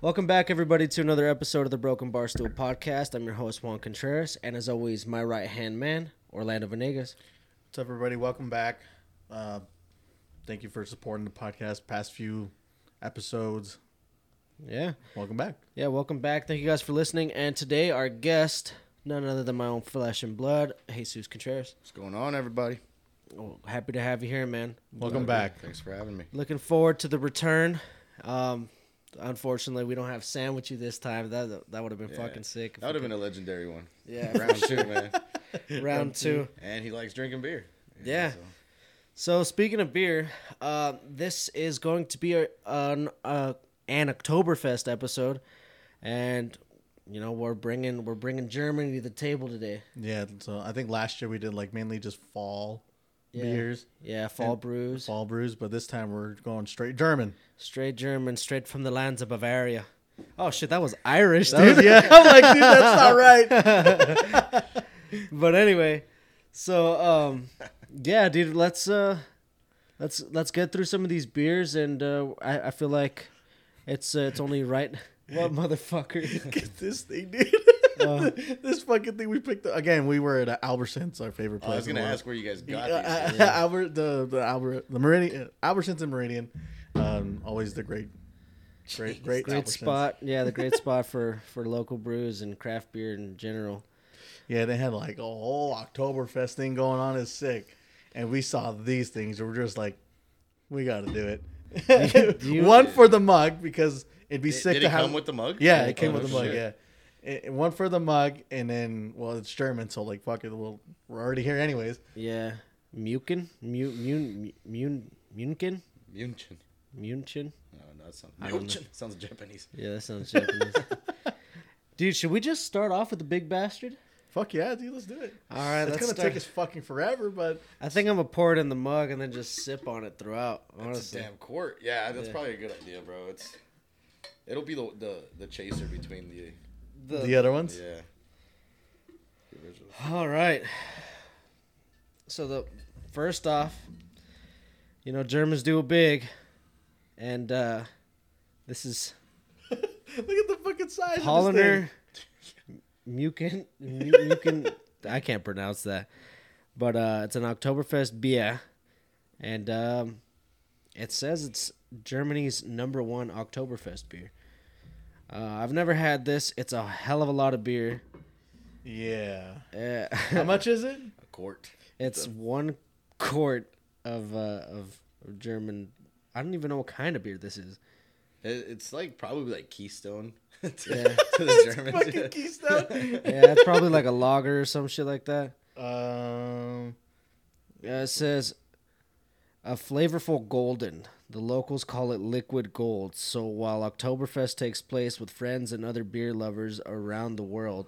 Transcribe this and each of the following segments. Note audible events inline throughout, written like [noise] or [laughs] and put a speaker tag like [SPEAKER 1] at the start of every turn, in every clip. [SPEAKER 1] Welcome back, everybody, to another episode of the Broken Barstool Podcast. I'm your host, Juan Contreras, and as always, my right hand man, Orlando Venegas.
[SPEAKER 2] What's up, everybody? Welcome back. Uh, thank you for supporting the podcast. Past few episodes.
[SPEAKER 1] Yeah.
[SPEAKER 2] Welcome back.
[SPEAKER 1] Yeah, welcome back. Thank you guys for listening. And today, our guest, none other than my own flesh and blood, Jesus Contreras.
[SPEAKER 3] What's going on, everybody?
[SPEAKER 1] Oh, happy to have you here, man.
[SPEAKER 2] Welcome back.
[SPEAKER 3] Thanks for having me.
[SPEAKER 1] Looking forward to the return. Um, unfortunately, we don't have Sam with you this time. That that would have been
[SPEAKER 3] Yeah.
[SPEAKER 1] fucking sick. if
[SPEAKER 3] That would have
[SPEAKER 1] we
[SPEAKER 3] been a legendary one.
[SPEAKER 1] could- yeah.
[SPEAKER 3] Round two, man.
[SPEAKER 1] round two.
[SPEAKER 3] And he likes drinking beer.
[SPEAKER 1] Yeah.
[SPEAKER 3] so-
[SPEAKER 1] So speaking of beer, uh, this is going to be a, an uh, an Oktoberfest episode, and you know we're bringing we're bringing Germany to the table today.
[SPEAKER 2] Yeah. So I think last year we did like mainly just fall
[SPEAKER 1] Yeah.
[SPEAKER 2] beers,
[SPEAKER 1] Yeah, fall
[SPEAKER 2] And
[SPEAKER 1] brews,
[SPEAKER 2] fall brews, but this time we're going straight German.
[SPEAKER 1] straight German, straight from the lands of Bavaria. Oh shit, that was Irish, dude.
[SPEAKER 2] [laughs] yeah. I'm like, dude, that's not right.
[SPEAKER 1] [laughs]
[SPEAKER 2] [laughs]
[SPEAKER 1] but anyway, so um, yeah, dude, let's uh, let's let's get through some of these beers, and uh, I, I feel like it's uh, it's only right. [laughs] What motherfucker? [laughs]
[SPEAKER 2] Get this thing, dude. Uh. [laughs] this fucking thing we picked up. again. We were at Albertsons, our favorite place.
[SPEAKER 3] Oh, I was
[SPEAKER 2] in
[SPEAKER 3] gonna
[SPEAKER 2] the world.
[SPEAKER 3] ask where you guys
[SPEAKER 2] Yeah,
[SPEAKER 3] got
[SPEAKER 2] uh, [laughs]
[SPEAKER 3] these.
[SPEAKER 2] Albert, the the Albert, the Meridian, Albertsons and Meridian, um, always the great, great, great,
[SPEAKER 1] great
[SPEAKER 2] Albertsons.
[SPEAKER 1] spot. Yeah, the
[SPEAKER 3] [laughs]
[SPEAKER 1] great spot for for local brews and craft beer in general.
[SPEAKER 2] Yeah, they had like a whole Oktoberfest thing going on. It's sick. And we saw these things and we're just like, we got to do it. [laughs]
[SPEAKER 1] do you-
[SPEAKER 2] one for the mug because it'd be
[SPEAKER 3] Did-
[SPEAKER 2] sick
[SPEAKER 3] Did
[SPEAKER 2] to
[SPEAKER 3] it
[SPEAKER 2] have.
[SPEAKER 3] come with the mug?
[SPEAKER 2] yeah, it came
[SPEAKER 3] Oh,
[SPEAKER 2] with the mug.
[SPEAKER 3] shit.
[SPEAKER 2] Yeah. And- and one for the mug and then, well, it's German, so like, fuck it. We'll, we're already here anyways.
[SPEAKER 1] Yeah, Muken, Mu- Mun Mun Munkin,
[SPEAKER 3] München.
[SPEAKER 1] Munchin.
[SPEAKER 3] No, Oh, no, that sounds
[SPEAKER 1] don't know.
[SPEAKER 3] München. Sounds Japanese.
[SPEAKER 1] Yeah, that sounds
[SPEAKER 3] [laughs]
[SPEAKER 1] Japanese. Dude, should we just start off with the big bastard?
[SPEAKER 2] Fuck yeah, dude, let's do it.
[SPEAKER 1] All right,
[SPEAKER 2] it's
[SPEAKER 1] let's
[SPEAKER 2] gonna
[SPEAKER 1] start.
[SPEAKER 2] take us fucking forever, but
[SPEAKER 1] I think I'm gonna pour it in the mug and then just sip on it throughout.
[SPEAKER 3] That's a
[SPEAKER 1] Honestly,
[SPEAKER 3] damn quart. Yeah, that's
[SPEAKER 1] Yeah.
[SPEAKER 3] probably a good idea, bro. It's it'll be the the, the chaser between the
[SPEAKER 1] The-
[SPEAKER 2] the other ones.
[SPEAKER 3] yeah. The original.
[SPEAKER 1] All right. So the first off, you know Germans do it big, and uh, this is
[SPEAKER 2] [laughs] Look at the fucking size. of this thing.
[SPEAKER 1] Polliner Muken Mu- Muken I can't pronounce that. But uh it's an Oktoberfest beer and um it says it's Germany's number 1 Oktoberfest beer. Uh, I've never had this. It's a hell of a lot of beer.
[SPEAKER 2] Yeah.
[SPEAKER 1] Uh,
[SPEAKER 2] How much is it?
[SPEAKER 3] A quart.
[SPEAKER 1] [laughs] it's one quart of uh of of German I don't even know what kind of beer this is.
[SPEAKER 3] It, it's like probably like Keystone [laughs] to,
[SPEAKER 1] Yeah.
[SPEAKER 3] to the Germans.
[SPEAKER 2] Fucking Keystone.
[SPEAKER 1] Yeah, it's probably like a lager or some shit like that.
[SPEAKER 2] Um,
[SPEAKER 1] Uh, it says a flavorful golden. The locals call it liquid gold. So while Oktoberfest takes place with friends and other beer lovers around the world,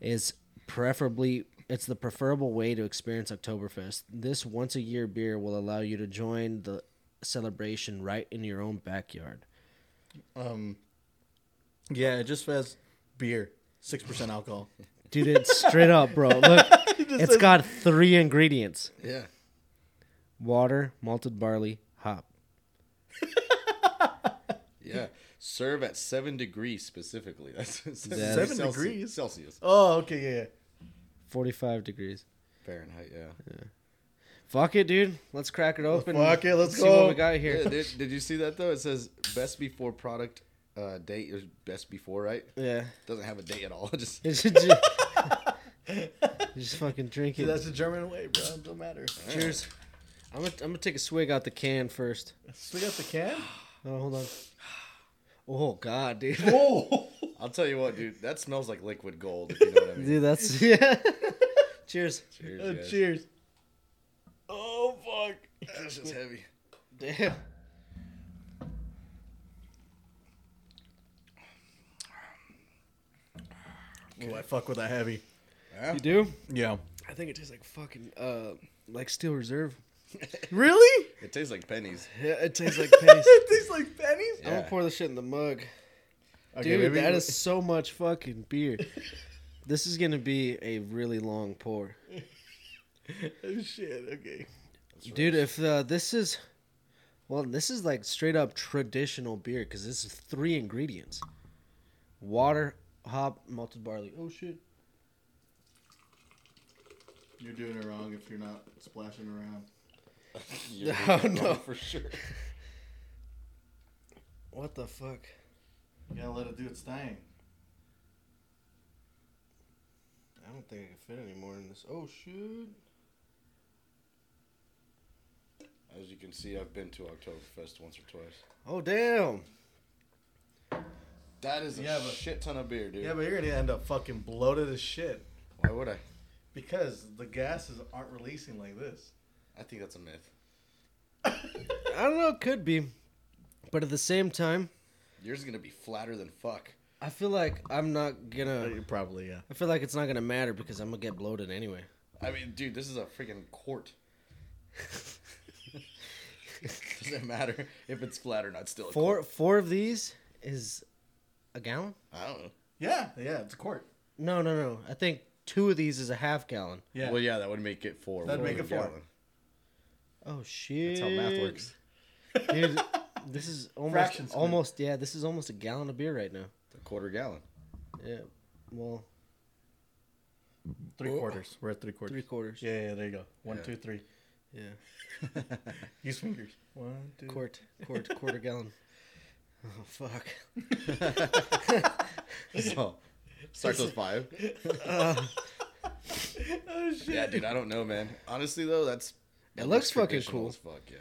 [SPEAKER 1] is preferably it's the preferable way to experience Oktoberfest. This once a year beer will allow you to join the celebration right in your own backyard.
[SPEAKER 2] um, yeah, it just says beer, six percent alcohol.
[SPEAKER 1] Dude, it's straight up,
[SPEAKER 2] [laughs]
[SPEAKER 1] bro. Look,
[SPEAKER 2] It just
[SPEAKER 1] it's
[SPEAKER 2] says-
[SPEAKER 1] got three ingredients:
[SPEAKER 3] yeah.
[SPEAKER 1] water, malted barley, hop.
[SPEAKER 3] Yeah, serve at seven degrees specifically. [laughs] That's
[SPEAKER 1] Seven
[SPEAKER 3] Celsius-
[SPEAKER 2] degrees?
[SPEAKER 3] Celsius.
[SPEAKER 2] Oh, okay, yeah, yeah.
[SPEAKER 1] Forty-five degrees.
[SPEAKER 3] Fahrenheit. Yeah.
[SPEAKER 1] Fuck it, dude. Let's crack it open.
[SPEAKER 2] Fuck it, let's
[SPEAKER 1] see
[SPEAKER 2] go.
[SPEAKER 1] what we got
[SPEAKER 3] yeah
[SPEAKER 1] here.
[SPEAKER 3] did, did you see that though? It says best before product uh, date is best before, right?
[SPEAKER 1] [laughs] Yeah. [laughs]
[SPEAKER 3] Doesn't have a date at all. [laughs] Just
[SPEAKER 1] It's just, [laughs] just fucking drink
[SPEAKER 2] Dude,
[SPEAKER 1] it.
[SPEAKER 2] that's the German way, bro. It don't matter.
[SPEAKER 1] Cheers. I'm gonna, I'm gonna take a swig out the can first.
[SPEAKER 2] Still got the can.
[SPEAKER 1] Oh, hold on. Oh god, dude.
[SPEAKER 2] [laughs] Oh,
[SPEAKER 3] I'll tell you what, dude. That smells like liquid gold. If you know what I
[SPEAKER 1] [laughs]
[SPEAKER 3] mean.
[SPEAKER 1] Dude, that's yeah. Cheers.
[SPEAKER 2] [laughs]
[SPEAKER 3] Cheers,
[SPEAKER 2] Uh,
[SPEAKER 3] guys.
[SPEAKER 2] cheers. Oh fuck.
[SPEAKER 3] That's just heavy.
[SPEAKER 1] Damn.
[SPEAKER 2] Oh, I fuck with that heavy.
[SPEAKER 1] You do?
[SPEAKER 2] Yeah.
[SPEAKER 1] I think it tastes like fucking uh like Steel Reserve.
[SPEAKER 2] Really?
[SPEAKER 3] It tastes like pennies.
[SPEAKER 1] Yeah, it tastes [laughs] like paste.
[SPEAKER 2] it tastes like pennies.
[SPEAKER 1] I'm gonna
[SPEAKER 3] Yeah.
[SPEAKER 1] pour this shit in the mug.
[SPEAKER 2] Okay,
[SPEAKER 1] Dude,
[SPEAKER 2] maybe
[SPEAKER 1] that
[SPEAKER 2] we-
[SPEAKER 1] is so much fucking [laughs] beer. this is gonna be a really long pour.
[SPEAKER 2] [laughs] Oh, shit. Okay.
[SPEAKER 1] Dude, if uh, this is, well, this is like straight up traditional beer because this is three ingredients. water, hop, malted barley. Oh shit!
[SPEAKER 2] You're doing it wrong if you're not splashing around.
[SPEAKER 3] You're doing [laughs]
[SPEAKER 1] No,
[SPEAKER 3] that wrong
[SPEAKER 1] no.
[SPEAKER 3] for sure.
[SPEAKER 1] What the fuck?
[SPEAKER 2] You gotta let it do its thing.
[SPEAKER 1] I don't think I can fit any more in this. Oh shit!
[SPEAKER 3] As you can see, I've been to Oktoberfest once or twice.
[SPEAKER 1] Oh damn!
[SPEAKER 3] That is a
[SPEAKER 2] Yeah, but-
[SPEAKER 3] shit ton of beer, dude.
[SPEAKER 2] Yeah, but you're gonna end up fucking bloated as shit
[SPEAKER 3] Why would I?
[SPEAKER 2] because the gases aren't releasing
[SPEAKER 1] [laughs]
[SPEAKER 2] like this.
[SPEAKER 3] I think that's a myth.
[SPEAKER 1] I don't know. It could be, but at the same time,
[SPEAKER 3] Yours is gonna be flatter than fuck.
[SPEAKER 1] I feel like I'm not
[SPEAKER 2] Uh,
[SPEAKER 1] gonna.
[SPEAKER 2] Probably, yeah.
[SPEAKER 1] I feel like it's not gonna matter because I'm gonna get bloated anyway.
[SPEAKER 3] I mean, dude, this is a freaking quart. Doesn't matter if it's flat or not. Still a
[SPEAKER 1] Four
[SPEAKER 3] quart.
[SPEAKER 1] four of these is a gallon?
[SPEAKER 3] I don't know.
[SPEAKER 2] Yeah, yeah, it's a quart.
[SPEAKER 1] No, no, no. I think two of these is a half gallon.
[SPEAKER 2] Yeah.
[SPEAKER 3] Well, yeah, that would make it four.
[SPEAKER 2] That'd
[SPEAKER 3] What
[SPEAKER 2] make
[SPEAKER 3] would
[SPEAKER 2] it
[SPEAKER 3] a
[SPEAKER 2] four.
[SPEAKER 3] gallon?
[SPEAKER 1] Oh shit!
[SPEAKER 3] That's how math works.
[SPEAKER 1] dude. This [laughs] is almost
[SPEAKER 2] Fractions, man.
[SPEAKER 1] almost yeah. This is almost a gallon of beer right now.
[SPEAKER 3] A
[SPEAKER 2] [laughs]
[SPEAKER 3] quarter gallon.
[SPEAKER 1] Yeah. Well,
[SPEAKER 2] Three
[SPEAKER 1] Oh.
[SPEAKER 2] quarters. We're at three quarters.
[SPEAKER 1] three quarters.
[SPEAKER 2] Yeah, yeah, there you go. One,
[SPEAKER 3] Yeah.
[SPEAKER 2] two, three.
[SPEAKER 1] Yeah.
[SPEAKER 2] Use fingers. One, two. [laughs]
[SPEAKER 1] Quart, [laughs] quart, quarter [laughs] gallon. Oh fuck.
[SPEAKER 3] So, starts with five.
[SPEAKER 2] Oh shit!
[SPEAKER 3] Yeah, dude, I don't know, man. Honestly, though, that's
[SPEAKER 1] It looks fucking
[SPEAKER 3] traditional
[SPEAKER 1] cool.
[SPEAKER 3] as Fuck yeah.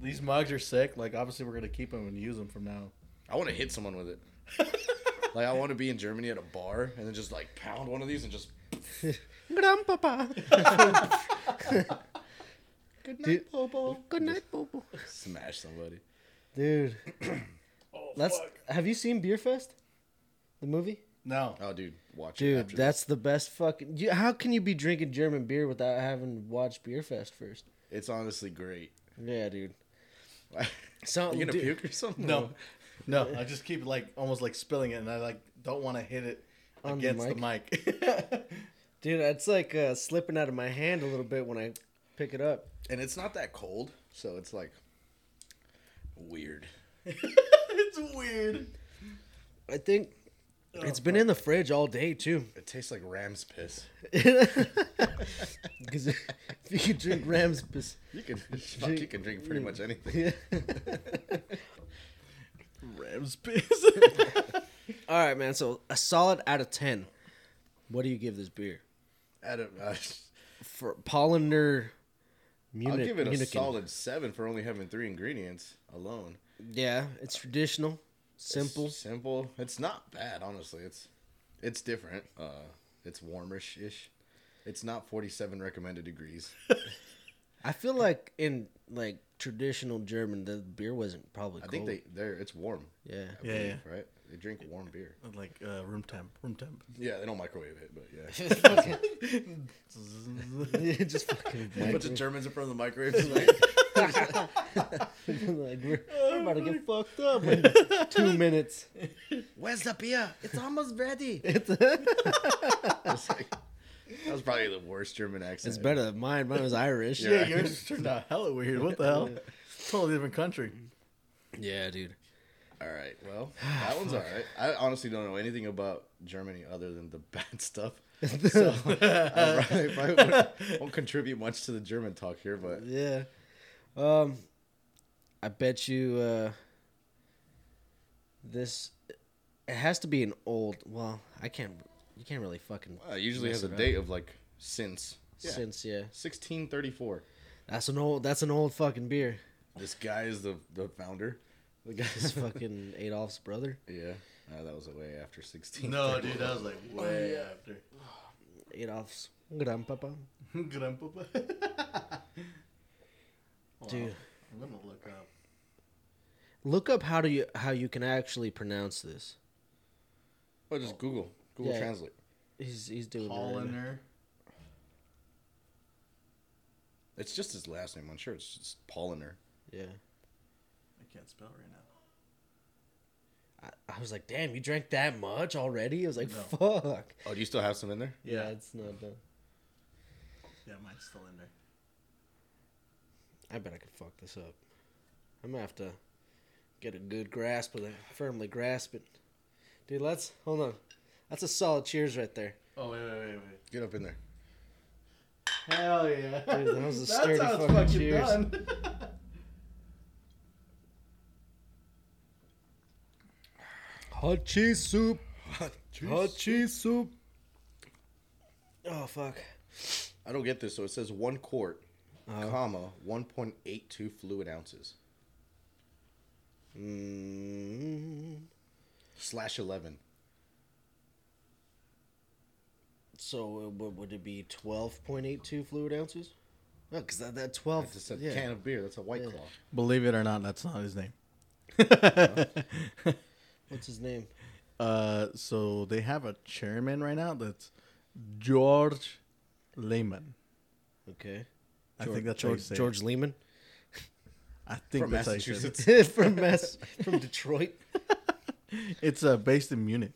[SPEAKER 2] These mugs are sick. Like, obviously, we're gonna keep them and use them from [laughs] now.
[SPEAKER 3] I want to hit someone with it. like I want to be in Germany at a bar and then just like pound one of these and just
[SPEAKER 1] Grandpapa.
[SPEAKER 3] good
[SPEAKER 1] night, Dude.
[SPEAKER 3] Popo.
[SPEAKER 1] Good night, [laughs] Bobo.
[SPEAKER 3] Smash somebody.
[SPEAKER 1] [clears throat] Dude,
[SPEAKER 2] Oh
[SPEAKER 1] that's. Have you seen Beerfest? The movie.
[SPEAKER 2] no.
[SPEAKER 3] Oh, dude, watch it.
[SPEAKER 1] Dude,
[SPEAKER 3] after
[SPEAKER 1] that's the best fucking. you- How can you be drinking German beer without having watched Beerfest first?
[SPEAKER 3] this. it's honestly great. [laughs]
[SPEAKER 1] Yeah, dude.
[SPEAKER 3] Are
[SPEAKER 1] So
[SPEAKER 3] you gonna
[SPEAKER 1] dude,
[SPEAKER 3] puke or something?
[SPEAKER 2] No, no. I just keep like almost like spilling it, and I like don't want to hit it
[SPEAKER 1] On the
[SPEAKER 2] against the mic. [laughs]
[SPEAKER 1] dude, it's like uh, slipping out of my hand a little bit when I pick it up.
[SPEAKER 3] And it's not that cold, so it's like weird.
[SPEAKER 2] [laughs] it's weird.
[SPEAKER 1] I think
[SPEAKER 3] Oh,
[SPEAKER 1] it's been in the fridge all day too.
[SPEAKER 3] [laughs] It tastes like ram's piss.
[SPEAKER 1] Because if you could drink Rams, piss-
[SPEAKER 2] [laughs]
[SPEAKER 3] You can fuck, you can drink pretty much anything.
[SPEAKER 1] yeah.
[SPEAKER 3] [laughs]
[SPEAKER 2] Rams piss.
[SPEAKER 1] All right, man. So a solid out of ten. What do you give this beer
[SPEAKER 3] I don't, uh, [laughs]
[SPEAKER 1] for Polliner? Munich,
[SPEAKER 3] I'll give it a
[SPEAKER 1] Munichen.
[SPEAKER 3] solid seven for only having three ingredients alone.
[SPEAKER 1] Yeah, it's traditional, simple.
[SPEAKER 3] It's simple. It's not bad, honestly. It's it's different. Uh, it's warmish ish. It's not 47 recommended degrees.
[SPEAKER 1] I feel like in like traditional German, the beer wasn't probably.
[SPEAKER 3] I
[SPEAKER 1] Cold.
[SPEAKER 3] think they they're it's warm.
[SPEAKER 1] Yeah. [laughs]
[SPEAKER 3] I
[SPEAKER 2] Yeah,
[SPEAKER 3] believe, right. They drink warm beer.
[SPEAKER 2] like uh, room temp.
[SPEAKER 1] [laughs]
[SPEAKER 2] Room temp.
[SPEAKER 3] Yeah, they don't microwave it, but [laughs] yeah.
[SPEAKER 1] just fucking
[SPEAKER 3] A bunch of Germans in front of the microwave. just like,
[SPEAKER 1] [laughs] like we're, we're about to get
[SPEAKER 2] [laughs]
[SPEAKER 1] fucked up in two minutes.
[SPEAKER 3] [laughs] Where's the beer? Oh, It's
[SPEAKER 1] [laughs]
[SPEAKER 3] almost ready. It's like- that was probably the worst German accent.
[SPEAKER 1] It's better than mine. Mine was Irish.
[SPEAKER 2] Yeah,
[SPEAKER 3] Yeah.
[SPEAKER 2] yours turned out hella weird. What the hell? Totally different country.
[SPEAKER 1] Yeah, dude.
[SPEAKER 3] All right. [sighs] Well, that one's all right. I honestly don't know anything about Germany other than the [laughs]
[SPEAKER 1] [laughs]
[SPEAKER 3] bad stuff. So [laughs] I probably, probably won't, won't contribute much to the German talk here, but
[SPEAKER 1] Yeah. Um, I bet you uh, this it has to be an old. Well, I can't. You can't really fucking
[SPEAKER 3] uh, it usually
[SPEAKER 1] mess
[SPEAKER 3] has a
[SPEAKER 1] around.
[SPEAKER 3] date of like since yeah,
[SPEAKER 1] since yeah.
[SPEAKER 3] 1634.
[SPEAKER 1] That's an old. That's an old fucking beer.
[SPEAKER 3] This guy is the the founder. The
[SPEAKER 1] This
[SPEAKER 3] guy's
[SPEAKER 1] fucking Adolf's brother.
[SPEAKER 3] yeah. Uh, that was way after 16.
[SPEAKER 2] dude, that was like
[SPEAKER 1] Oh,
[SPEAKER 2] way after. [laughs]
[SPEAKER 1] Adolf's grandpapa.
[SPEAKER 2] Grandpapa. [laughs]
[SPEAKER 1] Dude,
[SPEAKER 2] I'm gonna look up.
[SPEAKER 1] look up how do you how you can actually pronounce this.
[SPEAKER 3] Oh, just Google. Google
[SPEAKER 1] Yeah.
[SPEAKER 3] Translate.
[SPEAKER 1] He's he's doing it. Right now.
[SPEAKER 2] Hollander.
[SPEAKER 3] It's just his last name. I'm sure it's just Pauliner.
[SPEAKER 1] Yeah.
[SPEAKER 2] I can't spell right now.
[SPEAKER 1] I, I was like, damn, you drank that much already? I was like,
[SPEAKER 2] No.
[SPEAKER 1] fuck.
[SPEAKER 3] Oh, do you still have some in there?
[SPEAKER 1] Yeah.
[SPEAKER 2] Yeah.
[SPEAKER 1] it's not done.
[SPEAKER 2] Yeah, mine's still in there.
[SPEAKER 1] I bet I could fuck this up. I'm gonna have to get a good grasp of it, firmly grasp it. Dude, let's hold on. That's a solid cheers right there.
[SPEAKER 2] Oh wait, wait, wait, wait.
[SPEAKER 3] Get up in there.
[SPEAKER 2] Hell yeah!
[SPEAKER 1] Dude, that was
[SPEAKER 2] [laughs]
[SPEAKER 1] a sturdy fucking cheers.
[SPEAKER 2] done.
[SPEAKER 1] Hot cheese soup.
[SPEAKER 3] Hot
[SPEAKER 1] cheese soup. Oh fuck.
[SPEAKER 3] I don't get this. So it says one quart, comma one point eight two fluid ounces. Mm, slash eleven.
[SPEAKER 1] So uh, what would it be? Twelve point eight two fluid ounces. No, because that, that twelve.
[SPEAKER 3] That's a
[SPEAKER 1] yeah.
[SPEAKER 3] can of beer. That's a white
[SPEAKER 1] Yeah.
[SPEAKER 3] claw.
[SPEAKER 2] Believe it or not, that's not his name. [laughs]
[SPEAKER 1] What's his name?
[SPEAKER 2] Uh, so they have a chairman right now that's George Lehman.
[SPEAKER 1] Okay.
[SPEAKER 2] I think that's how you
[SPEAKER 1] George,
[SPEAKER 2] say it.
[SPEAKER 1] George Lehman [laughs]
[SPEAKER 2] I think
[SPEAKER 3] From
[SPEAKER 2] that's how you say it.
[SPEAKER 3] Massachusetts.
[SPEAKER 1] from Mass from Detroit. [laughs]
[SPEAKER 2] It's uh, based in Munich.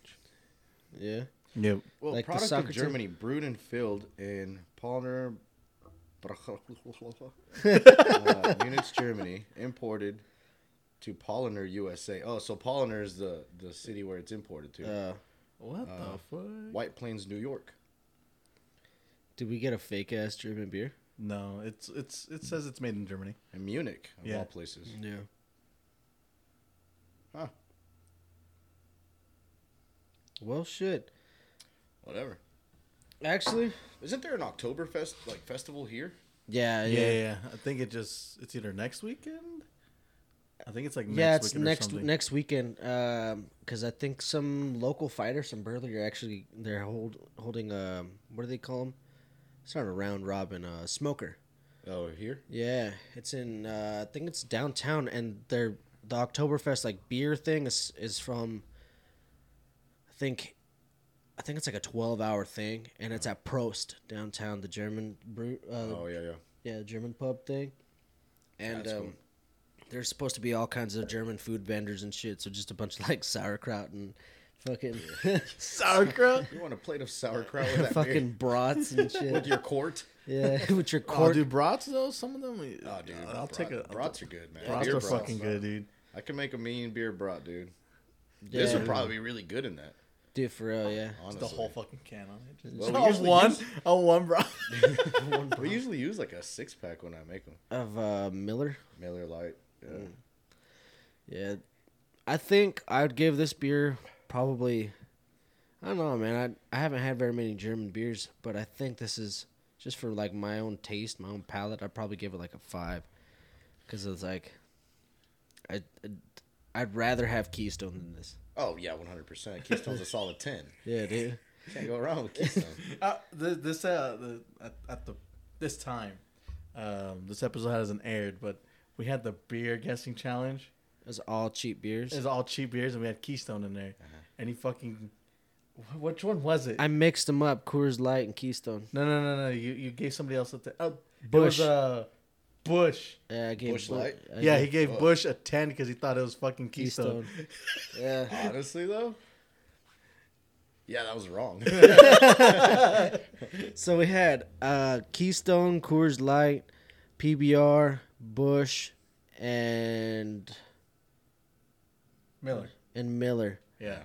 [SPEAKER 1] Yeah.
[SPEAKER 2] Yep.
[SPEAKER 3] Well,
[SPEAKER 1] Like the
[SPEAKER 3] product
[SPEAKER 1] soccer
[SPEAKER 3] of
[SPEAKER 1] team?
[SPEAKER 3] Germany, brewed and filled in Pollner, uh, Munich, Germany, imported to Polliner, USA. Oh, so Polliner is the, the city where it's imported to.
[SPEAKER 1] Uh,
[SPEAKER 2] What the fuck?
[SPEAKER 3] White Plains, New York.
[SPEAKER 1] did we get a fake ass German beer?
[SPEAKER 2] No, it's it's it says it's made in Germany.
[SPEAKER 3] And Munich, of
[SPEAKER 2] Yeah.
[SPEAKER 3] all places.
[SPEAKER 1] Yeah.
[SPEAKER 3] Huh.
[SPEAKER 1] Well, shit.
[SPEAKER 3] Whatever.
[SPEAKER 1] Actually.
[SPEAKER 3] Isn't there an Oktoberfest like festival here?
[SPEAKER 1] Yeah.
[SPEAKER 2] Yeah,
[SPEAKER 1] Uh, Yeah.
[SPEAKER 2] yeah, yeah. I think it just it's either next weekend. I think it's like next
[SPEAKER 1] Yeah, it's
[SPEAKER 2] weekend or
[SPEAKER 1] next
[SPEAKER 2] something.
[SPEAKER 1] next weekend. Because I think some local fighter, some burglar, actually they're hold holding a what do they call them? It's not a round robin, a smoker.
[SPEAKER 3] Oh, here.
[SPEAKER 1] Yeah, it's in uh, I think it's downtown, and their the Oktoberfest like beer thing is is from. I think, I think it's like a twelve hour thing, and it's at Prost downtown, the German brew, uh,
[SPEAKER 3] Oh yeah, yeah.
[SPEAKER 1] yeah, German pub thing. And
[SPEAKER 3] That's
[SPEAKER 1] um,
[SPEAKER 3] cool.
[SPEAKER 1] there's supposed to be all kinds of German food vendors and shit. So just a bunch of like sauerkraut and fucking
[SPEAKER 3] [laughs]
[SPEAKER 1] [laughs]
[SPEAKER 2] sauerkraut.
[SPEAKER 3] You want a plate of
[SPEAKER 2] [laughs]
[SPEAKER 3] sauerkraut with that
[SPEAKER 1] fucking
[SPEAKER 3] beer?
[SPEAKER 1] brats
[SPEAKER 3] [laughs]
[SPEAKER 1] and
[SPEAKER 3] with
[SPEAKER 1] shit.
[SPEAKER 3] your quart?
[SPEAKER 1] yeah, [laughs] with your
[SPEAKER 2] Oh,
[SPEAKER 1] court.
[SPEAKER 2] dude, brats though. Some of them.
[SPEAKER 3] Oh, dude,
[SPEAKER 2] I'll
[SPEAKER 3] brat-
[SPEAKER 2] take a
[SPEAKER 3] brats are good, man.
[SPEAKER 2] Brats
[SPEAKER 3] Beer
[SPEAKER 2] are fucking good, dude.
[SPEAKER 3] I can make a mean beer brat, dude. This would
[SPEAKER 1] Yeah.
[SPEAKER 3] probably be really good in that.
[SPEAKER 1] dude, for real, yeah.
[SPEAKER 3] Honestly,
[SPEAKER 2] The whole fucking can on it. Just-
[SPEAKER 3] Well, we
[SPEAKER 2] on
[SPEAKER 3] usually
[SPEAKER 2] one, [laughs]
[SPEAKER 3] use-
[SPEAKER 2] on one brat.
[SPEAKER 3] we usually use like a six pack when I make them.
[SPEAKER 1] Of uh, Miller.
[SPEAKER 3] Miller Lite. Yeah.
[SPEAKER 2] Mm.
[SPEAKER 1] Yeah, I think I'd give this beer probably. I don't know, man. I I haven't had very many German beers, but I think this is just for like my own taste, my own palate. I'd probably give it like a five, because it's like, I I'd rather have Keystone than this.
[SPEAKER 3] Oh yeah, one hundred
[SPEAKER 2] [laughs]
[SPEAKER 3] percent. Keystone's a solid ten.
[SPEAKER 1] Yeah, dude.
[SPEAKER 3] Can't go wrong with Keystone.
[SPEAKER 2] uh, this this uh, the, at, at the this time, um, this episode hasn't aired, but we had the beer guessing challenge.
[SPEAKER 1] It's all cheap beers.
[SPEAKER 2] It was all cheap beers, and we had Keystone in there. And he fucking, wh- which one was it?
[SPEAKER 1] I mixed them up: Coors Light and Keystone.
[SPEAKER 2] no, no, no, no. You you gave somebody else a th- oh,
[SPEAKER 1] Bush.
[SPEAKER 2] It was, uh, Bush.
[SPEAKER 1] Yeah, I gave
[SPEAKER 3] Busch
[SPEAKER 1] Bu-
[SPEAKER 3] Light?
[SPEAKER 1] I
[SPEAKER 2] yeah, he
[SPEAKER 1] gave
[SPEAKER 2] gave Bush
[SPEAKER 3] Bush.
[SPEAKER 2] a ten because he thought it was fucking Keystone.
[SPEAKER 1] Keystone. yeah.
[SPEAKER 3] Honestly though. Yeah, that
[SPEAKER 2] [laughs]
[SPEAKER 3] was wrong.
[SPEAKER 1] So we had uh, Keystone, Coors Light, PBR, Bush, and
[SPEAKER 2] [laughs] Miller.
[SPEAKER 1] and Miller.
[SPEAKER 2] Yeah.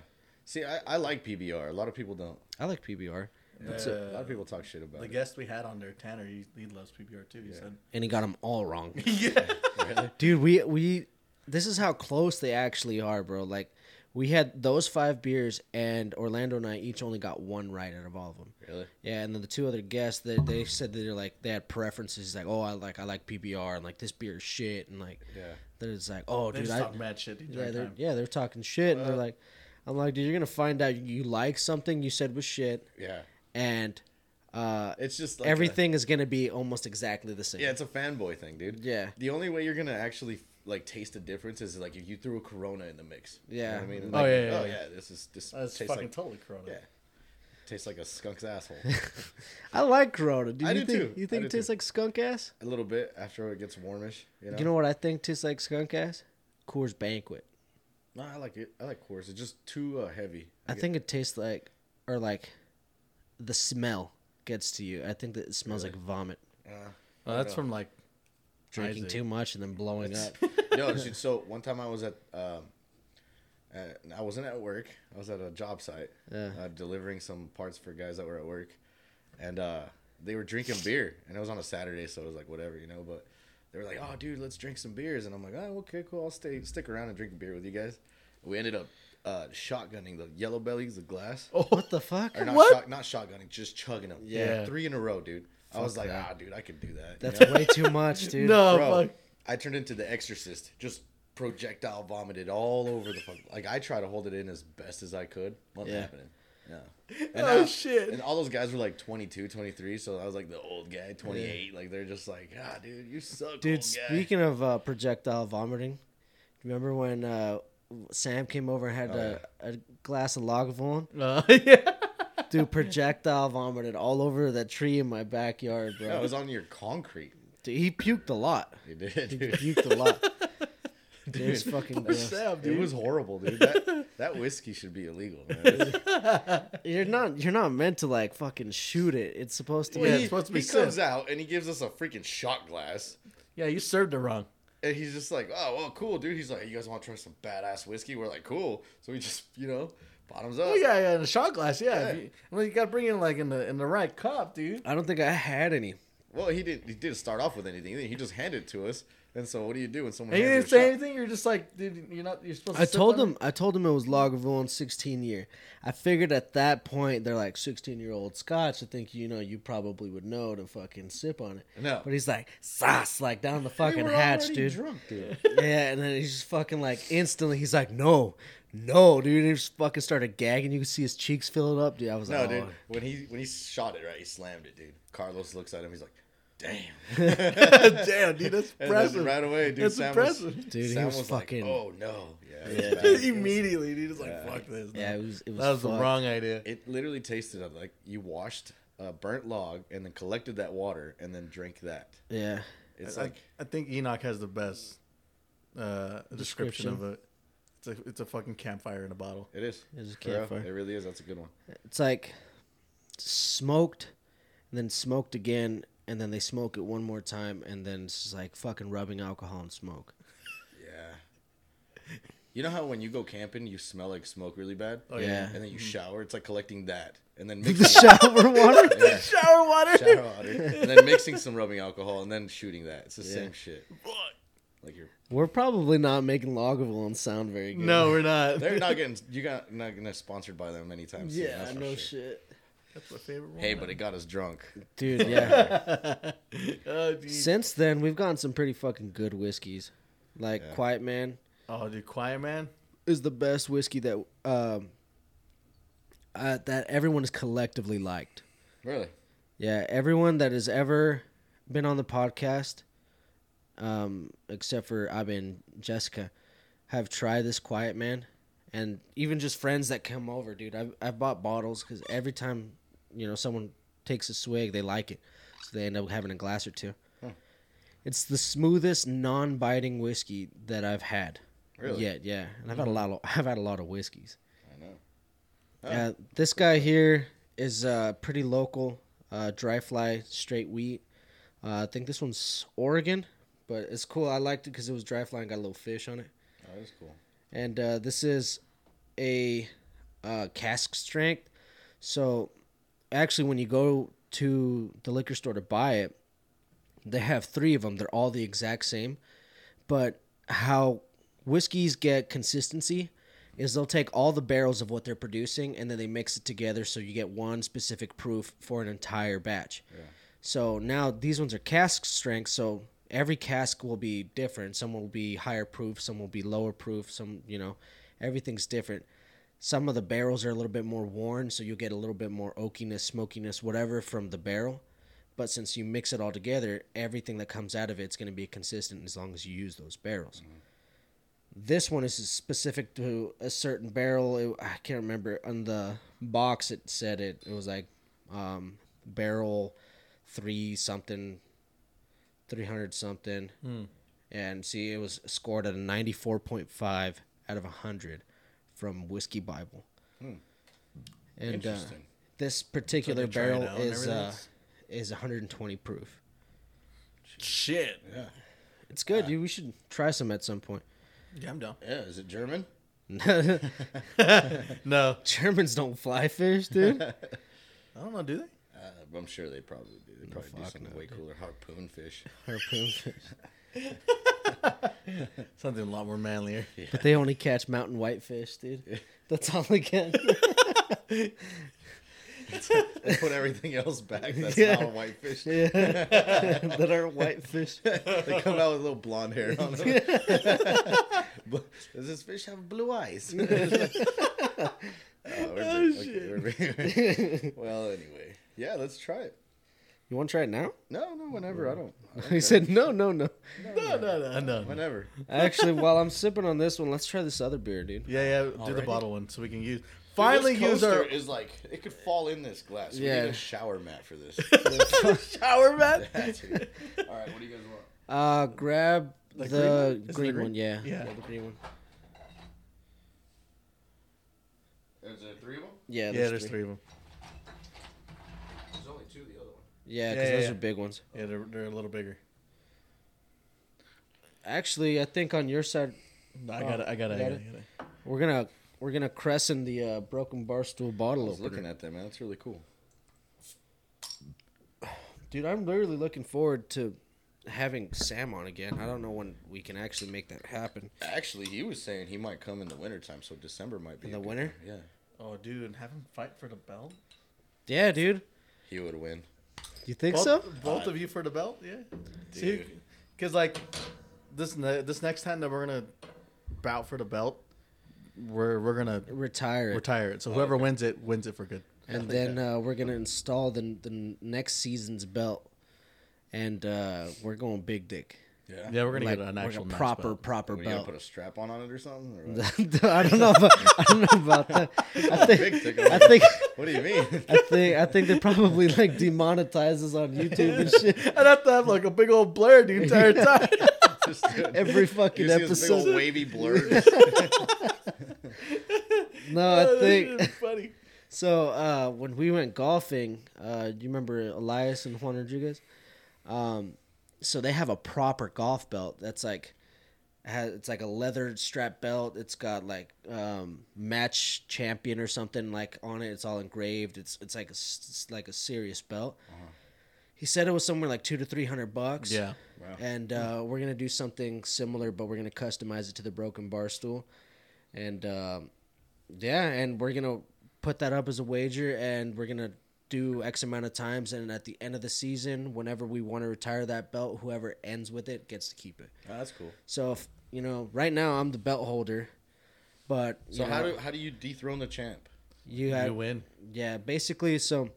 [SPEAKER 3] See, I, I like PBR. A lot of people don't.
[SPEAKER 1] I like PBR,
[SPEAKER 3] That's it. A lot of people talk shit about
[SPEAKER 2] The
[SPEAKER 3] it.
[SPEAKER 2] guest we had on there, Tanner, he, he loves PBR too. He [laughs] said.
[SPEAKER 1] and he got them all wrong,
[SPEAKER 2] [laughs] yeah.
[SPEAKER 1] dude. We we this is how close they actually are, bro. Like we had those five beers, and Orlando and I each only got one right out of all of them.
[SPEAKER 3] Really?
[SPEAKER 1] Yeah, and then the two other guests that they, said that they're like they had preferences, like oh I like I like PBR and like this beer is shit, and like
[SPEAKER 3] Yeah.
[SPEAKER 1] they're just like oh
[SPEAKER 2] They
[SPEAKER 1] dude
[SPEAKER 2] just
[SPEAKER 1] I
[SPEAKER 2] talk mad shit. the
[SPEAKER 1] Yeah,
[SPEAKER 2] entire
[SPEAKER 1] they're
[SPEAKER 2] time.
[SPEAKER 1] yeah, they're talking shit, and they're like, I'm like, dude, you're gonna find out you like something you said was shit,
[SPEAKER 3] Yeah.
[SPEAKER 1] and uh,
[SPEAKER 3] It's just like
[SPEAKER 1] everything is gonna be almost exactly the same.
[SPEAKER 3] A, yeah, it's a fanboy thing, dude.
[SPEAKER 1] Yeah.
[SPEAKER 3] The only way you're gonna actually like taste the difference is like if you threw a Corona in the mix. You know
[SPEAKER 1] Yeah.
[SPEAKER 3] what I mean,
[SPEAKER 2] Oh,
[SPEAKER 3] like,
[SPEAKER 2] yeah, yeah,
[SPEAKER 3] oh
[SPEAKER 2] yeah.
[SPEAKER 3] yeah. This is this
[SPEAKER 2] That's
[SPEAKER 3] tastes
[SPEAKER 2] fucking
[SPEAKER 3] like
[SPEAKER 2] totally Corona.
[SPEAKER 3] yeah, tastes like a
[SPEAKER 1] [laughs]
[SPEAKER 3] skunk's asshole.
[SPEAKER 1] I like Corona. Do you
[SPEAKER 3] I do
[SPEAKER 1] think
[SPEAKER 3] too.
[SPEAKER 1] you think
[SPEAKER 3] I
[SPEAKER 1] it
[SPEAKER 3] do
[SPEAKER 1] tastes
[SPEAKER 3] too.
[SPEAKER 1] like skunk ass?
[SPEAKER 3] a little bit after it gets warmish, you know.
[SPEAKER 1] You know what I think tastes like skunk ass? Coors Banquet.
[SPEAKER 3] no, I like it. I like Coors. It's just too uh, heavy.
[SPEAKER 1] I think it tastes like, or like, the smell gets to you. I think that it smells like vomit.
[SPEAKER 3] uh,
[SPEAKER 2] Oh, that's from like
[SPEAKER 1] Drinking
[SPEAKER 2] Isaac.
[SPEAKER 3] [laughs]
[SPEAKER 1] too much and then blowing up.
[SPEAKER 3] Yo, dude, so one time I was at um, And I wasn't at work. I was at a job site
[SPEAKER 1] Yeah.
[SPEAKER 3] uh, delivering some parts for guys that were at work, and uh, they were drinking beer. And it was on a Saturday, so it was like whatever, you know. But they were like, "Oh, dude, let's drink some beers." And I'm like, "Oh, okay, cool. I'll stay stick around and drink a beer with you guys." We ended up uh, shotgunning the yellow bellies, the glass. Oh,
[SPEAKER 1] What the fuck?
[SPEAKER 3] or not,
[SPEAKER 2] what?
[SPEAKER 3] Shot, not shotgunning, just chugging them.
[SPEAKER 2] Yeah.
[SPEAKER 3] three in a row, dude. I was like,
[SPEAKER 1] that.
[SPEAKER 3] "Ah, dude, I could do that."
[SPEAKER 1] That's
[SPEAKER 3] you know?
[SPEAKER 1] way too much,
[SPEAKER 3] [laughs]
[SPEAKER 1] dude.
[SPEAKER 2] no,
[SPEAKER 3] Bro,
[SPEAKER 2] Oh, fuck.
[SPEAKER 3] I turned into the Exorcist. Just projectile vomited all over the fuck. Like I tried to hold it in as best as I could. Wasn't
[SPEAKER 1] Yeah.
[SPEAKER 3] happening.
[SPEAKER 2] [laughs]
[SPEAKER 3] Yeah. And
[SPEAKER 2] Oh
[SPEAKER 3] I-
[SPEAKER 2] shit.
[SPEAKER 3] And all those guys were like 22, 23, so I was like the old guy, 28. Like they're just like, ah, dude, you suck,
[SPEAKER 1] Dude,
[SPEAKER 3] old guy.
[SPEAKER 1] speaking of uh, projectile vomiting, remember when uh, Sam came over and had
[SPEAKER 3] Oh,
[SPEAKER 1] a, a glass of Lagavulin?
[SPEAKER 2] Uh, [laughs] yeah.
[SPEAKER 3] [laughs]
[SPEAKER 1] Dude, projectile vomited all over that tree in my backyard, bro.
[SPEAKER 3] Yeah, it was on your concrete. [laughs]
[SPEAKER 1] Dude, he puked a lot.
[SPEAKER 3] You did,
[SPEAKER 1] He
[SPEAKER 2] [laughs]
[SPEAKER 3] dude.
[SPEAKER 1] puked a
[SPEAKER 3] [laughs]
[SPEAKER 1] lot. dude, it's fucking gross.
[SPEAKER 2] Sam,
[SPEAKER 3] It
[SPEAKER 2] dude.
[SPEAKER 3] was horrible,
[SPEAKER 2] [laughs]
[SPEAKER 3] dude. That, that whiskey should be illegal. Man.
[SPEAKER 1] You're not you're not meant to like fucking shoot it. It's supposed to
[SPEAKER 2] Yeah,
[SPEAKER 1] be
[SPEAKER 2] it's supposed to be
[SPEAKER 3] he comes
[SPEAKER 2] sick.
[SPEAKER 3] out and he gives us a freaking shot glass.
[SPEAKER 2] Yeah, you served it wrong.
[SPEAKER 3] And he's just like, oh, well, cool, dude. He's like, you guys want to try some badass whiskey? We're like, cool. So we just, you know, bottoms up.
[SPEAKER 2] Oh yeah, yeah, in a shot glass. Yeah,
[SPEAKER 3] Yeah.
[SPEAKER 2] If you, well, you got to bring in like in the in the right cup, dude.
[SPEAKER 1] I don't think I had any.
[SPEAKER 3] Well, he didn't. He didn't start off with anything. He just handed it to us. And so, what do you do when someone?
[SPEAKER 2] And you didn't
[SPEAKER 3] hands
[SPEAKER 2] say
[SPEAKER 3] you a shot?
[SPEAKER 2] anything. You're just like, dude, you're not. You're supposed. to
[SPEAKER 1] I
[SPEAKER 2] sip
[SPEAKER 1] told
[SPEAKER 2] on
[SPEAKER 1] them I told them it was Lagavulin 16 year. I figured at that point they're like 16 year old Scotch. I think you know you probably would know to fucking sip on it.
[SPEAKER 3] No.
[SPEAKER 1] but he's like sauce like down the fucking
[SPEAKER 3] were
[SPEAKER 1] hatch,
[SPEAKER 3] already
[SPEAKER 1] dude.
[SPEAKER 3] drunk,
[SPEAKER 2] [laughs]
[SPEAKER 3] dude.
[SPEAKER 1] [laughs] yeah, and then he's just fucking like instantly. He's like, no, no, dude. He just fucking started gagging. You could see his cheeks filling up, dude. I was
[SPEAKER 3] No,
[SPEAKER 1] like,
[SPEAKER 3] dude.
[SPEAKER 1] oh.
[SPEAKER 3] When he when he shot it right, he slammed it, dude. Carlos looks at him. He's like, "Damn."
[SPEAKER 2] [laughs] Damn, dude, that's
[SPEAKER 3] [laughs] And then
[SPEAKER 2] impressive.
[SPEAKER 3] right away, dude.
[SPEAKER 2] That's
[SPEAKER 3] Sam
[SPEAKER 2] impressive.
[SPEAKER 3] Was,
[SPEAKER 1] Dude, he
[SPEAKER 3] Sam
[SPEAKER 1] was
[SPEAKER 3] like,
[SPEAKER 1] fucking-
[SPEAKER 3] oh no. Yeah. it was bad.
[SPEAKER 2] Immediately, dude, it's like, fuck this.
[SPEAKER 1] Yeah,
[SPEAKER 2] no.
[SPEAKER 1] it was- it was
[SPEAKER 2] that was the
[SPEAKER 1] fucked.
[SPEAKER 2] wrong idea.
[SPEAKER 3] It literally tasted of like you washed a burnt log and then collected that water and then drank that.
[SPEAKER 1] yeah.
[SPEAKER 3] It's
[SPEAKER 2] I,
[SPEAKER 3] like
[SPEAKER 2] I think Enoch has the best uh, description, of it. It's a it's a fucking campfire in a bottle.
[SPEAKER 3] it is.
[SPEAKER 1] It was a
[SPEAKER 3] For real,
[SPEAKER 1] campfire.
[SPEAKER 3] It really is. That's a good one.
[SPEAKER 1] It's like smoked, and then smoked again, and then they smoke it one more time, and then it's just like fucking rubbing alcohol and
[SPEAKER 2] [laughs]
[SPEAKER 1] smoke.
[SPEAKER 3] Yeah. You know how when you go camping, you smell like smoke really bad?
[SPEAKER 2] Oh,
[SPEAKER 1] yeah.
[SPEAKER 3] And then you shower, it's like collecting that.
[SPEAKER 1] [laughs]
[SPEAKER 3] And then mixing
[SPEAKER 1] the
[SPEAKER 3] [laughs]
[SPEAKER 1] shower water.
[SPEAKER 2] [laughs]
[SPEAKER 3] yeah,
[SPEAKER 2] Shower water.
[SPEAKER 3] shower water. And then mixing some rubbing alcohol and then shooting that. It's the same shit. Like you're
[SPEAKER 1] We're probably not making Lagavulin sound very good.
[SPEAKER 2] No, we're not.
[SPEAKER 3] they're not getting you got not getting sponsored by them anytime soon.
[SPEAKER 1] Yeah,
[SPEAKER 3] that's for
[SPEAKER 1] no
[SPEAKER 3] sure.
[SPEAKER 1] shit.
[SPEAKER 2] That's my favorite one.
[SPEAKER 3] Hey, but it got us drunk.
[SPEAKER 1] Dude, yeah.
[SPEAKER 2] oh,
[SPEAKER 1] [laughs]
[SPEAKER 2] dude.
[SPEAKER 1] Since then, we've gotten some pretty fucking good whiskeys. Like
[SPEAKER 3] Yeah.
[SPEAKER 1] Quiet Man
[SPEAKER 2] oh, dude, Quiet Man.
[SPEAKER 1] is the best whiskey that um uh, that everyone has collectively liked.
[SPEAKER 3] Really?
[SPEAKER 1] Yeah, everyone that has ever been on the podcast, um, except for Abe and Jessica, have tried this Quiet Man, and even just friends that come over, dude. I've I've bought bottles because every time you know someone takes a swig, they like it, so they end up having a glass or two. It's the smoothest non-biting whiskey that I've had.
[SPEAKER 3] Really?
[SPEAKER 1] Yet, yeah, and I've had a lot. Of, I've had a lot of whiskeys.
[SPEAKER 3] I know.
[SPEAKER 1] Uh, this guy here is uh, pretty local, uh, dry fly straight wheat. Uh, I think this one's Oregon, but it's cool. I liked it because it was dry fly and got a little fish on it.
[SPEAKER 3] Oh, that's cool.
[SPEAKER 1] And uh, this is a uh, cask strength. So actually, when you go to the liquor store to buy it, they have three of them. They're all the exact same. But how whiskeys get consistency is they'll take all the barrels of what they're producing and then they mix it together so you get one specific proof for an entire batch. So now these ones are cask strength, so every cask will be different. Some will be higher proof, some will be lower proof, some, you know, everything's different. Some of the barrels are a little bit more worn, so you'll get a little bit more oakiness, smokiness, whatever from the barrel. But since you mix it all together, everything that comes out of it's going to be consistent as long as you use those barrels. This one is specific to a certain barrel. It, I can't remember. On the box, it said it. It was like um, barrel three something, three hundred something.
[SPEAKER 2] Hmm.
[SPEAKER 1] And see, it was scored at a ninety-four point five out of hundred from Whiskey Bible.
[SPEAKER 2] Hmm.
[SPEAKER 1] And uh,
[SPEAKER 3] Interesting.
[SPEAKER 1] this particular
[SPEAKER 2] try it
[SPEAKER 1] barrel
[SPEAKER 2] out and
[SPEAKER 1] is
[SPEAKER 2] everything?
[SPEAKER 1] uh, is one hundred and twenty proof.
[SPEAKER 2] Shit.
[SPEAKER 3] Yeah.
[SPEAKER 1] It's good, dude. We should try some at some point. [laughs]
[SPEAKER 2] Yeah, I'm down.
[SPEAKER 3] Yeah. Is it German?
[SPEAKER 2] No,
[SPEAKER 1] Germans don't fly fish, dude.
[SPEAKER 2] I don't know. Do they?
[SPEAKER 3] Uh, but I'm sure they probably do. They probably do
[SPEAKER 1] fuck
[SPEAKER 3] something
[SPEAKER 1] no,
[SPEAKER 3] way cooler. Harpoon
[SPEAKER 1] [laughs]
[SPEAKER 3] fish.
[SPEAKER 1] Harpoon fish.
[SPEAKER 2] Something a lot more [laughs] manlier.
[SPEAKER 1] But they only catch mountain whitefish, [laughs] dude. That's all they can.
[SPEAKER 3] They put everything else back. That's
[SPEAKER 1] Yeah.
[SPEAKER 3] not a white
[SPEAKER 1] [laughs]
[SPEAKER 3] fish.
[SPEAKER 1] Yeah. [laughs] that are [laughs] whitefish.
[SPEAKER 3] [laughs] They come out with little blonde hair on them.
[SPEAKER 2] [laughs]
[SPEAKER 3] Bl- Does this fish have blue eyes? [laughs] oh,
[SPEAKER 2] Oh,
[SPEAKER 3] shit. [laughs] well, anyway. Yeah, let's try it.
[SPEAKER 1] You want to try it now?
[SPEAKER 3] No, no, whenever. I don't. I don't
[SPEAKER 1] [laughs] He said, no, no, no.
[SPEAKER 2] No, no, no, no.
[SPEAKER 3] care. whenever.
[SPEAKER 1] Actually, while I'm sipping on this one, let's try this other beer, dude.
[SPEAKER 2] Yeah, yeah. Do the
[SPEAKER 3] Alrighty.
[SPEAKER 2] bottle one so we can use. Finally,
[SPEAKER 3] Dude, this
[SPEAKER 2] use our
[SPEAKER 3] coaster is like it could fall in this glass. We
[SPEAKER 1] Yeah.
[SPEAKER 3] need a shower mat for
[SPEAKER 2] [laughs]
[SPEAKER 3] this. [laughs]
[SPEAKER 2] shower mat.
[SPEAKER 3] That's it. All right, what do you guys want?
[SPEAKER 1] Uh, grab the,
[SPEAKER 2] The
[SPEAKER 1] green,
[SPEAKER 2] green- is it the green?
[SPEAKER 1] one, yeah.
[SPEAKER 2] Yeah.
[SPEAKER 1] the green one.
[SPEAKER 3] Is there three of them?
[SPEAKER 1] Yeah,
[SPEAKER 2] Yeah, there's three of them.
[SPEAKER 3] There's only two. The other one.
[SPEAKER 1] Yeah, because
[SPEAKER 2] Yeah,
[SPEAKER 1] those
[SPEAKER 2] yeah.
[SPEAKER 1] are big ones.
[SPEAKER 2] Yeah, they're, they're a little bigger.
[SPEAKER 1] Actually, I think on your side,
[SPEAKER 2] I
[SPEAKER 1] Oh,
[SPEAKER 2] got it. I got it. I
[SPEAKER 1] you got
[SPEAKER 2] got it.
[SPEAKER 1] it? we're gonna we're gonna crescent the uh, broken barstool
[SPEAKER 3] I
[SPEAKER 1] bottle
[SPEAKER 3] was
[SPEAKER 1] opener.
[SPEAKER 3] looking at that man. That's really cool.
[SPEAKER 1] Dude, I'm literally looking forward to having Sam on again. I don't know when we can actually make that happen.
[SPEAKER 3] Actually, he was saying he might come in the wintertime, so December might be
[SPEAKER 1] In
[SPEAKER 3] a
[SPEAKER 1] the
[SPEAKER 3] good
[SPEAKER 1] winter?
[SPEAKER 3] time. Yeah,
[SPEAKER 2] Oh, dude, and have him fight for the belt.
[SPEAKER 1] Yeah, dude.
[SPEAKER 3] he would win.
[SPEAKER 1] You think
[SPEAKER 2] Both,
[SPEAKER 1] so?
[SPEAKER 2] both of you for the belt. Yeah. See, because like this ne- this next time that we're gonna bout for the belt, we're we're gonna
[SPEAKER 1] Retire it.
[SPEAKER 2] retire it. So whoever wins it wins it for good.
[SPEAKER 1] Oh, and then uh, we're gonna install the the next season's belt, and uh, we're going big dick,
[SPEAKER 3] Yeah.
[SPEAKER 2] Yeah, we're gonna
[SPEAKER 1] like
[SPEAKER 2] get an
[SPEAKER 1] like
[SPEAKER 2] actual
[SPEAKER 1] a
[SPEAKER 2] nice
[SPEAKER 1] proper
[SPEAKER 2] belt.
[SPEAKER 1] proper
[SPEAKER 3] Are we gonna put
[SPEAKER 1] belt.
[SPEAKER 3] a strap on on it or something?
[SPEAKER 1] [laughs]
[SPEAKER 3] Or what?
[SPEAKER 1] I don't know. About, I don't know about
[SPEAKER 3] [laughs]
[SPEAKER 1] that. I think.
[SPEAKER 3] Big ticket.
[SPEAKER 1] I think.
[SPEAKER 3] [laughs] What do you mean?
[SPEAKER 1] I think. I think they probably like demonetize us on YouTube and shit
[SPEAKER 2] [laughs] I'd have to have like a big old blur
[SPEAKER 1] [laughs]
[SPEAKER 2] the entire time.
[SPEAKER 3] Just do it.
[SPEAKER 1] every fucking
[SPEAKER 3] You see this big old
[SPEAKER 1] episode. [laughs]
[SPEAKER 3] wavy blur.
[SPEAKER 2] [laughs]
[SPEAKER 1] No,
[SPEAKER 3] [laughs]
[SPEAKER 1] I think. [laughs]
[SPEAKER 2] funny.
[SPEAKER 1] So uh, when we went golfing, uh, do you remember Elias and Juan Rodriguez? Um, so they have a proper golf belt that's like, has, it's like a leather strap belt. It's got like um, match champion or something like on it. It's all engraved. It's it's like a s- it's like a serious belt. He said it was somewhere like two to three hundred bucks.
[SPEAKER 2] Yeah.
[SPEAKER 3] Wow.
[SPEAKER 1] And uh, we're gonna do something similar, but we're gonna customize it to the broken bar stool, and um, yeah, and we're gonna put that up as a wager, and we're gonna do X amount of times, and at the end of the season, whenever we want to retire that belt, whoever ends with it gets to keep it.
[SPEAKER 3] Oh, that's cool.
[SPEAKER 1] So if you know, right now I'm the belt holder, but you
[SPEAKER 3] So how
[SPEAKER 1] know,
[SPEAKER 3] do how do you dethrone the champ?
[SPEAKER 1] you
[SPEAKER 2] You
[SPEAKER 1] have
[SPEAKER 2] win.
[SPEAKER 1] yeah, basically so.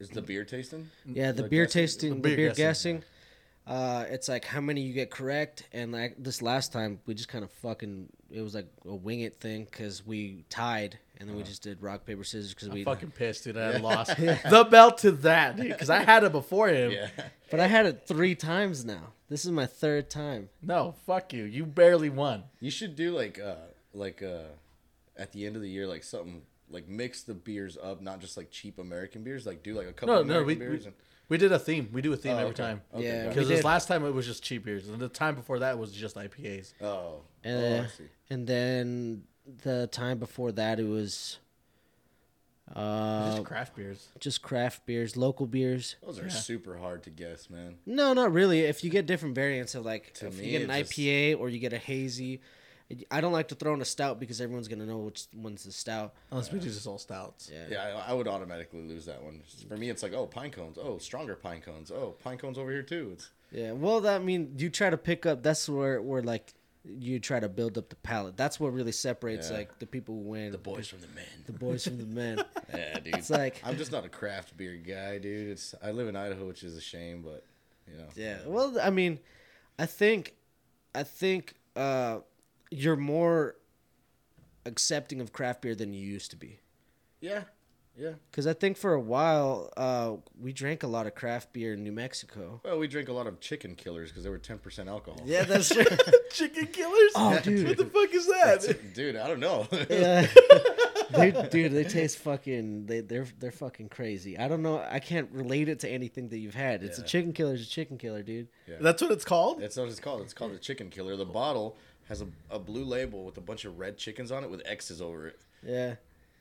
[SPEAKER 3] Is the beer tasting?
[SPEAKER 1] Yeah, the
[SPEAKER 3] The
[SPEAKER 1] beer
[SPEAKER 3] guessing-
[SPEAKER 1] tasting, the beer,
[SPEAKER 2] beer
[SPEAKER 1] guessing. Uh, it's like how many you get correct, and like this last time, we just kind of fucking. It was like a wing it thing because we tied, and
[SPEAKER 3] Uh-huh.
[SPEAKER 1] then we just did rock paper scissors because
[SPEAKER 2] I'm
[SPEAKER 1] we.
[SPEAKER 2] fucking pissed, dude. I
[SPEAKER 1] [laughs]
[SPEAKER 2] lost the belt to that because I had it before him.
[SPEAKER 3] Yeah.
[SPEAKER 1] But I had it three times now. This is my third time.
[SPEAKER 2] No, fuck you. You barely won.
[SPEAKER 3] [laughs] You should do like uh like uh at the end of the year like something like mix the beers up, not just like cheap American beers. Like do like a couple
[SPEAKER 2] No, no,
[SPEAKER 3] American
[SPEAKER 2] we
[SPEAKER 3] beers.
[SPEAKER 2] we,
[SPEAKER 3] and,
[SPEAKER 2] we did a theme. We do a theme
[SPEAKER 3] Oh,
[SPEAKER 2] every
[SPEAKER 3] okay.
[SPEAKER 2] time.
[SPEAKER 3] Okay,
[SPEAKER 1] Yeah.
[SPEAKER 3] got
[SPEAKER 1] We
[SPEAKER 2] Because
[SPEAKER 3] it.
[SPEAKER 2] this
[SPEAKER 1] did.
[SPEAKER 2] last time it was just cheap beers, and the time before that was just IPAs.
[SPEAKER 3] oh,
[SPEAKER 1] And,
[SPEAKER 3] oh, I see.
[SPEAKER 1] and then the time before that, it was. Uh,
[SPEAKER 2] just craft beers.
[SPEAKER 1] just craft beers, local beers.
[SPEAKER 3] Those are super hard to guess, man.
[SPEAKER 1] No, not really. If you get different variants of like,
[SPEAKER 3] To
[SPEAKER 1] if
[SPEAKER 3] me,
[SPEAKER 1] you get an
[SPEAKER 3] it just-
[SPEAKER 1] IPA or you get a hazy, I don't like to throw in a stout because everyone's gonna know which one's the stout.
[SPEAKER 2] Unless we do just all stouts.
[SPEAKER 1] Yeah,
[SPEAKER 3] Yeah, I, I would automatically lose that one. For me, it's like oh pine cones, oh stronger pine cones, oh pine cones over here too. It's
[SPEAKER 1] yeah. Well, that mean you try to pick up. That's where where like you try to build up the palate. That's what really separates
[SPEAKER 3] Yeah.
[SPEAKER 1] like the people who win, the
[SPEAKER 3] boys from the men.
[SPEAKER 1] the boys from the men.
[SPEAKER 3] Yeah, dude.
[SPEAKER 1] It's like-
[SPEAKER 3] [laughs] I'm just not a craft beer guy, dude. It's I live in Idaho, which is a shame, but you know.
[SPEAKER 1] Yeah. Well, I mean, I think, I think uh, you're more accepting of craft beer than you used to be.
[SPEAKER 3] Yeah. Yeah.
[SPEAKER 1] Because I think for a while uh, we drank a lot of craft beer in New Mexico.
[SPEAKER 3] Well, we drink a lot of chicken killers because they were ten percent alcohol.
[SPEAKER 1] that's true.
[SPEAKER 2] [laughs] Chicken killers?
[SPEAKER 1] Oh, dude.
[SPEAKER 2] What the fuck is that?
[SPEAKER 3] Dude, I
[SPEAKER 1] [laughs]
[SPEAKER 3] don't know.
[SPEAKER 1] [laughs]
[SPEAKER 3] [laughs]
[SPEAKER 1] Yeah. they, dude, they taste fucking. They they're they're fucking crazy. I don't know. I can't relate it to anything that you've had. It's a
[SPEAKER 3] Yeah.
[SPEAKER 1] chicken killer. It's a chicken killer, dude.
[SPEAKER 2] [laughs] That's what it's called?
[SPEAKER 3] That's not what it's called. It's called the chicken killer. The bottle has a, a blue label with a bunch of red chickens on it with X's over it.
[SPEAKER 1] Yeah,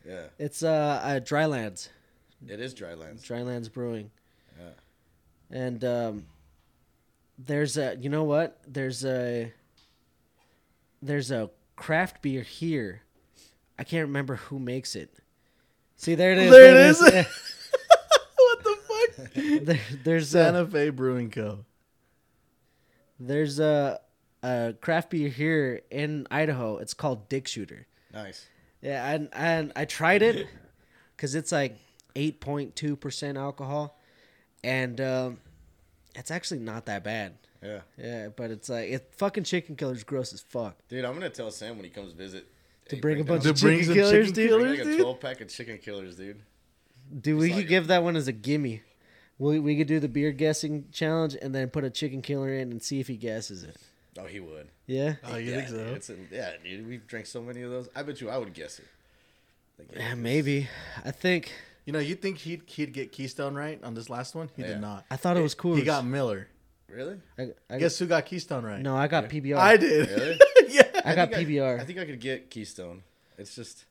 [SPEAKER 3] Yeah,
[SPEAKER 1] it's uh, uh Drylands,
[SPEAKER 3] it is drylands.
[SPEAKER 1] Drylands Brewing, and um, there's a you know what? There's a there's a craft beer here. I can't remember who makes it. See, there it is.
[SPEAKER 2] There it is. what the
[SPEAKER 1] [laughs]
[SPEAKER 2] fuck?
[SPEAKER 1] Yeah. [laughs] There- there's a,
[SPEAKER 2] Santa Fe Brewing Co.
[SPEAKER 1] There's a, a craft beer here in Idaho. It's called Dick Shooter.
[SPEAKER 3] Nice.
[SPEAKER 1] Yeah, and and I tried it because it's like 8.2 percent alcohol, and um, it's actually not that bad.
[SPEAKER 3] Yeah,
[SPEAKER 1] Yeah, but it's like it fucking chicken killer's gross as fuck.
[SPEAKER 3] dude, I'm gonna tell Sam when he comes visit
[SPEAKER 1] To
[SPEAKER 3] hey,
[SPEAKER 1] bring a
[SPEAKER 3] down-
[SPEAKER 1] bunch of
[SPEAKER 2] To bring
[SPEAKER 1] chicken
[SPEAKER 2] some
[SPEAKER 1] killers,
[SPEAKER 2] chicken
[SPEAKER 1] dude.
[SPEAKER 3] bring like
[SPEAKER 2] dude.
[SPEAKER 3] a 12 pack of chicken killers, dude.
[SPEAKER 1] Dude, we
[SPEAKER 3] It's
[SPEAKER 1] could
[SPEAKER 3] like-
[SPEAKER 1] give that one as a gimme. We we could do the beer guessing challenge and then put a chicken killer in and see if he guesses it.
[SPEAKER 3] Oh, he would.
[SPEAKER 1] Yeah.
[SPEAKER 2] Oh, you
[SPEAKER 3] yeah,
[SPEAKER 2] think so?
[SPEAKER 3] Dude, it's a, yeah, dude, we've drank so many of those. I bet you, I would guess it. Like, yeah,
[SPEAKER 1] Yeah, maybe. I think
[SPEAKER 2] You know, you think he'd he'd get Keystone right on this last one? He
[SPEAKER 3] Yeah.
[SPEAKER 2] did not.
[SPEAKER 1] I thought it was cool.
[SPEAKER 2] He got Miller.
[SPEAKER 3] Really?
[SPEAKER 1] I, I,
[SPEAKER 2] Guess who got Keystone right?
[SPEAKER 1] No, I got PBR.
[SPEAKER 2] I did.
[SPEAKER 3] Really?
[SPEAKER 2] [laughs] yeah.
[SPEAKER 1] I got
[SPEAKER 3] think
[SPEAKER 1] PBR.
[SPEAKER 3] I think I could get Keystone. It's just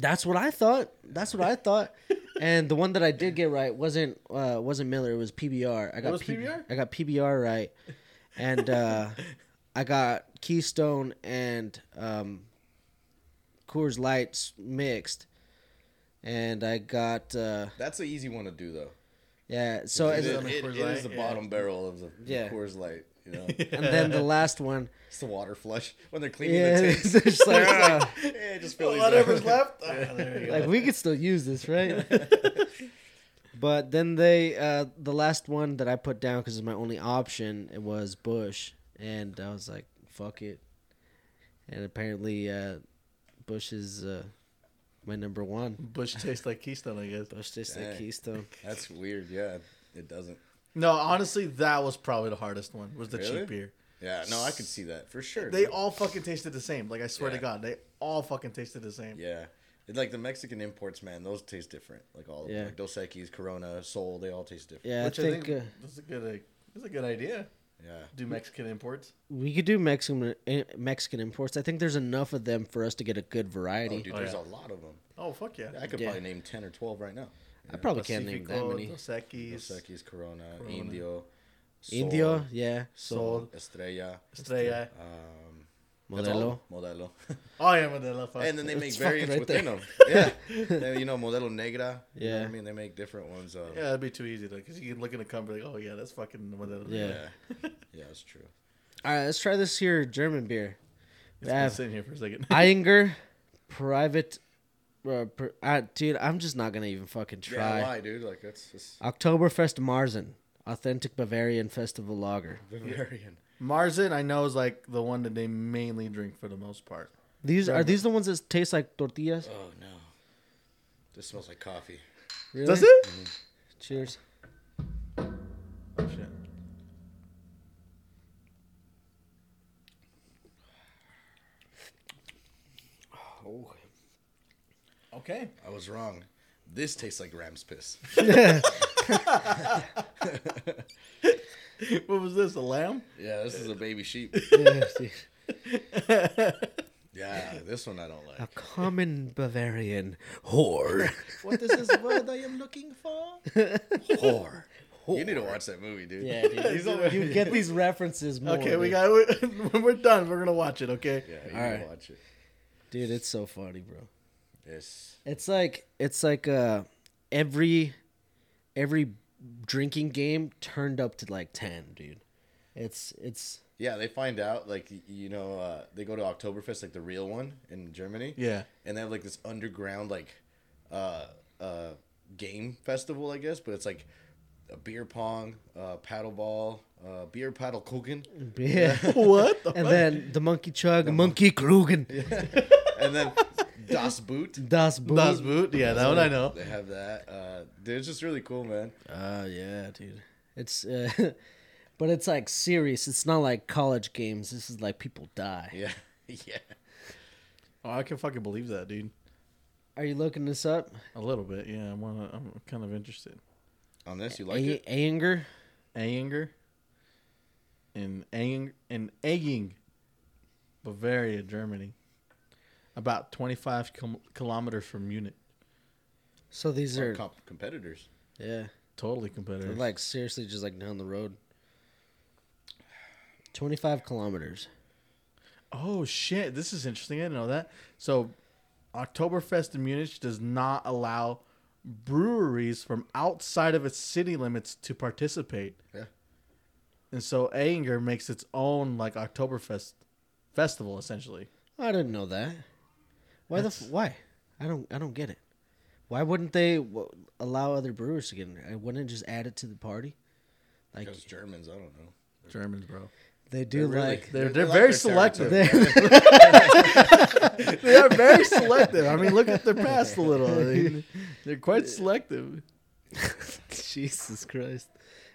[SPEAKER 1] That's what I thought. That's what I thought. and the one that I did get right wasn't uh, wasn't Miller. It was PBR. I got
[SPEAKER 2] was
[SPEAKER 1] P-
[SPEAKER 2] PBR?
[SPEAKER 1] I got PBR right, and uh, I got Keystone and um, Coors Lights mixed. And I got uh,
[SPEAKER 3] that's an easy one to do though.
[SPEAKER 1] yeah. So
[SPEAKER 3] It,
[SPEAKER 1] and,
[SPEAKER 2] Oh, is.
[SPEAKER 1] then-
[SPEAKER 2] on the
[SPEAKER 3] it-
[SPEAKER 2] Coors
[SPEAKER 3] it is
[SPEAKER 2] Light,
[SPEAKER 3] the
[SPEAKER 2] yeah.
[SPEAKER 3] bottom barrel of the
[SPEAKER 1] Yeah.
[SPEAKER 3] yeah. Coors Light. You
[SPEAKER 2] [laughs]
[SPEAKER 3] know,
[SPEAKER 1] and then the last
[SPEAKER 3] [laughs]
[SPEAKER 1] one,
[SPEAKER 3] it's the water flush when they're cleaning
[SPEAKER 1] yeah, [laughs]
[SPEAKER 2] [laughs]
[SPEAKER 3] the
[SPEAKER 1] it's
[SPEAKER 3] tanks. [laughs]
[SPEAKER 1] just like, uh,
[SPEAKER 3] yeah, it just fills
[SPEAKER 2] Whatever's
[SPEAKER 3] [laughs] up.
[SPEAKER 1] [laughs]
[SPEAKER 2] left. ah, there you go.
[SPEAKER 1] like we could still use this, right? but then they, uh, the last one that I put down because it's my only option, it was Bush, and I was like, "Fuck it," and apparently, uh, Bush is uh, my number one.
[SPEAKER 2] Bush tastes like Keystone, I guess.
[SPEAKER 1] [laughs] Bush tastes like
[SPEAKER 3] Dang.
[SPEAKER 1] Keystone.
[SPEAKER 3] That's weird. Yeah, it doesn't.
[SPEAKER 2] No, honestly, that was probably the hardest one. Was the
[SPEAKER 3] Really?
[SPEAKER 2] cheap beer.
[SPEAKER 3] Yeah, no, I could see that for sure.
[SPEAKER 2] They
[SPEAKER 3] dude.
[SPEAKER 2] all fucking tasted the same. Like I swear to
[SPEAKER 3] Yeah.
[SPEAKER 2] God, they all fucking tasted the same.
[SPEAKER 3] yeah, it's like the Mexican imports, man. Those taste different. Like all of
[SPEAKER 1] Yeah.
[SPEAKER 3] them, like Dos Equis, Corona, Sol, they all taste different.
[SPEAKER 1] Yeah,
[SPEAKER 2] Which
[SPEAKER 1] I think, uh,
[SPEAKER 2] that's a good. Like, that's a good idea.
[SPEAKER 3] Yeah,
[SPEAKER 2] Do Mexican imports?
[SPEAKER 1] we could do Mexican eh, Mexican imports. I think there's enough of them for us to get a good
[SPEAKER 3] Oh,
[SPEAKER 1] variety.
[SPEAKER 3] dude,
[SPEAKER 2] Oh,
[SPEAKER 3] there's
[SPEAKER 2] yeah.
[SPEAKER 3] a lot of them.
[SPEAKER 2] Oh fuck yeah!
[SPEAKER 3] I could
[SPEAKER 1] Yeah.
[SPEAKER 3] probably name ten or twelve right now.
[SPEAKER 1] I probably can't name
[SPEAKER 2] Pacifico,
[SPEAKER 1] that many.
[SPEAKER 2] Dos Equis,
[SPEAKER 3] Dos Equis, Corona,
[SPEAKER 2] Corona.
[SPEAKER 3] Indio, Sol,
[SPEAKER 1] Indio, yeah,
[SPEAKER 2] Sol,
[SPEAKER 3] Estrella,
[SPEAKER 2] Estrella.
[SPEAKER 3] um, that's
[SPEAKER 1] Modelo.
[SPEAKER 3] all. Modelo. [laughs]
[SPEAKER 2] Oh yeah, Modelo. fuck.
[SPEAKER 3] and then they
[SPEAKER 1] It's
[SPEAKER 3] make
[SPEAKER 1] fucking
[SPEAKER 3] variants
[SPEAKER 1] right
[SPEAKER 3] within them.
[SPEAKER 1] [laughs]
[SPEAKER 3] Yeah, Then, you know Modelo Negra. you know what
[SPEAKER 1] Yeah.
[SPEAKER 3] I mean they make different ones. Uh,
[SPEAKER 2] yeah, that'd be too easy though, because you can look in a cup and be like, oh yeah, that's fucking Modelo.
[SPEAKER 1] Yeah.
[SPEAKER 2] [laughs]
[SPEAKER 3] yeah, yeah, it's true.
[SPEAKER 1] All right, let's try this here German beer.
[SPEAKER 2] It's been sitting here for a second.
[SPEAKER 1] Eyinger, private. Uh, pr- I, dude, I'm just not gonna even fucking try.
[SPEAKER 3] Yeah, why, dude? Like that's
[SPEAKER 1] [laughs]
[SPEAKER 3] just
[SPEAKER 1] Oktoberfest Marzen, authentic Bavarian festival lager.
[SPEAKER 3] Bavarian.
[SPEAKER 2] Marzen, I know, is like the one that they mainly drink for the most part.
[SPEAKER 1] These are these the ones that taste like tortillas?
[SPEAKER 3] Oh no, this smells like coffee.
[SPEAKER 1] Really?
[SPEAKER 2] Does it?
[SPEAKER 1] Cheers.
[SPEAKER 2] Oh, shit.
[SPEAKER 3] Oh,
[SPEAKER 2] Okay.
[SPEAKER 3] I was wrong. This tastes like ram's piss.
[SPEAKER 2] [laughs] what was this? A lamb?
[SPEAKER 3] [laughs] Yeah, this is a baby sheep.
[SPEAKER 1] Yeah, [laughs] dude.
[SPEAKER 3] Yeah, this one I don't
[SPEAKER 1] a
[SPEAKER 3] like.
[SPEAKER 1] common Bavarian whore.
[SPEAKER 3] [laughs] What is this word I am looking for? Whore. You need to watch that movie, dude.
[SPEAKER 1] yeah, dude. You, you get these references more.
[SPEAKER 2] Okay, we
[SPEAKER 1] dude.
[SPEAKER 2] got. [laughs] We, when we're done, we're gonna watch it. Okay.
[SPEAKER 3] Yeah, you need
[SPEAKER 1] All right.
[SPEAKER 3] to watch it.
[SPEAKER 1] Dude, it's so funny, bro.
[SPEAKER 3] Yes.
[SPEAKER 1] It's like it's like uh every every drinking game turned up to like ten, dude. It's it's [laughs]
[SPEAKER 3] Yeah, they find out like y- you know uh, they go to Oktoberfest like the real one in Germany.
[SPEAKER 2] Yeah.
[SPEAKER 3] and they have like this underground like uh, uh, game festival, I guess, but it's like a beer pong, uh, paddle ball, uh, beer paddle kuchen,
[SPEAKER 1] yeah.
[SPEAKER 2] What? The
[SPEAKER 1] and
[SPEAKER 2] fuck?
[SPEAKER 1] then the monkey chug, monkey Krugen.
[SPEAKER 3] and then [laughs] Das Boot.
[SPEAKER 1] Das boot.
[SPEAKER 2] Das boot. Yeah, that one I know.
[SPEAKER 3] They have that. Uh, dude, it's just really cool, man.
[SPEAKER 1] Oh yeah, dude. It's uh, [laughs] but it's like serious. It's not like college games. This is like people die.
[SPEAKER 3] Yeah, [laughs] yeah.
[SPEAKER 2] Oh, I can fucking believe that, dude.
[SPEAKER 1] Are you looking this up?
[SPEAKER 2] A little bit, yeah. I'm wanna, I'm kind of interested.
[SPEAKER 3] On this, you like
[SPEAKER 1] A-
[SPEAKER 3] it?
[SPEAKER 1] Anger.
[SPEAKER 2] Anger in Ang in Egging, Bavaria, Germany, about 25 kil- kilometers from Munich.
[SPEAKER 1] So these
[SPEAKER 3] Our
[SPEAKER 1] are
[SPEAKER 3] comp- competitors.
[SPEAKER 1] yeah.
[SPEAKER 2] Totally
[SPEAKER 1] They're
[SPEAKER 2] competitive.
[SPEAKER 1] like seriously just like down the road. Twenty five kilometers.
[SPEAKER 2] oh shit, this is interesting. I didn't know that. So, Oktoberfest in Munich does not allow breweries from outside of its city limits to participate.
[SPEAKER 3] Yeah.
[SPEAKER 2] And so Anger makes its own like Oktoberfest festival essentially.
[SPEAKER 1] I didn't know that. Why the f- why? I don't I don't get it. Why wouldn't they w- allow other brewers to get in? there? Wouldn't it just add it to the party? Like
[SPEAKER 3] Because Germans, I don't know.
[SPEAKER 2] Germans, bro.
[SPEAKER 1] they do,
[SPEAKER 3] really- [laughs]
[SPEAKER 1] like
[SPEAKER 2] They're
[SPEAKER 3] They
[SPEAKER 2] they're
[SPEAKER 3] like
[SPEAKER 2] very
[SPEAKER 3] their
[SPEAKER 2] selective.
[SPEAKER 3] territory.
[SPEAKER 2] [laughs] they are very selective. I mean, look at their past a little. I mean, they're quite selective.
[SPEAKER 1] [laughs] Jesus Christ.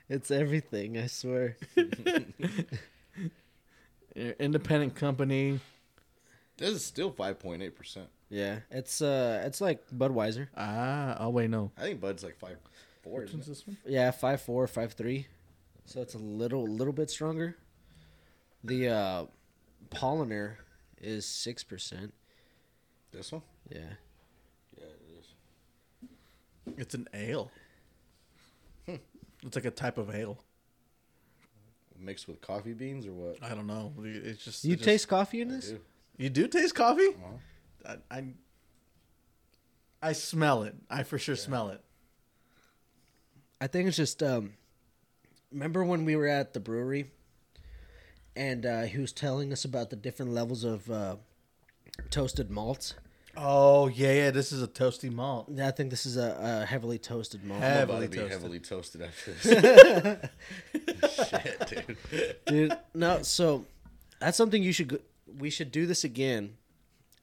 [SPEAKER 1] It's everything, I swear.
[SPEAKER 2] They're independent company.
[SPEAKER 3] This is still 5.8 percent.
[SPEAKER 1] Yeah. It's uh it's like Budweiser.
[SPEAKER 2] Ah, oh wait, no.
[SPEAKER 3] I think Bud's like five four.
[SPEAKER 2] Which one's this one?
[SPEAKER 1] Yeah, five four, five three. So it's a little little bit stronger. The uh Polliner is six percent.
[SPEAKER 3] This one?
[SPEAKER 1] Yeah.
[SPEAKER 3] Yeah, it is.
[SPEAKER 2] It's an ale. It's like a type of ale.
[SPEAKER 3] Mixed with coffee beans or what?
[SPEAKER 2] I don't know. It's just
[SPEAKER 1] You
[SPEAKER 2] it just-
[SPEAKER 1] taste coffee in
[SPEAKER 3] I
[SPEAKER 1] this?
[SPEAKER 3] do.
[SPEAKER 2] You do taste coffee?
[SPEAKER 3] Uh-huh.
[SPEAKER 2] I, I I smell it. I for sure smell it.
[SPEAKER 1] I think it's just um remember when we were at the brewery and uh he was telling us about the different levels of uh toasted malts.
[SPEAKER 2] Oh yeah, yeah. This is a toasty malt.
[SPEAKER 1] I think this is a, a heavily toasted malt.
[SPEAKER 2] Hev-
[SPEAKER 3] I'm about to
[SPEAKER 2] Heavily
[SPEAKER 3] be
[SPEAKER 2] toasted.
[SPEAKER 3] heavily toasted after
[SPEAKER 2] [laughs]
[SPEAKER 3] this. [laughs] Shit, dude.
[SPEAKER 1] dude. No, so that's something you should. Go, we should do this again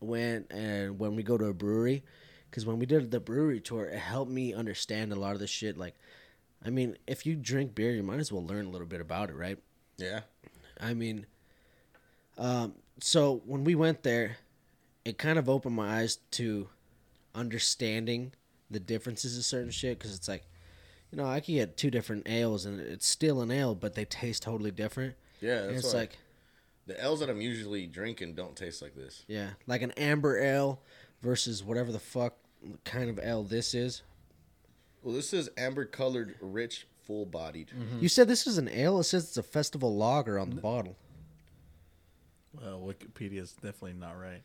[SPEAKER 1] when and when we go to a brewery, because when we did the brewery tour, it helped me understand a lot of this shit. Like, I mean, if you drink beer, you might as well learn a little bit about it, right?
[SPEAKER 3] Yeah.
[SPEAKER 1] I mean, um, so when we went there, it kind of opened my eyes to understanding the differences of certain shit because it's like, you know, I could get two different ales and it's still an ale, but they taste totally different.
[SPEAKER 3] Yeah,
[SPEAKER 1] And
[SPEAKER 3] that's
[SPEAKER 1] it's
[SPEAKER 3] why.
[SPEAKER 1] like,
[SPEAKER 3] The L's that I'm usually drinking don't taste like this.
[SPEAKER 1] yeah, like an amber ale versus whatever the fuck kind of ale this is.
[SPEAKER 3] Well, this is amber colored, rich, full bodied.
[SPEAKER 2] Mm-hmm.
[SPEAKER 1] You said this is an ale. It says it's a festival lager on the bottle.
[SPEAKER 2] Well, Wikipedia's definitely not right.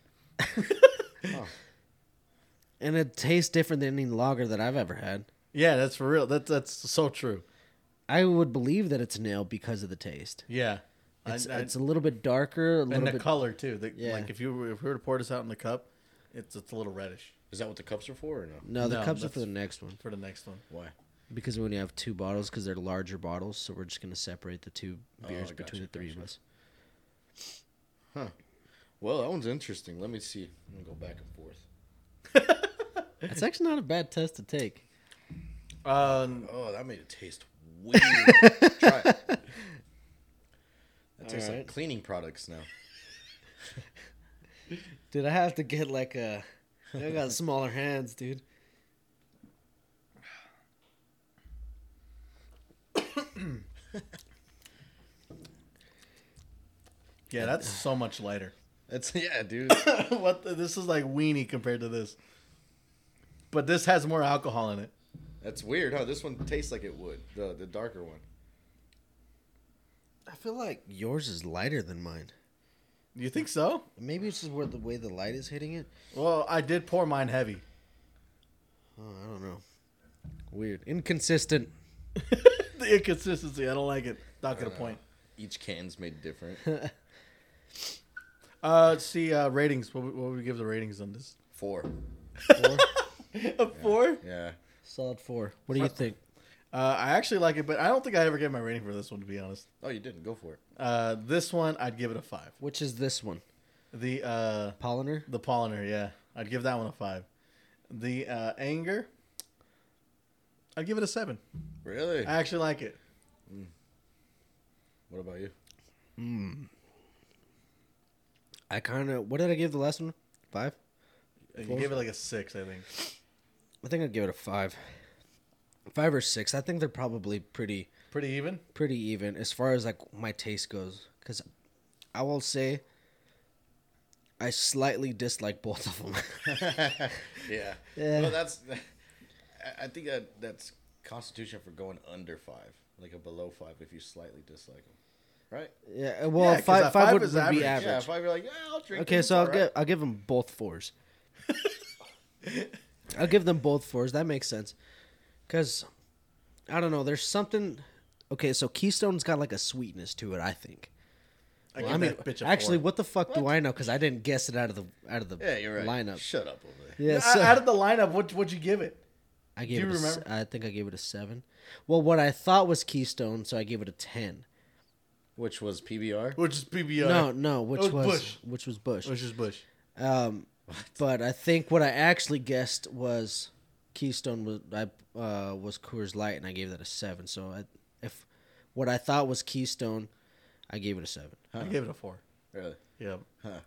[SPEAKER 1] And it tastes different than any lager that I've ever had.
[SPEAKER 2] Yeah, that's for real. That's that's so true.
[SPEAKER 1] I would believe that it's an ale because of the taste.
[SPEAKER 2] Yeah, I-
[SPEAKER 1] It's,
[SPEAKER 2] I-
[SPEAKER 1] it's a little bit darker, a little
[SPEAKER 2] and the
[SPEAKER 1] bit.
[SPEAKER 2] color too. The,
[SPEAKER 1] Yeah.
[SPEAKER 2] Like if you were, if we were to pour this out in the cup, it's it's a little reddish
[SPEAKER 3] Is that what the cups are for or no?
[SPEAKER 1] no, the
[SPEAKER 2] No,
[SPEAKER 1] cups are for
[SPEAKER 2] that's-
[SPEAKER 1] the next one
[SPEAKER 2] for the next one.
[SPEAKER 3] Why?
[SPEAKER 1] because we only have two bottles because they're larger bottles. So we're just gonna separate the two beers
[SPEAKER 3] I
[SPEAKER 1] between
[SPEAKER 3] gotcha,
[SPEAKER 1] the three of
[SPEAKER 3] gotcha.
[SPEAKER 1] us.
[SPEAKER 3] Well, that one's interesting. Let me see. Let me go back and forth.
[SPEAKER 1] It's actually not a bad test to take.
[SPEAKER 2] Um,
[SPEAKER 3] Oh, that made it taste weird. Try it. That tastes
[SPEAKER 1] Alright.
[SPEAKER 3] like cleaning products now.
[SPEAKER 1] Dude, I have to get like a. I got [laughs] smaller hands, dude.
[SPEAKER 2] yeah, that's so much lighter. [laughs]
[SPEAKER 3] That's [laughs] yeah, dude.
[SPEAKER 2] what the, this is like weenie compared to this, but this has more alcohol in it.
[SPEAKER 3] That's weird, huh? This one tastes like it would. The the darker one.
[SPEAKER 1] I feel like yours is lighter than mine.
[SPEAKER 2] You think so?
[SPEAKER 1] Maybe it's just where the way the light is hitting it.
[SPEAKER 2] Well, I did pour mine heavy.
[SPEAKER 1] Oh, I don't know. Weird, inconsistent.
[SPEAKER 2] [laughs] the inconsistency, I don't like it. Not gonna point.
[SPEAKER 3] Each can's
[SPEAKER 1] [laughs]
[SPEAKER 3] made different.
[SPEAKER 2] Uh, let's see uh, ratings. What, would- what would we give the ratings on this?
[SPEAKER 3] Four.
[SPEAKER 1] Four.
[SPEAKER 2] A [laughs] four.
[SPEAKER 3] Yeah.
[SPEAKER 1] Solid four. What do you think?
[SPEAKER 2] Uh, I actually like it, but I don't think I ever gave my rating for this one to be honest.
[SPEAKER 3] Oh, you didn't go for it.
[SPEAKER 2] Uh, this one, I'd give it a five.
[SPEAKER 1] Which is this one,
[SPEAKER 2] The uh,
[SPEAKER 1] Polliner?
[SPEAKER 2] the polliner, yeah. I'd give that one a five. The uh, anger, I'd give it a seven.
[SPEAKER 3] Really?
[SPEAKER 2] I actually like it.
[SPEAKER 3] What about you? [laughs]
[SPEAKER 1] I kind of. What did I give the last one? Five.
[SPEAKER 2] You gave it like a six, I think.
[SPEAKER 1] I think I'd give it a five. Five or six. I think they're probably pretty
[SPEAKER 2] Pretty even.
[SPEAKER 1] pretty even as far as like my taste goes. Because I will say, I slightly dislike both of them. [laughs]
[SPEAKER 3] yeah.
[SPEAKER 1] Yeah.
[SPEAKER 3] Well, that's. [laughs] I- I think that that's constitution for going under five, like a below five, if you slightly dislike them, right?
[SPEAKER 1] yeah. Well,
[SPEAKER 2] 'cause
[SPEAKER 1] five
[SPEAKER 2] that
[SPEAKER 1] five
[SPEAKER 2] five
[SPEAKER 1] would,
[SPEAKER 2] is
[SPEAKER 1] would be
[SPEAKER 2] average.
[SPEAKER 1] average.
[SPEAKER 3] Yeah, five. You're like, yeah, I'll drink.
[SPEAKER 1] Okay,
[SPEAKER 3] this,
[SPEAKER 1] so I'll
[SPEAKER 3] alright."
[SPEAKER 1] give I'll give them both fours. I'll give them both fours. That makes sense. Cause I don't know. There's something. Okay, so Keystone's got like a sweetness to it. I think.
[SPEAKER 2] I
[SPEAKER 1] Well,
[SPEAKER 2] give
[SPEAKER 1] I mean,
[SPEAKER 2] that bitch a
[SPEAKER 1] actually, [laughs]
[SPEAKER 2] four.
[SPEAKER 1] what the fuck do I know? Because I didn't guess it out of the out of the
[SPEAKER 3] Yeah, you're right.
[SPEAKER 1] lineup.
[SPEAKER 3] Shut up over there.
[SPEAKER 1] Yeah,
[SPEAKER 2] Yeah,
[SPEAKER 1] so-
[SPEAKER 2] out of the lineup, what would you give it?
[SPEAKER 1] I gave
[SPEAKER 2] Do you
[SPEAKER 1] it. A, s-
[SPEAKER 2] remember?
[SPEAKER 1] I think I gave it a seven. Well, what I thought was Keystone, so I gave it a ten.
[SPEAKER 3] Which was PBR.
[SPEAKER 2] Which is PBR.
[SPEAKER 1] No, no, which
[SPEAKER 2] was
[SPEAKER 1] was,
[SPEAKER 2] Bush.
[SPEAKER 1] which was Bush.
[SPEAKER 2] which is Bush.
[SPEAKER 1] Um, but I think what I actually guessed was Keystone was I uh, was Coors Light, and I gave that a seven. So I, if what I thought was Keystone, I gave it a seven.
[SPEAKER 2] I gave it a four.
[SPEAKER 3] Really?
[SPEAKER 2] Yeah.
[SPEAKER 3] Huh.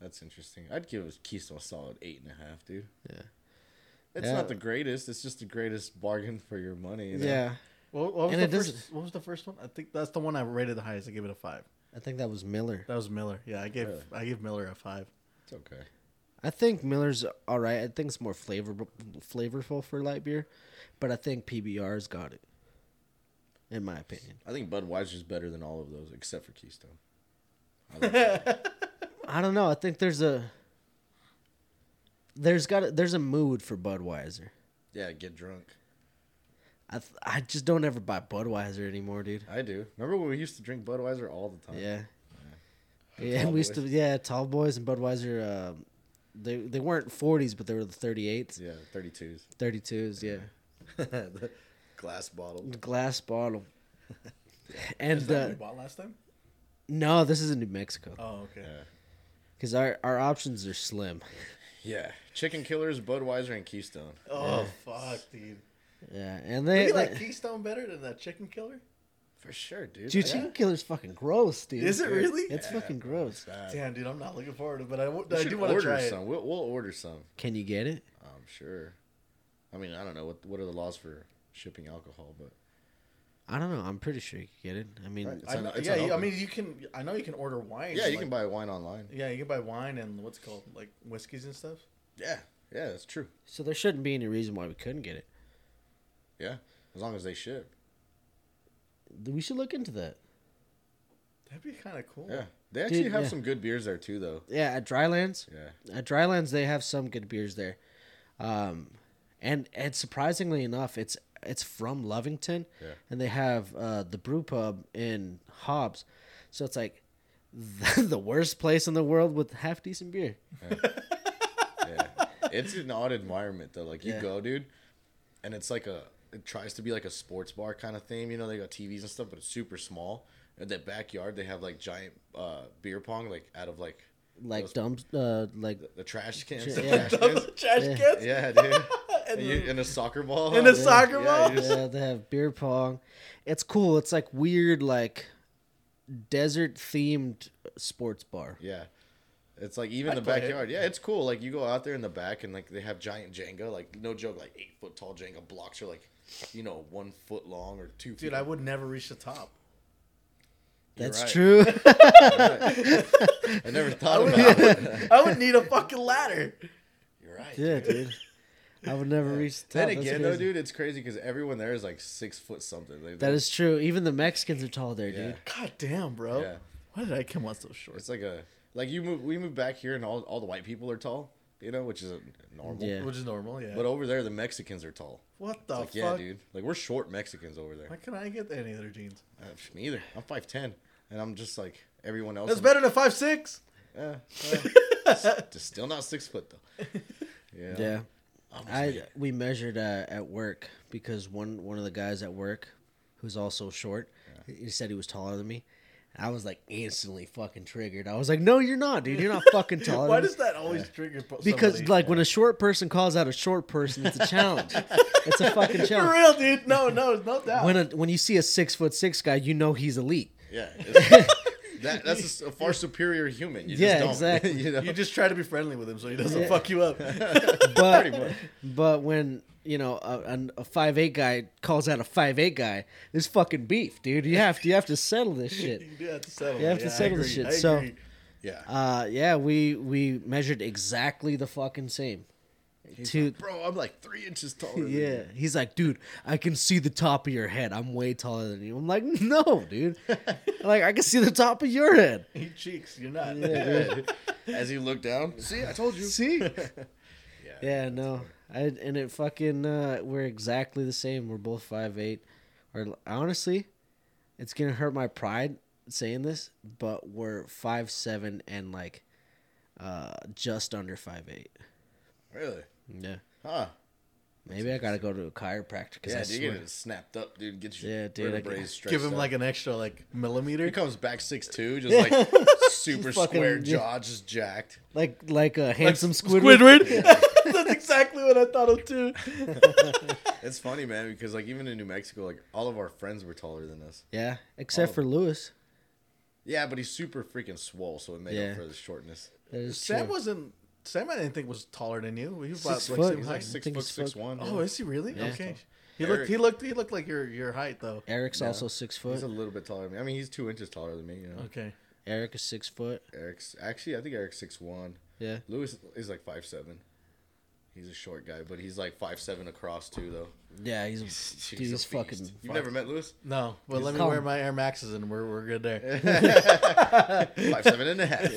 [SPEAKER 3] That's interesting. I'd give Keystone a solid eight and a half, dude.
[SPEAKER 1] Yeah.
[SPEAKER 3] It's
[SPEAKER 1] Yeah.
[SPEAKER 3] not the greatest. It's just the greatest bargain for your money. you know?
[SPEAKER 1] Yeah,
[SPEAKER 2] What, what was
[SPEAKER 1] And
[SPEAKER 2] the
[SPEAKER 1] it doesn't-
[SPEAKER 2] first? What was the first one? I think that's the one I rated the highest. I gave it a five.
[SPEAKER 1] I think that was Miller.
[SPEAKER 2] That was Miller. Yeah, I gave
[SPEAKER 3] Really?
[SPEAKER 2] I gave Miller a five.
[SPEAKER 3] It's okay.
[SPEAKER 1] I think Miller's all right. I think it's more flavorful, flavorful for light beer, but I think PBR's got it, in my opinion.
[SPEAKER 3] I think Budweiser's better than all of those except for Keystone. I like that.
[SPEAKER 1] I don't know. I think there's a there's got a, there's a mood for Budweiser.
[SPEAKER 3] yeah, get drunk.
[SPEAKER 1] I th- I just don't ever buy Budweiser anymore, dude.
[SPEAKER 3] I do. Remember when we used to drink Budweiser all the time?
[SPEAKER 1] Yeah. Yeah,
[SPEAKER 3] Oh, Tall
[SPEAKER 1] we used to.
[SPEAKER 3] Boys.
[SPEAKER 1] Yeah, Tall Boys and Budweiser. Um, they they weren't forties, but they were the thirty eights,
[SPEAKER 3] Yeah, 32s.
[SPEAKER 1] thirty twos. Yeah,
[SPEAKER 3] The glass bottle.
[SPEAKER 1] glass bottle. and
[SPEAKER 2] that
[SPEAKER 1] uh,
[SPEAKER 2] what you bought last time?
[SPEAKER 1] no, this is in New Mexico
[SPEAKER 2] Oh, okay.
[SPEAKER 3] Yeah.
[SPEAKER 1] because our our options are slim.
[SPEAKER 3] Yeah. Chicken Killers, Budweiser, and Keystone.
[SPEAKER 2] Oh fuck, dude.
[SPEAKER 1] Yeah, and
[SPEAKER 2] Maybe
[SPEAKER 1] they,
[SPEAKER 2] like
[SPEAKER 1] they-
[SPEAKER 2] Keystone better than that Chicken Killer?
[SPEAKER 3] For sure, dude.
[SPEAKER 1] dude,
[SPEAKER 3] Yeah.
[SPEAKER 1] Chicken Killer's fucking gross, dude.
[SPEAKER 2] Is it really?
[SPEAKER 1] It's fucking gross.
[SPEAKER 3] Bad.
[SPEAKER 2] Damn, dude, I'm not looking forward to it, but I, w-
[SPEAKER 3] We
[SPEAKER 2] I
[SPEAKER 3] Uh, should
[SPEAKER 2] do want to
[SPEAKER 3] order
[SPEAKER 2] try it.
[SPEAKER 3] some. We'll, we'll order some.
[SPEAKER 1] Can you get it?
[SPEAKER 3] I'm sure. I mean, I don't know what what are the laws for shipping alcohol, but
[SPEAKER 1] I don't know. I'm pretty sure you can get it. I mean,
[SPEAKER 3] Right. It's
[SPEAKER 2] I,
[SPEAKER 3] un- it's
[SPEAKER 2] yeah, you- I
[SPEAKER 3] unopened.
[SPEAKER 2] mean, you can. I know you can order wine.
[SPEAKER 3] yeah, you
[SPEAKER 2] like-
[SPEAKER 3] can buy wine online.
[SPEAKER 2] Yeah, you can buy wine and what's it called like whiskeys and stuff.
[SPEAKER 3] Yeah, yeah, that's true.
[SPEAKER 1] so there shouldn't be any reason why we couldn't get it.
[SPEAKER 3] Yeah, as long as they ship.
[SPEAKER 1] We should look into that.
[SPEAKER 2] That'd be kind of cool. [laughs]
[SPEAKER 3] Yeah, they actually
[SPEAKER 1] Dude,
[SPEAKER 3] have
[SPEAKER 1] yeah.
[SPEAKER 3] some good beers there too, though.
[SPEAKER 1] Yeah, at Drylands.
[SPEAKER 3] Yeah,
[SPEAKER 1] At Drylands, they have some good beers there, um, and and surprisingly enough, it's it's from Lovington,
[SPEAKER 3] Yeah.
[SPEAKER 1] and they have uh, the brew pub in Hobbs, so it's like [laughs] the, the worst place in the world with half decent beer.
[SPEAKER 3] yeah.
[SPEAKER 2] [laughs]
[SPEAKER 3] it's an odd environment though. Like you
[SPEAKER 1] Yeah.
[SPEAKER 3] go, dude, and it's like a it tries to be like a sports bar kind of thing. You know, they got TVs and stuff, but it's super small. In that backyard, they have like giant uh, beer pong, like out of like
[SPEAKER 1] Like
[SPEAKER 3] Those-
[SPEAKER 1] dumps, uh, like
[SPEAKER 3] the trash cans.
[SPEAKER 1] Sure,
[SPEAKER 3] [laughs] the
[SPEAKER 1] yeah.
[SPEAKER 3] trash cans.
[SPEAKER 2] trash
[SPEAKER 1] Yeah.
[SPEAKER 2] cans [laughs]
[SPEAKER 3] yeah, dude.
[SPEAKER 2] and,
[SPEAKER 3] And, you, and a soccer ball.
[SPEAKER 2] and a
[SPEAKER 3] Yeah.
[SPEAKER 2] soccer
[SPEAKER 3] Yeah,
[SPEAKER 2] ball.
[SPEAKER 3] you just-
[SPEAKER 1] yeah, they have beer pong. It's cool. It's like weird, like desert themed sports bar.
[SPEAKER 3] Yeah. It's like even
[SPEAKER 2] I'd
[SPEAKER 3] the
[SPEAKER 2] play it.
[SPEAKER 3] backyard. Yeah, it's cool. Like you go out there in the back and like they have giant Jenga, like no joke, like eight foot tall Jenga blocks are like, you know, one foot long or two. feet.
[SPEAKER 2] Dude, I would never reach the top.
[SPEAKER 1] That's
[SPEAKER 3] right. [laughs]
[SPEAKER 1] true. [laughs]
[SPEAKER 3] I
[SPEAKER 2] [laughs]
[SPEAKER 3] never thought about it.
[SPEAKER 2] I would need a fucking ladder.
[SPEAKER 3] [laughs] You're right.
[SPEAKER 1] yeah, dude. I would never reach. The
[SPEAKER 3] Then
[SPEAKER 1] top. That's
[SPEAKER 3] again, though,
[SPEAKER 1] crazy.
[SPEAKER 3] dude, it's crazy because everyone there is like six foot something. Like,
[SPEAKER 1] That is true. Even the Mexicans are tall there,
[SPEAKER 3] Yeah.
[SPEAKER 1] dude.
[SPEAKER 2] God damn, bro.
[SPEAKER 3] Yeah.
[SPEAKER 2] Why did I come on so short?
[SPEAKER 3] It's like a like you move. We move back here and all all the white people are tall, you know, which is uh, normal.
[SPEAKER 1] Yeah.
[SPEAKER 2] Which is normal, yeah.
[SPEAKER 3] But over there, the Mexicans are tall.
[SPEAKER 2] what the
[SPEAKER 3] Like
[SPEAKER 2] fuck?
[SPEAKER 3] yeah, dude. Like we're short Mexicans over there.
[SPEAKER 2] Why can I get any other jeans?
[SPEAKER 3] Uh, me either. I'm five ten, and I'm just like everyone else.
[SPEAKER 2] That's
[SPEAKER 3] in-
[SPEAKER 2] better than five six. [laughs]
[SPEAKER 3] Yeah, just still not six foot though. Yeah.
[SPEAKER 1] Yeah.
[SPEAKER 3] Almost made
[SPEAKER 1] I
[SPEAKER 3] it.
[SPEAKER 1] we measured uh, at work because one one of the guys at work, who's also short, he said he was taller than me, I was like instantly fucking triggered. I was like, "No, you're not, dude. You're not
[SPEAKER 3] [laughs]
[SPEAKER 1] fucking taller."
[SPEAKER 2] Why
[SPEAKER 1] than me."
[SPEAKER 2] does that always trigger? po-
[SPEAKER 1] Because
[SPEAKER 2] somebody?
[SPEAKER 1] like when a short person calls out a short person, it's a challenge. it's a fucking
[SPEAKER 2] [laughs] for
[SPEAKER 1] challenge.
[SPEAKER 2] real, dude. No, no, no doubt.
[SPEAKER 1] When a, when you see a six foot six guy, you know he's elite. [laughs]
[SPEAKER 3] Yeah, it's- that, that's a s- a, far superior human. You
[SPEAKER 1] Yeah,
[SPEAKER 3] just don't, [laughs]
[SPEAKER 1] exactly.
[SPEAKER 3] you
[SPEAKER 2] [laughs]
[SPEAKER 3] know?
[SPEAKER 2] you just try to be friendly with him so he doesn't fuck [laughs] you up.
[SPEAKER 1] But but when you know a, an- a five eight guy calls out a five eight guy, there's fucking beef, dude. You have to you have to settle this shit.
[SPEAKER 2] [laughs] you do have to settle.
[SPEAKER 1] You have to
[SPEAKER 2] Yeah, I
[SPEAKER 1] settle this
[SPEAKER 2] agree.
[SPEAKER 1] shit,
[SPEAKER 2] I
[SPEAKER 1] so-
[SPEAKER 2] agree.
[SPEAKER 3] yeah,
[SPEAKER 1] Uh, yeah, we we measured exactly the fucking same. To
[SPEAKER 3] bro, I'm like three inches taller. than
[SPEAKER 1] yeah,
[SPEAKER 3] you.
[SPEAKER 1] he's like, dude, I can see the top of your head. I'm way taller than you. I'm like, no, dude. like I can see the top of your head.
[SPEAKER 2] he cheeks. You're not. [laughs]
[SPEAKER 3] As you look down, see, I told you.
[SPEAKER 1] [laughs] See? yeah, no. I and it fucking uh, we're exactly the same. We're both five eight. Or honestly, it's gonna hurt my pride saying this, but we're five seven and like uh just under five eight.
[SPEAKER 3] Really?
[SPEAKER 1] Yeah.
[SPEAKER 3] Huh?
[SPEAKER 1] Maybe I gotta go to a chiropractor because I
[SPEAKER 3] Yeah, dude,
[SPEAKER 1] swear.
[SPEAKER 3] you get it snapped up, dude. Get your
[SPEAKER 1] Yeah, dude, I
[SPEAKER 3] vertebrae
[SPEAKER 1] get-
[SPEAKER 3] stretched
[SPEAKER 2] Give him
[SPEAKER 3] out.
[SPEAKER 2] like an extra like millimeter. [laughs]
[SPEAKER 3] He comes back
[SPEAKER 1] [laughs]
[SPEAKER 3] six two, just like super
[SPEAKER 1] Fucking-
[SPEAKER 3] square
[SPEAKER 1] yeah.
[SPEAKER 3] jaw, just jacked.
[SPEAKER 1] Like like a handsome Squidward.
[SPEAKER 2] [laughs] That's exactly what I thought
[SPEAKER 1] [laughs]
[SPEAKER 2] of too.
[SPEAKER 3] It's funny, man, because like even in New Mexico, like all of our friends were taller than us.
[SPEAKER 1] Yeah, except for Lewis.
[SPEAKER 3] Yeah, but he's super freaking swole, so it made
[SPEAKER 1] Yeah.
[SPEAKER 3] up for the shortness.
[SPEAKER 1] That is
[SPEAKER 2] Sam
[SPEAKER 1] true.
[SPEAKER 2] wasn't. Sam, I didn't think was taller than you. He was about
[SPEAKER 1] Six
[SPEAKER 2] like
[SPEAKER 1] foot.
[SPEAKER 2] same
[SPEAKER 3] He's
[SPEAKER 2] height.
[SPEAKER 3] like
[SPEAKER 1] I
[SPEAKER 3] six
[SPEAKER 1] think
[SPEAKER 3] foot,
[SPEAKER 1] he's
[SPEAKER 3] six one.
[SPEAKER 2] Oh, is he really?
[SPEAKER 1] Yeah.
[SPEAKER 2] Okay. He
[SPEAKER 3] Eric-
[SPEAKER 2] looked. He looked. He looked like your your height though.
[SPEAKER 1] Eric's also six
[SPEAKER 3] he's
[SPEAKER 1] foot.
[SPEAKER 3] a little bit taller than me. I mean, he's two inches taller than me. You know,
[SPEAKER 2] Okay.
[SPEAKER 1] Eric is six foot.
[SPEAKER 3] Eric's actually, I think Eric's six one.
[SPEAKER 1] Yeah.
[SPEAKER 3] Lewis is like five seven. He's a short guy, but he's like five seven across too, though.
[SPEAKER 1] Yeah, he's, a, dude, he's,
[SPEAKER 3] a beast.
[SPEAKER 1] fucking.
[SPEAKER 3] You've never met Lewis?
[SPEAKER 2] No, but let me
[SPEAKER 1] calm.
[SPEAKER 2] wear my Air Maxes and we're we're good
[SPEAKER 3] [laughs]
[SPEAKER 2] there.
[SPEAKER 3] Five seven and a half.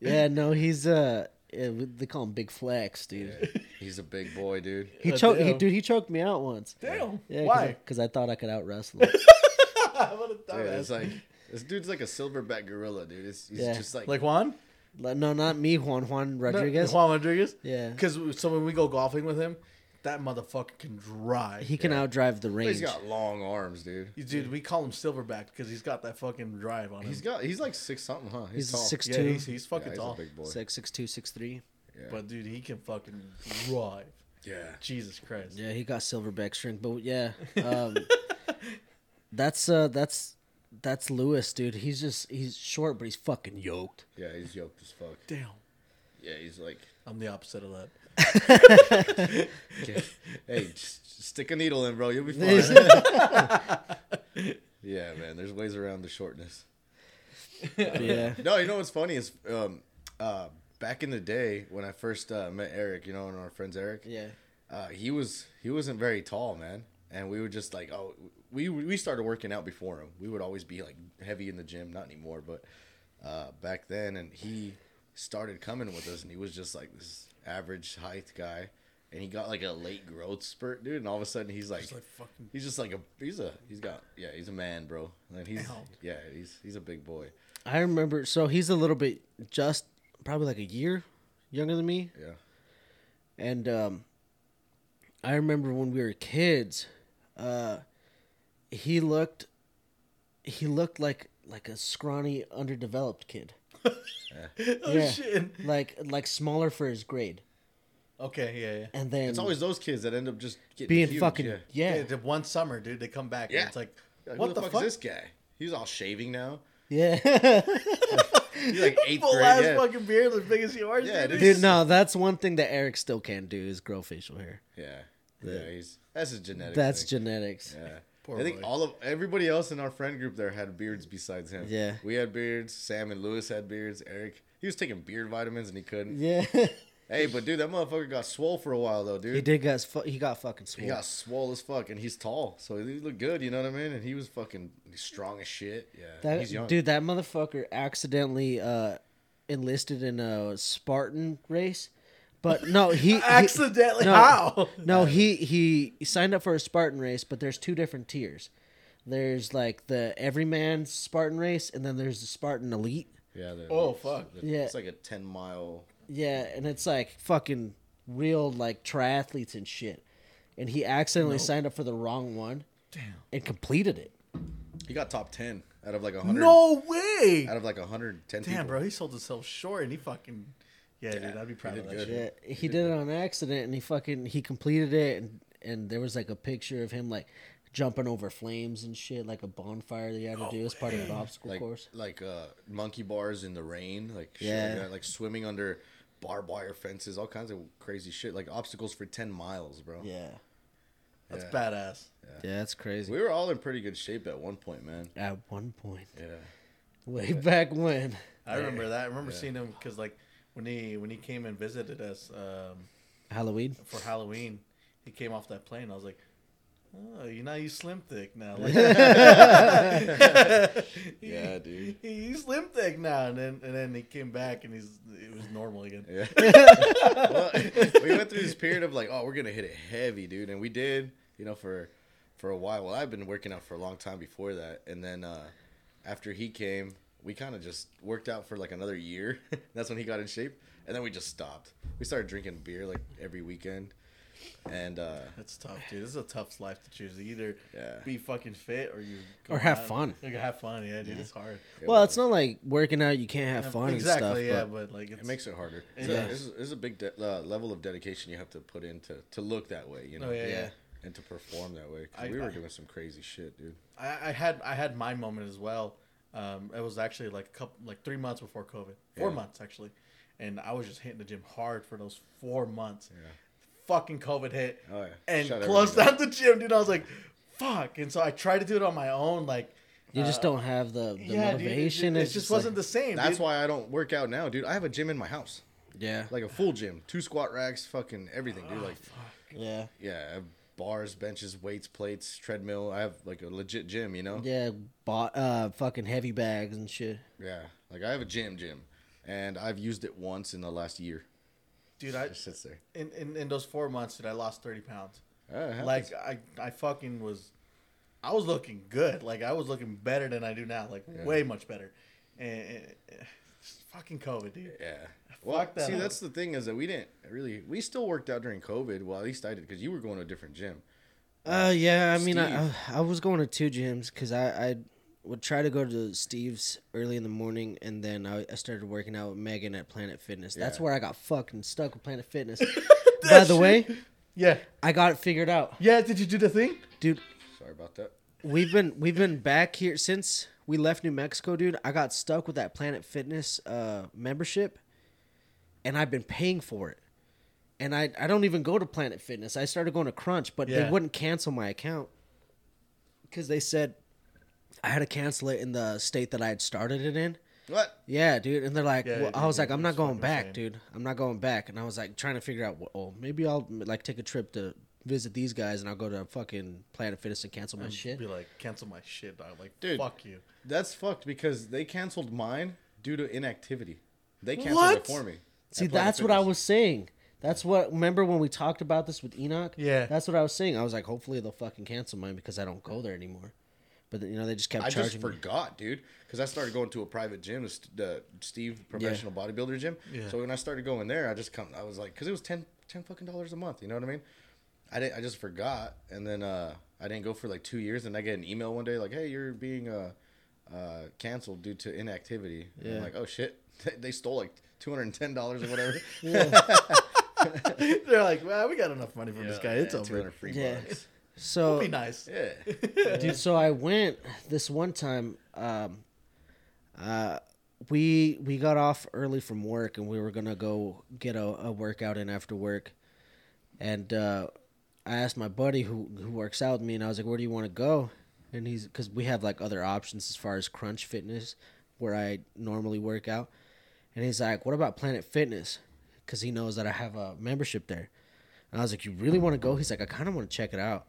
[SPEAKER 1] Yeah, no, he's uh, yeah, we- they call him Big Flex, dude.
[SPEAKER 3] He's a big boy, dude.
[SPEAKER 1] He
[SPEAKER 2] Uh,
[SPEAKER 1] choked, he,
[SPEAKER 2] damn.
[SPEAKER 1] dude. He choked me out once.
[SPEAKER 2] Damn.
[SPEAKER 1] Yeah,
[SPEAKER 2] Why?
[SPEAKER 1] Because I, thought I could out wrestle. him.
[SPEAKER 2] [laughs] what a
[SPEAKER 3] Dude, it's
[SPEAKER 2] dumbass.
[SPEAKER 3] like this dude's like a silverback gorilla, dude. It's, he's
[SPEAKER 1] Yeah.
[SPEAKER 3] just like,
[SPEAKER 2] Like Juan?
[SPEAKER 1] Like, no, not me, Juan Juan Rodriguez.
[SPEAKER 2] Juan Rodriguez?
[SPEAKER 1] Yeah.
[SPEAKER 2] Because so when we go golfing with him, that motherfucker can drive.
[SPEAKER 1] he can outdrive the range.
[SPEAKER 3] he's got long arms, dude.
[SPEAKER 2] Dude, we call him Silverback because he's got that fucking drive on him.
[SPEAKER 3] He's got he's like six something, huh? He's,
[SPEAKER 1] He's
[SPEAKER 3] tall.
[SPEAKER 1] six
[SPEAKER 2] yeah,
[SPEAKER 1] two,
[SPEAKER 2] he's, he's
[SPEAKER 3] Yeah,
[SPEAKER 2] fucking
[SPEAKER 3] he's a
[SPEAKER 2] tall.
[SPEAKER 3] big boy.
[SPEAKER 1] six six two, six three.
[SPEAKER 3] Yeah.
[SPEAKER 2] But dude, he can fucking drive.
[SPEAKER 3] yeah.
[SPEAKER 2] Jesus Christ.
[SPEAKER 1] Yeah, he got silverback shrink, but yeah,
[SPEAKER 2] [laughs]
[SPEAKER 1] um, that's uh, that's that's Lewis, dude. He's just he's short, but he's fucking
[SPEAKER 2] [laughs]
[SPEAKER 1] yoked.
[SPEAKER 3] Yeah, he's yoked as fuck.
[SPEAKER 2] Damn.
[SPEAKER 3] Yeah, he's like,
[SPEAKER 2] I'm the opposite of that.
[SPEAKER 3] hey, just stick a needle in, bro. You'll be fine. yeah, man. There's ways around the shortness.
[SPEAKER 1] yeah,
[SPEAKER 3] No, you know what's funny is um, uh, back in the day when I first uh, met Eric, you know, and our friends Eric.
[SPEAKER 1] yeah,
[SPEAKER 3] uh, he was he wasn't very tall, man. And we were just like, oh, we we started working out before him. We would always be like heavy in the gym, not anymore, but uh, back then. And he started coming with us, and he was just like this average height guy. And he got like a late growth spurt, dude. And all of a sudden, he's like,
[SPEAKER 2] Just like fucking.
[SPEAKER 3] he's just like a he's a he's got yeah he's a man, bro. And he's
[SPEAKER 2] Ow.
[SPEAKER 3] yeah he's he's a big boy.
[SPEAKER 1] I remember. So he's a little bit just probably like a year younger than me,
[SPEAKER 3] Yeah,
[SPEAKER 1] and um, I remember when we were kids, uh, he looked he looked like like a scrawny, underdeveloped kid,
[SPEAKER 2] [laughs] Oh
[SPEAKER 1] Yeah.
[SPEAKER 2] shit.
[SPEAKER 1] like like smaller for his grade,
[SPEAKER 2] Okay. Yeah. Yeah.
[SPEAKER 1] and then
[SPEAKER 3] it's always those kids that end up just getting
[SPEAKER 1] being
[SPEAKER 3] huge,
[SPEAKER 1] fucking
[SPEAKER 3] yeah.
[SPEAKER 1] yeah.
[SPEAKER 2] Yeah, the one summer, dude, they come back
[SPEAKER 3] Yeah.
[SPEAKER 2] and it's like,
[SPEAKER 3] Like,
[SPEAKER 2] what
[SPEAKER 3] who
[SPEAKER 2] the,
[SPEAKER 3] the, fuck,
[SPEAKER 2] fuck?
[SPEAKER 3] is this guy? He's all shaving now.
[SPEAKER 1] Yeah.
[SPEAKER 3] [laughs]
[SPEAKER 2] [laughs]
[SPEAKER 3] He's like eighth
[SPEAKER 2] Full
[SPEAKER 3] grade.
[SPEAKER 2] ass
[SPEAKER 3] yeah.
[SPEAKER 2] fucking beard as big as yours.
[SPEAKER 3] Yeah,
[SPEAKER 2] dude.
[SPEAKER 1] Dude, no, that's one thing that Eric still can't do is grow facial hair.
[SPEAKER 3] Yeah. Yeah, he's that's a genetic.
[SPEAKER 1] That's
[SPEAKER 3] thing.
[SPEAKER 1] genetics.
[SPEAKER 3] yeah.
[SPEAKER 2] Poor
[SPEAKER 3] I think
[SPEAKER 2] boy.
[SPEAKER 3] all of everybody else in our friend group there had beards besides him.
[SPEAKER 1] Yeah.
[SPEAKER 3] we had beards. Sam and Lewis had beards. Eric, he was taking beard vitamins and he couldn't.
[SPEAKER 1] Yeah. [laughs]
[SPEAKER 3] Hey, but dude, that motherfucker got swole for a while though, dude.
[SPEAKER 1] he did got fu- he got fucking
[SPEAKER 3] He
[SPEAKER 1] swole.
[SPEAKER 3] got swole as fuck, and he's tall, so he looked good. You know what I mean? And he was fucking strong as shit. Yeah,
[SPEAKER 1] That-
[SPEAKER 3] he's young.
[SPEAKER 1] dude, that motherfucker accidentally uh, enlisted in a Spartan race. But no, he he-
[SPEAKER 2] [laughs] Accidentally?
[SPEAKER 1] no, [laughs]
[SPEAKER 2] How?
[SPEAKER 1] No, he he signed up for a Spartan race, but there's two different tiers. There's like the everyman Spartan race, and then there's the Spartan elite.
[SPEAKER 3] yeah. they're
[SPEAKER 2] Oh,
[SPEAKER 3] like-
[SPEAKER 2] fuck.
[SPEAKER 3] they're-
[SPEAKER 1] Yeah.
[SPEAKER 3] it's like a ten mile.
[SPEAKER 1] Yeah, and it's like fucking real like triathletes and shit. And he accidentally signed up for the wrong one
[SPEAKER 2] Damn.
[SPEAKER 1] and completed it.
[SPEAKER 3] He got top ten. out of like a hundred.
[SPEAKER 2] No way.
[SPEAKER 3] Out of like hundred ten.
[SPEAKER 2] Damn, bro, he sold himself short, and he fucking. Yeah, dude, I'd be proud
[SPEAKER 3] he
[SPEAKER 2] of
[SPEAKER 3] did
[SPEAKER 2] that
[SPEAKER 3] good.
[SPEAKER 2] shit.
[SPEAKER 1] Yeah, he did it on accident, and he fucking he completed it, and and there was like a picture of him like jumping over flames and shit, like a bonfire that you had to do as part of an obstacle
[SPEAKER 3] Like
[SPEAKER 1] course.
[SPEAKER 3] like uh, monkey bars in the rain, like shit
[SPEAKER 1] Yeah.
[SPEAKER 3] like, that, like swimming under barbed wire fences, all kinds of crazy shit, like obstacles for ten miles, bro.
[SPEAKER 1] Yeah,
[SPEAKER 2] That's
[SPEAKER 3] Yeah.
[SPEAKER 2] badass.
[SPEAKER 1] yeah, that's crazy.
[SPEAKER 3] We were all in pretty good shape at one point, man.
[SPEAKER 1] At one point, [laughs]
[SPEAKER 3] Yeah.
[SPEAKER 1] way back when,
[SPEAKER 2] I remember that. I remember
[SPEAKER 3] Yeah.
[SPEAKER 2] seeing him because like when he when he came and visited us um,
[SPEAKER 1] Halloween.
[SPEAKER 2] for Halloween, he came off that plane. I was like, oh, you know, you slim thick now. Like, [laughs] yeah,
[SPEAKER 3] dude.
[SPEAKER 2] He, you slim thick now, and then and then he came back and he's it was normal again.
[SPEAKER 3] Yeah. well, we went through this period of like, oh, we're gonna hit it heavy, dude, and we did, you know, for for a while. Well, I've been working out for a long time before that, and then uh, after he came, we kind of just worked out for like another year. [laughs] That's when he got in shape, and then we just stopped. We started drinking beer like every weekend, and uh,
[SPEAKER 2] That's tough, dude. This is a tough life to choose. Either
[SPEAKER 3] Yeah.
[SPEAKER 2] be fucking fit or you go
[SPEAKER 1] Or have
[SPEAKER 2] out.
[SPEAKER 1] fun.
[SPEAKER 2] Or have fun, yeah, dude. It's hard.
[SPEAKER 1] Well,
[SPEAKER 3] was-
[SPEAKER 1] it's not like working out; you can't have fun
[SPEAKER 2] exactly,
[SPEAKER 1] and stuff.
[SPEAKER 2] yeah,
[SPEAKER 1] but
[SPEAKER 2] but, like it's,
[SPEAKER 3] it makes it harder.
[SPEAKER 2] It
[SPEAKER 3] So
[SPEAKER 2] does.
[SPEAKER 3] This is, this is a big de- uh, level of dedication you have to put into to look that way, you know.
[SPEAKER 2] Oh, yeah, yeah.
[SPEAKER 3] And to perform that way, 'cause
[SPEAKER 2] I-
[SPEAKER 3] we were
[SPEAKER 2] I-
[SPEAKER 3] doing some crazy shit, dude.
[SPEAKER 2] I, I had I had my moment as well. Um, it was actually like a couple, like three months before COVID, four
[SPEAKER 3] Yeah.
[SPEAKER 2] months actually, and I was just hitting the gym hard for those four months.
[SPEAKER 3] Yeah.
[SPEAKER 2] Fucking COVID hit
[SPEAKER 3] Oh, yeah.
[SPEAKER 2] and
[SPEAKER 3] Shut
[SPEAKER 2] closed
[SPEAKER 3] everything
[SPEAKER 2] down the gym, dude. I was like, fuck. And so I tried to do it on my own, like
[SPEAKER 1] you just
[SPEAKER 2] uh,
[SPEAKER 1] don't have the, the
[SPEAKER 2] yeah, dude, it-
[SPEAKER 1] motivation.
[SPEAKER 2] it,
[SPEAKER 1] It's
[SPEAKER 2] just, wasn't
[SPEAKER 1] like-
[SPEAKER 2] the same.
[SPEAKER 3] That's
[SPEAKER 2] dude.
[SPEAKER 3] why I don't work out now, dude. I have a gym in my house,
[SPEAKER 1] yeah,
[SPEAKER 3] like a full gym, two squat racks, fucking everything, dude. Like,
[SPEAKER 2] Ah.
[SPEAKER 1] yeah,
[SPEAKER 3] yeah, I have bars, benches, weights, plates, treadmill. I have like a legit gym, you know. Yeah.
[SPEAKER 1] yeah. Bought uh fucking heavy bags and shit.
[SPEAKER 3] Like I have a gym, gym, and I've used it once in the last year.
[SPEAKER 2] dude. I
[SPEAKER 3] It sits there.
[SPEAKER 2] in, in in those four months, dude, I lost thirty pounds.
[SPEAKER 3] Uh, it happens.
[SPEAKER 2] like I, I fucking was i was looking good like i was looking better than i do now like way much better and, and- and- just fucking covid dude
[SPEAKER 3] yeah. Well,
[SPEAKER 2] Fuck that
[SPEAKER 3] see,
[SPEAKER 2] up.
[SPEAKER 3] that's the thing is that we didn't really. We still worked out during COVID. Well, at least I did because you were going to a different gym.
[SPEAKER 1] Uh, yeah. I mean, I, I I was going to two gyms because I I would try to go to Steve's early in the morning, and then I, I started working out with Megan at Planet Fitness. That's
[SPEAKER 3] Yeah.
[SPEAKER 1] where I got fucking stuck with Planet Fitness. By the way,
[SPEAKER 2] yeah
[SPEAKER 1] I got it figured out,
[SPEAKER 2] yeah did you do the thing
[SPEAKER 1] dude.
[SPEAKER 3] Sorry about that.
[SPEAKER 1] We've been we've been back here since we left New Mexico, dude. I got stuck with that Planet Fitness uh, membership, and I've been paying for it. And I I don't even go to Planet Fitness. I started going to Crunch, but
[SPEAKER 2] Yeah.
[SPEAKER 1] they wouldn't cancel my account because they said I had to cancel it in the state that I had started it in.
[SPEAKER 3] What?
[SPEAKER 1] Yeah, dude. And they're like,
[SPEAKER 2] Yeah,
[SPEAKER 1] well,
[SPEAKER 2] dude,
[SPEAKER 1] I was like,
[SPEAKER 2] dude,
[SPEAKER 1] I'm not
[SPEAKER 2] it's
[SPEAKER 1] going
[SPEAKER 2] fucking
[SPEAKER 1] back,
[SPEAKER 2] insane.
[SPEAKER 1] dude. I'm not going back. And I was like trying to figure out, well, maybe I'll like take a trip to visit these guys, and I'll go to fucking Planet Fitness and cancel my shit.
[SPEAKER 2] be like cancel my shit dog like
[SPEAKER 3] Dude.
[SPEAKER 2] fuck you
[SPEAKER 3] That's fucked because they canceled mine due to inactivity. They canceled
[SPEAKER 2] What?
[SPEAKER 3] it for me.
[SPEAKER 1] See,
[SPEAKER 3] At Planet
[SPEAKER 1] that's what I
[SPEAKER 3] Fitness.
[SPEAKER 1] was saying. That's what. Remember when we talked about this with Enoch?
[SPEAKER 2] Yeah.
[SPEAKER 1] That's what I was saying. I was like, hopefully they'll fucking cancel mine because I don't go there anymore. But you know, they just kept
[SPEAKER 3] I
[SPEAKER 1] charging
[SPEAKER 3] just
[SPEAKER 1] me.
[SPEAKER 3] forgot, dude, because I started going to a private gym, the St- the Steve professional bodybuilder gym.
[SPEAKER 2] Yeah.
[SPEAKER 3] So when I started going there, I just come, I was like, because it was 10, 10 fucking dollars a month. You know what I mean? I didn't, I just forgot, and then uh, I didn't go for like two years, and I get an email one day like, hey, you're being uh, uh, canceled due to inactivity. And
[SPEAKER 1] Yeah.
[SPEAKER 3] I'm like, oh shit, [laughs] they stole like two hundred and ten dollars or whatever.
[SPEAKER 2] [laughs]
[SPEAKER 1] [laughs]
[SPEAKER 2] they're like well we got enough money from this guy it's
[SPEAKER 3] Yeah,
[SPEAKER 2] over
[SPEAKER 3] 200 free
[SPEAKER 1] Yeah.
[SPEAKER 3] bucks.
[SPEAKER 1] So
[SPEAKER 2] [laughs] be nice
[SPEAKER 1] [laughs]
[SPEAKER 3] Yeah.
[SPEAKER 1] dude. So I went this one time. Um, uh, we we got off early from work and we were gonna go get a, a workout in after work, and uh, I asked my buddy who who works out with me, and I was like, "Where do you want to go?" And he's because we have like other options as far as Crunch Fitness, where I normally work out, and he's like, "What about Planet Fitness?" Because he knows that I have a membership there. And I was like, "You really want to go?" He's like, "I kind of want to check it out."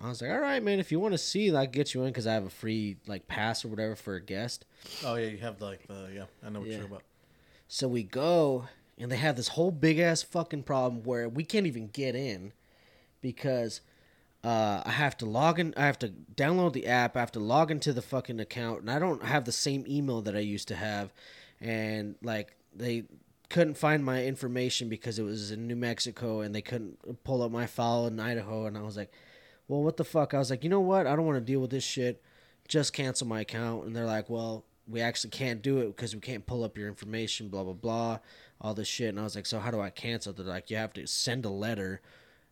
[SPEAKER 1] I was like, "All right, man. If you want to see, I can get you in because I have a free like pass or whatever for a guest."
[SPEAKER 2] oh yeah you have like the yeah i know what
[SPEAKER 1] Yeah.
[SPEAKER 2] you're about
[SPEAKER 1] So we go, and they have this whole big ass fucking problem where we can't even get in because uh, I have to log in. I have to download the app. I have to log into the fucking account, and I don't have the same email that I used to have. And like they couldn't find my information because it was in New Mexico, and they couldn't pull up my file in Idaho. And I was like, "Well, what the fuck?" I was like, "You know what? I don't want to deal with this shit." just cancel my account. And they're like, well, we actually can't do it because we can't pull up your information, blah, blah, blah, all this shit. And I was like, so how do I cancel? They're like, you have to send a letter.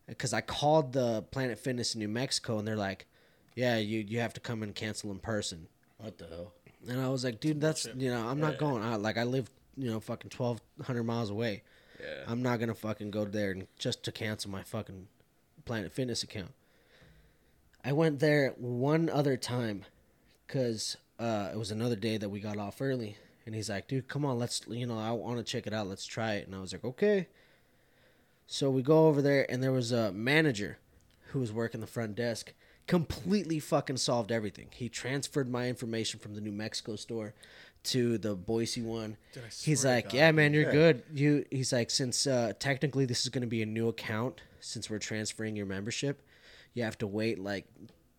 [SPEAKER 1] Because I called the Planet Fitness in New Mexico and they're like, yeah, you, you have to come and cancel in person.
[SPEAKER 3] What the hell?
[SPEAKER 1] And I was like, dude, that's, you know, I'm not going out. Like, I live, you know, fucking 1,200 miles away.
[SPEAKER 3] Yeah.
[SPEAKER 1] I'm not going to fucking go there and just to cancel my fucking Planet Fitness account. I went there one other time because uh, it was another day that we got off early. And he's like, dude, come on, let's, you know, I want to check it out. Let's try it. And I was like, okay. So we go over there, and there was a manager who was working the front desk. Completely fucking solved everything. He transferred my information from the New Mexico store to the Boise one.
[SPEAKER 2] Dude, I
[SPEAKER 1] he's
[SPEAKER 2] swear to
[SPEAKER 1] like,
[SPEAKER 2] God.
[SPEAKER 1] "Yeah, man, you're
[SPEAKER 3] Yeah.
[SPEAKER 1] good." You. He's like, "Since uh, technically this is going to be a new account, since we're transferring your membership, you have to wait like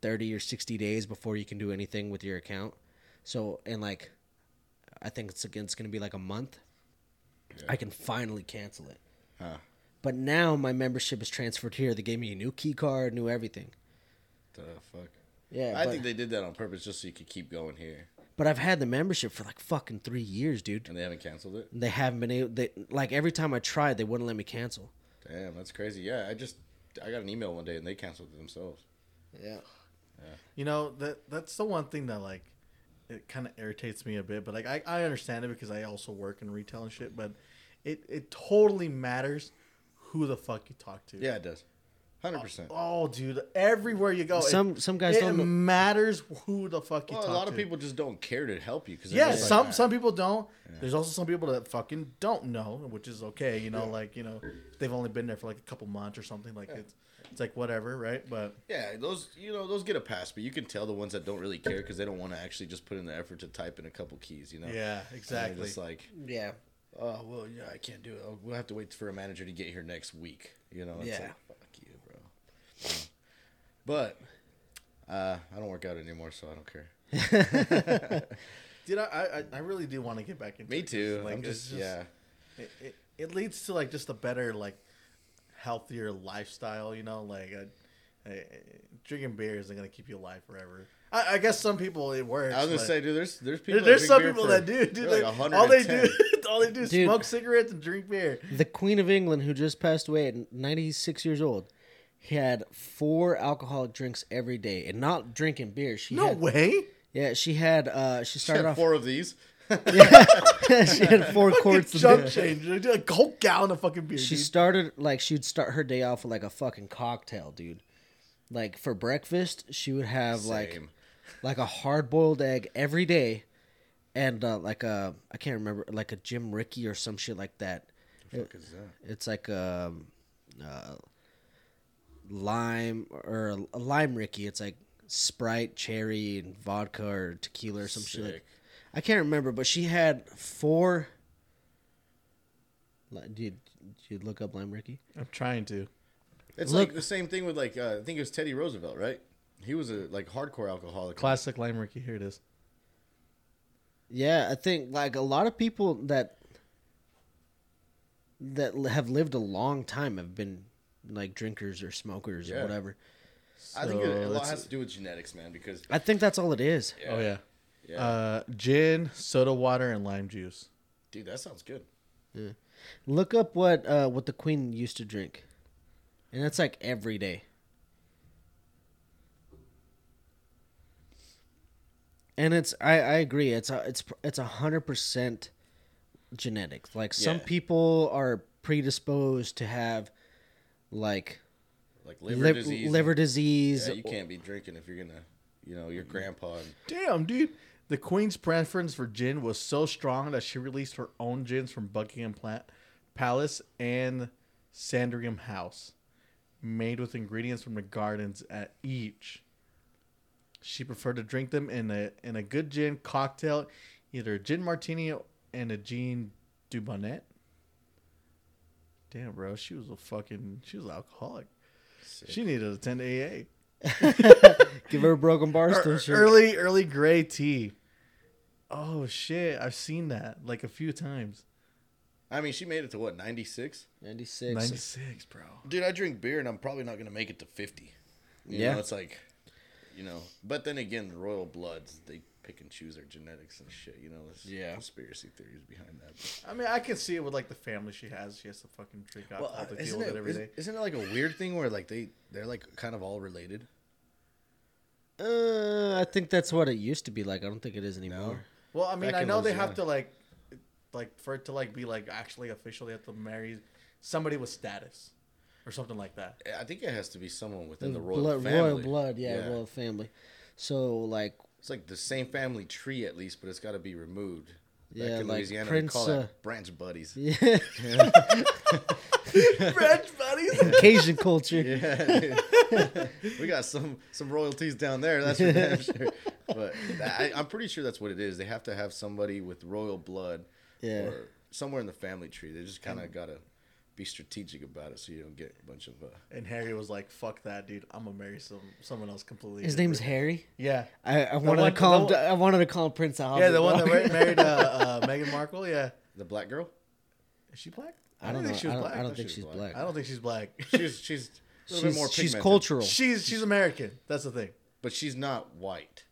[SPEAKER 1] thirty or sixty days before you can do anything with your account. So, and like, I think it's it's going to be like a month. I can finally cancel it."
[SPEAKER 3] Huh.
[SPEAKER 1] But now my membership is transferred here. They gave me a new key card, new everything.
[SPEAKER 3] The fuck.
[SPEAKER 1] Yeah,
[SPEAKER 3] I
[SPEAKER 1] but,
[SPEAKER 3] think they did that on purpose just so you could keep going here,
[SPEAKER 1] but I've had the membership for like fucking three years, dude.
[SPEAKER 3] and they haven't canceled it.
[SPEAKER 1] They haven't been able. They like every time I tried, they wouldn't let me cancel.
[SPEAKER 3] Damn, that's crazy. Yeah, I just I got an email one day and they canceled it themselves.
[SPEAKER 1] Yeah.
[SPEAKER 2] You know that that's the one thing that like it kind of irritates me a bit, but like I, I understand it because I also work in retail and shit. But it it totally matters who the fuck you talk to.
[SPEAKER 3] Yeah, it does. Hundred percent.
[SPEAKER 2] Oh, dude, everywhere you go, it-
[SPEAKER 1] Some- some guys
[SPEAKER 2] it
[SPEAKER 1] don't know-
[SPEAKER 2] matters who the fuck you
[SPEAKER 3] Well,
[SPEAKER 2] talk
[SPEAKER 3] a
[SPEAKER 2] to.
[SPEAKER 3] lot of people just don't care to help you because
[SPEAKER 2] Yeah, some some people don't. There's also some people that fucking don't know, which is okay. You know, like you know, they've only been there for like a couple months or something. Like it's it's like whatever, right? But
[SPEAKER 3] Yeah, those you know those get a pass, but you can tell the ones that don't really care because they don't want to actually just put in the effort to type in a couple keys. You know.
[SPEAKER 2] yeah, exactly.
[SPEAKER 3] It's like,
[SPEAKER 1] Yeah.
[SPEAKER 3] oh well, yeah, I can't do it. Oh, we'll have to wait for a manager to get here next week. You know. It's
[SPEAKER 1] Yeah.
[SPEAKER 3] Like, Fuck you, bro. But uh, I don't work out anymore, so I don't care.
[SPEAKER 2] Dude, I I, I really do want to get back into.
[SPEAKER 3] Me
[SPEAKER 2] it, 'cause,
[SPEAKER 3] too.
[SPEAKER 2] Like,
[SPEAKER 3] I'm
[SPEAKER 2] it's
[SPEAKER 3] just, yeah.
[SPEAKER 2] It, it, it leads to like just a better like healthier lifestyle. You know, like uh, I, I, drinking beer isn't gonna keep you alive forever. I, I guess some people it works.
[SPEAKER 3] I was gonna
[SPEAKER 2] but-
[SPEAKER 3] say, dude, there's there's
[SPEAKER 2] There-
[SPEAKER 3] people. that
[SPEAKER 2] There's
[SPEAKER 3] drink
[SPEAKER 2] some
[SPEAKER 3] beer
[SPEAKER 2] people
[SPEAKER 3] for-
[SPEAKER 2] that do, dude.
[SPEAKER 3] they're
[SPEAKER 2] like,
[SPEAKER 3] like
[SPEAKER 2] all they do,
[SPEAKER 3] 110.
[SPEAKER 2] [laughs] all they do is
[SPEAKER 1] Dude.
[SPEAKER 2] smoke cigarettes and drink beer.
[SPEAKER 1] The Queen of England, who just passed away at 96 years old, had four alcoholic drinks every day, and not drinking beer. She
[SPEAKER 2] No
[SPEAKER 1] had,
[SPEAKER 2] way.
[SPEAKER 1] Yeah, she had. uh She started off.
[SPEAKER 3] four of these.
[SPEAKER 1] [laughs] she had four quarts
[SPEAKER 2] Quarts
[SPEAKER 1] of
[SPEAKER 2] junk [laughs]
[SPEAKER 1] beer.
[SPEAKER 2] change. dude, A whole gallon of fucking beer.
[SPEAKER 1] She
[SPEAKER 2] dude.
[SPEAKER 1] started like she'd start her day off with like a fucking cocktail, dude. Like for breakfast, she would have like
[SPEAKER 3] Same.
[SPEAKER 1] like a hard boiled egg every day, and uh, like a I can't remember like a Jim Ricky or some shit like that.
[SPEAKER 3] fuck is
[SPEAKER 2] uh,
[SPEAKER 3] that?
[SPEAKER 1] It's like um, uh, lime or a lime Ricky. It's like Sprite, cherry, and vodka or tequila or some shit. Like,
[SPEAKER 3] Sick.
[SPEAKER 1] I can't remember, but she had four. Li- Did you, did you look up lime Ricky?
[SPEAKER 2] I'm trying to.
[SPEAKER 3] It's
[SPEAKER 1] Look-
[SPEAKER 3] like the same thing with like uh, I think it was Teddy Roosevelt, right? He was a like hardcore alcoholic.
[SPEAKER 2] Classic lime Ricky. Here it is.
[SPEAKER 1] Yeah, I think like a lot of people that that l- have lived a long time have been like drinkers or smokers or
[SPEAKER 3] Yeah.
[SPEAKER 1] whatever.
[SPEAKER 3] I think it,
[SPEAKER 2] So
[SPEAKER 3] a lot
[SPEAKER 2] let's-
[SPEAKER 3] has to do with genetics, man. Because
[SPEAKER 1] I think that's all it is.
[SPEAKER 2] Oh yeah.
[SPEAKER 3] Yeah.
[SPEAKER 2] Uh, gin, soda water, and lime juice.
[SPEAKER 3] dude, that sounds good.
[SPEAKER 1] Look up what uh, what the queen used to drink, and that's like every day. And it's I, I agree it's a, it's it's a hundred percent genetics. Like some
[SPEAKER 3] Yeah.
[SPEAKER 1] people are predisposed to have like
[SPEAKER 3] Like
[SPEAKER 1] liv-
[SPEAKER 3] liver disease.
[SPEAKER 1] liver disease.
[SPEAKER 3] Yeah, you can't be drinking if you're gonna, you know, your grandpa. And,
[SPEAKER 2] Damn, dude. The queen's preference for gin was so strong that she released her own gins from Buckingham Pla- Palace and Sandringham House, made with ingredients from the gardens at each. She preferred to drink them in a in a good gin cocktail, either a gin martini and a gin dubonnet. Damn, bro, she was a fucking she was an alcoholic. She needed to attend AA.
[SPEAKER 1] Give her a broken
[SPEAKER 2] [laughs] Ear-
[SPEAKER 1] barstool shirt.
[SPEAKER 2] early early gray tea. Oh shit! I've seen that like a few times.
[SPEAKER 3] I mean, she made it to what 96.
[SPEAKER 1] Ninety six.
[SPEAKER 2] Ninety six, bro.
[SPEAKER 3] Dude, I drink beer and I'm probably not gonna make it to 50. You
[SPEAKER 1] Yeah.
[SPEAKER 3] know, it's like you know. But then again, the royal bloods they pick and choose their genetics and shit. You know, there's
[SPEAKER 1] Yeah.
[SPEAKER 3] conspiracy theories behind that. but-
[SPEAKER 2] I mean, I can see it with like the family she has. She has to fucking drink alcohol
[SPEAKER 3] Well,
[SPEAKER 2] to deal
[SPEAKER 3] isn't
[SPEAKER 2] with
[SPEAKER 3] it,
[SPEAKER 2] it every
[SPEAKER 3] isn't,
[SPEAKER 2] day.
[SPEAKER 3] isn't it like a weird thing where like they they're like kind of all related?
[SPEAKER 1] Uh, I think that's what it used to be like. I don't think it is anymore.
[SPEAKER 2] Well, I mean,
[SPEAKER 3] Back
[SPEAKER 2] I
[SPEAKER 3] in
[SPEAKER 2] know they
[SPEAKER 3] those,
[SPEAKER 2] have
[SPEAKER 3] yeah.
[SPEAKER 2] to like, like for it to like be like actually official, they have to marry somebody with status or something like that.
[SPEAKER 3] [laughs] I think it has to be someone within the royal
[SPEAKER 1] Mm, blood,
[SPEAKER 3] family.
[SPEAKER 1] royal blood, yeah, royal family. So like, [laughs]
[SPEAKER 3] It's like the same family tree at least, but it's got to be removed.
[SPEAKER 1] Yeah, like
[SPEAKER 3] we
[SPEAKER 1] Prince,
[SPEAKER 3] call
[SPEAKER 1] uh,
[SPEAKER 3] that branch buddies.
[SPEAKER 1] yeah,
[SPEAKER 2] French buddies. [laughs]
[SPEAKER 1] Cajun culture.
[SPEAKER 3] Yeah, dude. [laughs] we got some some royalties down there. That's for damn sure. But that, I, I'm pretty sure that's what it is. They have to have somebody with royal blood,
[SPEAKER 1] Yeah.
[SPEAKER 3] or somewhere in the family tree. They just kind of gotta be strategic about it, so you don't get a bunch of. Uh,
[SPEAKER 2] And Harry was like, "Fuck that, dude. I'm gonna marry some someone else completely."
[SPEAKER 1] His
[SPEAKER 2] different."
[SPEAKER 1] name's Harry.
[SPEAKER 2] yeah,
[SPEAKER 1] I, I wanted
[SPEAKER 2] one-
[SPEAKER 1] to call him.
[SPEAKER 2] the one-
[SPEAKER 1] I wanted to call him Prince Albert.
[SPEAKER 2] yeah, the one
[SPEAKER 1] dog. [laughs]
[SPEAKER 3] [laughs]
[SPEAKER 2] that mar- married uh, uh, Meghan Markle. Yeah,
[SPEAKER 3] the black girl.
[SPEAKER 2] is she black?
[SPEAKER 1] I don't know.
[SPEAKER 2] think she
[SPEAKER 1] I
[SPEAKER 2] was
[SPEAKER 1] don't,
[SPEAKER 2] black.
[SPEAKER 1] I don't
[SPEAKER 2] I don't,
[SPEAKER 3] thought
[SPEAKER 1] think
[SPEAKER 3] she
[SPEAKER 1] she's
[SPEAKER 3] was
[SPEAKER 1] black.
[SPEAKER 3] black.
[SPEAKER 2] think she's black.
[SPEAKER 3] She's she's a little
[SPEAKER 1] She's,
[SPEAKER 3] bit more.
[SPEAKER 1] she's
[SPEAKER 3] pigmented,
[SPEAKER 1] cultural.
[SPEAKER 2] she's she's American. That's the thing.
[SPEAKER 3] but she's not white.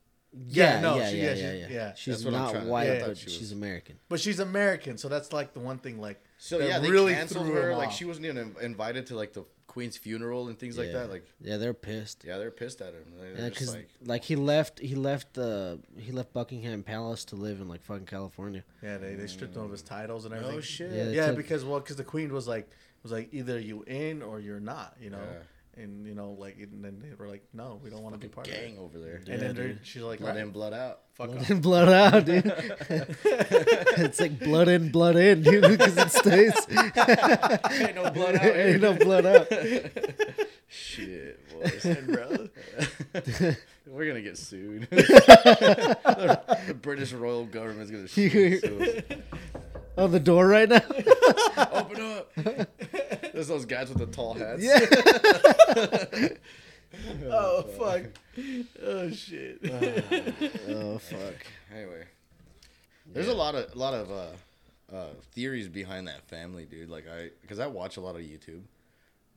[SPEAKER 1] yeah,
[SPEAKER 2] no,
[SPEAKER 1] yeah, yeah,
[SPEAKER 2] she- yeah,
[SPEAKER 1] yeah,
[SPEAKER 2] she's-
[SPEAKER 1] yeah.
[SPEAKER 2] yeah.
[SPEAKER 1] She's
[SPEAKER 3] That's what I'm
[SPEAKER 1] not
[SPEAKER 3] trying to-
[SPEAKER 1] white,
[SPEAKER 2] yeah, I
[SPEAKER 1] but
[SPEAKER 3] thought she was-
[SPEAKER 1] she's American.
[SPEAKER 2] But she's American, so that's like the one thing. Like,
[SPEAKER 3] So
[SPEAKER 2] that
[SPEAKER 3] yeah, they
[SPEAKER 2] really
[SPEAKER 3] canceled
[SPEAKER 2] threw
[SPEAKER 3] her.
[SPEAKER 2] him
[SPEAKER 3] Like
[SPEAKER 2] off.
[SPEAKER 3] she wasn't even in- invited to like the queen's funeral and things like
[SPEAKER 1] yeah.
[SPEAKER 3] that. Like
[SPEAKER 1] yeah, they're pissed.
[SPEAKER 3] yeah, they're pissed at him. They're
[SPEAKER 1] Yeah,
[SPEAKER 3] just
[SPEAKER 1] because like,
[SPEAKER 3] like,
[SPEAKER 1] he left, he left the, he left Buckingham Palace to live in like fucking California.
[SPEAKER 2] Yeah, they, they stripped him of his titles and everything.
[SPEAKER 3] shit.
[SPEAKER 1] Yeah,
[SPEAKER 2] Yeah,
[SPEAKER 1] they took-
[SPEAKER 2] because well, because the queen was like was like either you in or you're not, you know. And you know, like and then they were like, no, we don't want to be part
[SPEAKER 3] gang
[SPEAKER 2] of
[SPEAKER 3] over there.
[SPEAKER 2] it. And then
[SPEAKER 1] Yeah,
[SPEAKER 2] they're- she's like,
[SPEAKER 3] Blood
[SPEAKER 2] "Right,
[SPEAKER 3] in, blood out.
[SPEAKER 1] [laughs]
[SPEAKER 2] fuck
[SPEAKER 1] Blood
[SPEAKER 2] off.
[SPEAKER 1] in, blood out, dude. [laughs] it's like blood in, blood in, dude, [laughs] because it stays.
[SPEAKER 3] Ain't no
[SPEAKER 1] [laughs]
[SPEAKER 3] blood out. here.
[SPEAKER 1] Ain't no blood out.
[SPEAKER 3] [laughs] Shit, [laughs] boys.
[SPEAKER 2] bro.
[SPEAKER 1] [laughs]
[SPEAKER 3] We're gonna get sued. the British royal government's gonna sue us.
[SPEAKER 1] On the door right now. [laughs]
[SPEAKER 3] Open up. There's those guys with the tall hats.
[SPEAKER 1] Yeah.
[SPEAKER 2] Oh [laughs] fuck. Oh shit.
[SPEAKER 1] Oh fuck.
[SPEAKER 3] Anyway, there's a lot of a lot of uh, uh, theories behind that family, dude. Like I, because I watch a lot of YouTube.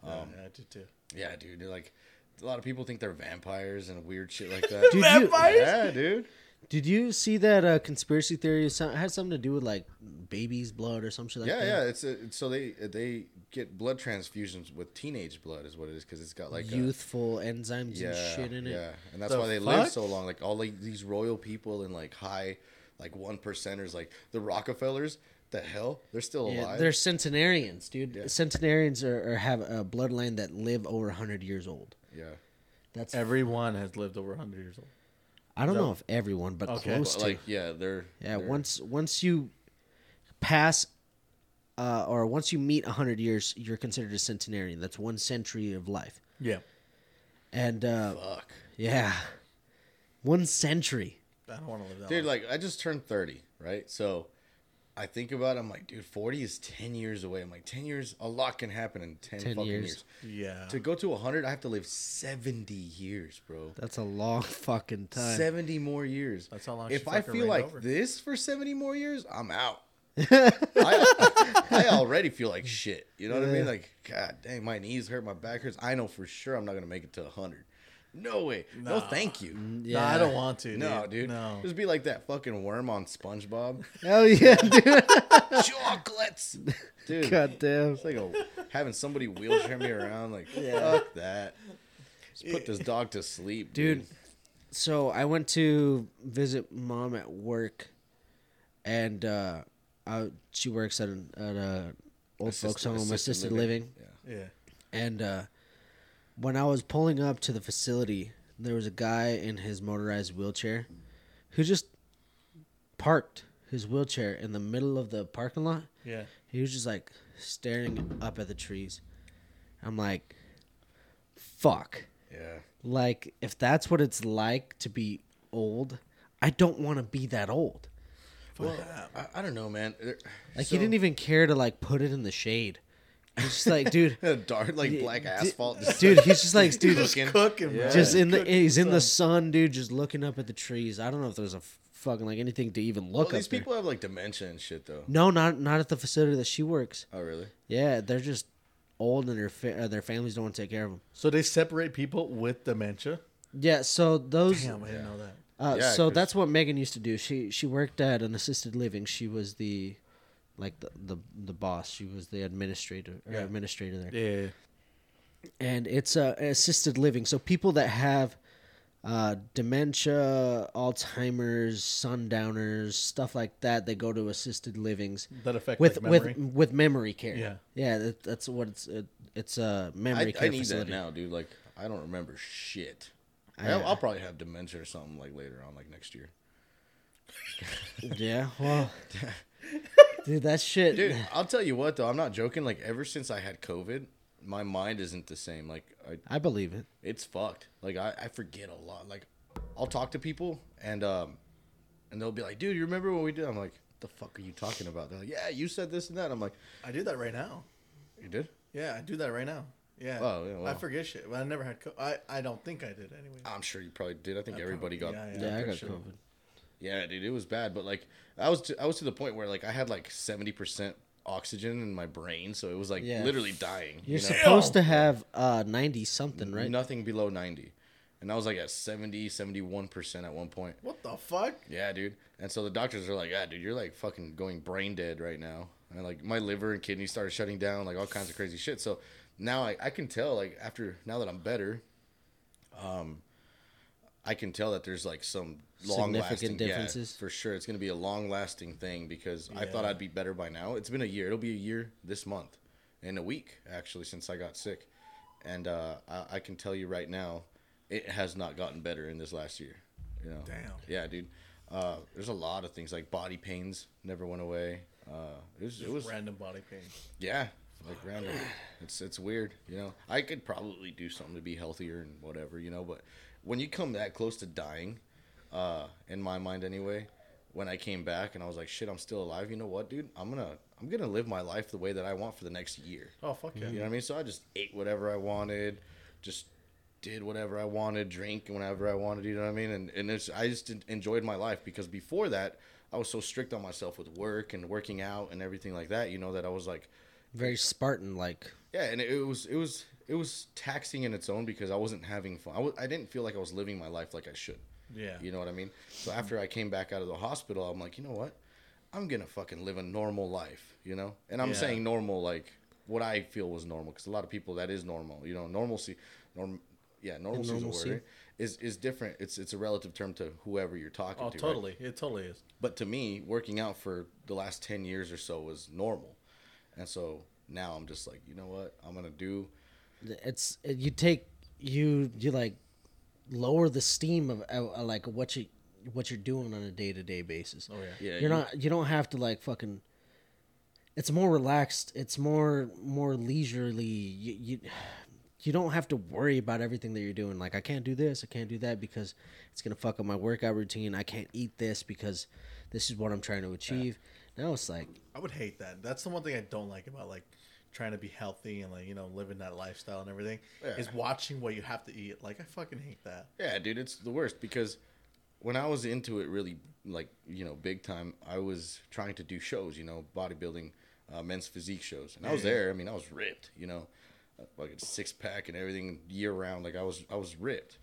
[SPEAKER 2] Oh, yeah, I did too.
[SPEAKER 3] Yeah, dude. They're like, a lot of people think they're vampires and weird shit like that.
[SPEAKER 1] Did you,
[SPEAKER 2] Vampires?
[SPEAKER 3] yeah, dude.
[SPEAKER 1] did you see that uh, conspiracy theory? It so- had something to do with like baby's blood or some shit like
[SPEAKER 3] Yeah,
[SPEAKER 1] that.
[SPEAKER 3] yeah. It's a, so they they get blood transfusions with teenage blood is what it is because it's got like a-
[SPEAKER 1] Youthful enzymes and shit in it.
[SPEAKER 3] Yeah, and that's
[SPEAKER 2] The
[SPEAKER 3] why they live
[SPEAKER 2] fuck?
[SPEAKER 3] so long. Like all like these royal people and like high, like one percenters, like the Rockefellers. The hell, they're still
[SPEAKER 1] Yeah,
[SPEAKER 3] alive.
[SPEAKER 1] they're centenarians, dude. Centenarians are, are have a bloodline that live over 100 years old.
[SPEAKER 3] yeah,
[SPEAKER 1] That's
[SPEAKER 2] Everyone has lived over 100 years old.
[SPEAKER 1] I don't know if everyone, but
[SPEAKER 2] Okay.
[SPEAKER 1] close
[SPEAKER 3] But,
[SPEAKER 1] to.
[SPEAKER 3] like yeah, they're
[SPEAKER 1] yeah,
[SPEAKER 3] they're-
[SPEAKER 1] once once you pass uh, or once you meet 100 years, you're considered a centenarian. That's one century of life.
[SPEAKER 2] Yeah.
[SPEAKER 1] And uh,
[SPEAKER 3] fuck,
[SPEAKER 1] yeah, one century.
[SPEAKER 2] I don't want to live that.
[SPEAKER 3] dude.
[SPEAKER 2] long.
[SPEAKER 3] Like I just turned thirty, right? So I think about, it, I'm like, dude, forty is ten years away. I'm like, ten years, a lot can happen in ten,
[SPEAKER 1] 10
[SPEAKER 3] fucking
[SPEAKER 1] years.
[SPEAKER 3] years.
[SPEAKER 2] yeah.
[SPEAKER 3] To go to hundred, I have to live seventy years, bro.
[SPEAKER 1] That's a long [laughs] fucking time.
[SPEAKER 3] 70 more years.
[SPEAKER 2] That's how long she
[SPEAKER 3] If I
[SPEAKER 2] fucking
[SPEAKER 3] feel
[SPEAKER 2] reigned
[SPEAKER 3] like
[SPEAKER 2] over.
[SPEAKER 3] this for 70 more years, I'm out. I, I already feel like shit. You know what I mean? Like, God dang, my knees hurt, my back hurts. I know for sure I'm not going to make it to 100. No way.
[SPEAKER 2] Nah.
[SPEAKER 3] No, thank you.
[SPEAKER 2] No, I don't want to.
[SPEAKER 3] No, dude.
[SPEAKER 2] No.
[SPEAKER 3] Just be like that fucking worm on SpongeBob.
[SPEAKER 1] Hell yeah, [laughs] dude.
[SPEAKER 3] Chocolates. Dude.
[SPEAKER 1] God damn.
[SPEAKER 3] It's like a, having somebody wheelchair me around. Like, fuck that. Just put this dog to sleep, dude.
[SPEAKER 1] dude. So I went to visit mom at work, and uh, I, she works at an at a old folks
[SPEAKER 3] Assisted-
[SPEAKER 1] home, assisted, living.
[SPEAKER 3] Yeah.
[SPEAKER 2] Yeah.
[SPEAKER 1] And uh, when I was pulling up to the facility, there was a guy in his motorized wheelchair who just parked his wheelchair in the middle of the parking lot.
[SPEAKER 2] Yeah.
[SPEAKER 1] He was just like staring up at the trees. I'm like, fuck
[SPEAKER 3] Yeah.
[SPEAKER 1] like if that's what it's like to be old i don't want to be that old
[SPEAKER 3] Well, I, I don't know, man. There-
[SPEAKER 1] like
[SPEAKER 3] so-
[SPEAKER 1] he didn't even care to like put it in the shade he's just like dude [laughs]
[SPEAKER 3] [laughs] A dark, like black
[SPEAKER 1] d-
[SPEAKER 3] asphalt. Just
[SPEAKER 1] dude he's just like dude
[SPEAKER 3] Just
[SPEAKER 1] just,
[SPEAKER 3] Skin.
[SPEAKER 2] Cooking, bro.
[SPEAKER 3] Just
[SPEAKER 1] in the he's in the sun dude just looking up at the trees i don't know if there's a f- fucking like anything to even
[SPEAKER 3] well,
[SPEAKER 1] look at.
[SPEAKER 3] these people have like dementia and shit, though.
[SPEAKER 1] no not not at the facility that she works
[SPEAKER 3] Oh, really?
[SPEAKER 1] yeah they're just old and their fa- uh, their families don't want to take care of them
[SPEAKER 2] So they separate people with dementia.
[SPEAKER 1] Yeah, so those
[SPEAKER 2] Damn, I didn't know that.
[SPEAKER 1] Uh,
[SPEAKER 3] Yeah,
[SPEAKER 1] so
[SPEAKER 3] 'cause-
[SPEAKER 1] that's what Megan used to do. She she worked at an assisted living. She was the, like the the, the boss. She was the administrator or
[SPEAKER 2] Yeah.
[SPEAKER 1] administrator there.
[SPEAKER 2] Yeah.
[SPEAKER 1] And it's uh, assisted living. So people that have uh, dementia, Alzheimer's, sundowners, stuff like that, they go to assisted livings
[SPEAKER 2] That affect
[SPEAKER 1] with
[SPEAKER 2] Mm. like, memory.
[SPEAKER 1] with with memory care.
[SPEAKER 2] Yeah.
[SPEAKER 1] yeah, that, that's what it's it, it's a memory
[SPEAKER 3] I,
[SPEAKER 1] care
[SPEAKER 3] I need
[SPEAKER 1] facility.
[SPEAKER 3] that now, dude. Like, I don't remember shit.
[SPEAKER 1] I- uh,
[SPEAKER 3] I'll, I'll probably have dementia or something like later on, like next year. [laughs]
[SPEAKER 1] Yeah, well, dude, that shit. [laughs]
[SPEAKER 3] Dude, I'll tell you what though, I'm not joking. Like, ever since I had COVID, my mind isn't the same. Like, I,
[SPEAKER 1] I believe it.
[SPEAKER 3] it's fucked. Like, I, I forget a lot. Like, I'll talk to people and um, and they'll be like, "Dude, you remember what we did?" I'm like, "The fuck are you talking about?" They're like, "Yeah, you said this and that." I'm like,
[SPEAKER 2] I do that right now.
[SPEAKER 3] "You did?"
[SPEAKER 2] Yeah, I do that right now. Yeah.
[SPEAKER 3] Oh, yeah,
[SPEAKER 2] I
[SPEAKER 3] wow.
[SPEAKER 2] forget shit. But I never had. Co- I I don't think I did anyway.
[SPEAKER 3] I'm sure you probably did. I think everybody
[SPEAKER 2] probably- yeah,
[SPEAKER 3] got. Yeah,
[SPEAKER 2] yeah.
[SPEAKER 1] Yeah, I
[SPEAKER 2] for
[SPEAKER 1] got
[SPEAKER 2] sure.
[SPEAKER 1] COVID.
[SPEAKER 3] dude, it was bad. But like, I was to, I was to the point where like I had like 70 percent oxygen in my brain, so it was like
[SPEAKER 1] Yeah.
[SPEAKER 3] literally dying.
[SPEAKER 1] You're
[SPEAKER 3] you know?
[SPEAKER 1] supposed to have uh 90 something, right?
[SPEAKER 3] Nothing below 90. And I was like at 70, 71% at one point.
[SPEAKER 2] What the fuck?
[SPEAKER 3] Yeah, dude. And so the doctors are like, ah, dude, you're like fucking going brain dead right now. And like my liver and kidneys started shutting down, like all kinds of crazy shit. So now I, I can tell, like, after now that I'm better, um, I can tell that there's like some long lasting
[SPEAKER 1] Significant differences?
[SPEAKER 3] Yeah, for sure. It's going to be a long lasting thing because I thought I'd be better by now. It's been a year. It'll be a year this month in a week, actually, since I got sick. And uh, I, I can tell you right now, it has not gotten better in this last year. You know?
[SPEAKER 2] Damn.
[SPEAKER 3] Yeah, dude. Uh, there's a lot of things like body pains never went away. Uh, it was, it was
[SPEAKER 2] random body pain.
[SPEAKER 3] yeah, like random. It's it's weird, you know. I could probably do something to be healthier and whatever, you know. But when you come that close to dying, uh, in my mind anyway, when I came back and I was like, shit, I'm still alive. You know what, dude? I'm gonna I'm gonna live my life the way that I want for the next year.
[SPEAKER 2] Oh fuck yeah.
[SPEAKER 3] You know what I mean? So I just ate whatever I wanted, just did whatever I wanted, drink whenever I wanted. You know what I mean? And and it's I just en- enjoyed my life because before that I was so strict on myself with work and working out and everything like that. You know that I was like,
[SPEAKER 1] Very Spartan like.
[SPEAKER 3] yeah, and it was it was it was taxing in its own because I wasn't having fun. I w- I didn't feel like I was living my life like I should.
[SPEAKER 2] Yeah.
[SPEAKER 3] You know what I mean? So after I came back out of the hospital, I'm like, you know what? I'm gonna fucking live a normal life, you know. And I'm
[SPEAKER 2] Yeah.
[SPEAKER 3] saying normal like what I feel was normal because a lot of people that is normal, you know. Normalcy, norm, yeah, normalcy is a word.
[SPEAKER 1] Normalcy.
[SPEAKER 3] right? Is is different. It's it's a relative term to whoever you're talking
[SPEAKER 2] Oh
[SPEAKER 3] to. right?
[SPEAKER 2] totally. It totally is.
[SPEAKER 3] But to me, working out for the last 10 years or so was normal. And so now I'm just like, you know what? I'm going to do.
[SPEAKER 1] It's you take you you like lower the steam of uh, uh, like what you what you're doing on a day-to-day basis.
[SPEAKER 2] Oh yeah.
[SPEAKER 3] Yeah,
[SPEAKER 1] You're not you don't have to like fucking it's more relaxed. It's more more leisurely. You, you you don't have to worry about everything that you're doing. Like I can't do this, I can't do that because it's gonna fuck up my workout routine. I can't eat this because this is what I'm trying to achieve. Now it's like
[SPEAKER 2] I would hate that. That's the one thing I don't like about like trying to be healthy and like you know living that lifestyle and everything
[SPEAKER 3] Yeah.
[SPEAKER 2] is watching what you have to eat. Like I fucking hate that.
[SPEAKER 3] Yeah, dude, it's the worst because when I was into it really, like, you know, big time, I was trying to do shows, you know, bodybuilding, uh, men's physique shows. And I was
[SPEAKER 2] Yeah.
[SPEAKER 3] there. I mean, I was ripped, you know, like a six pack and everything year round. Like, I was, I was ripped.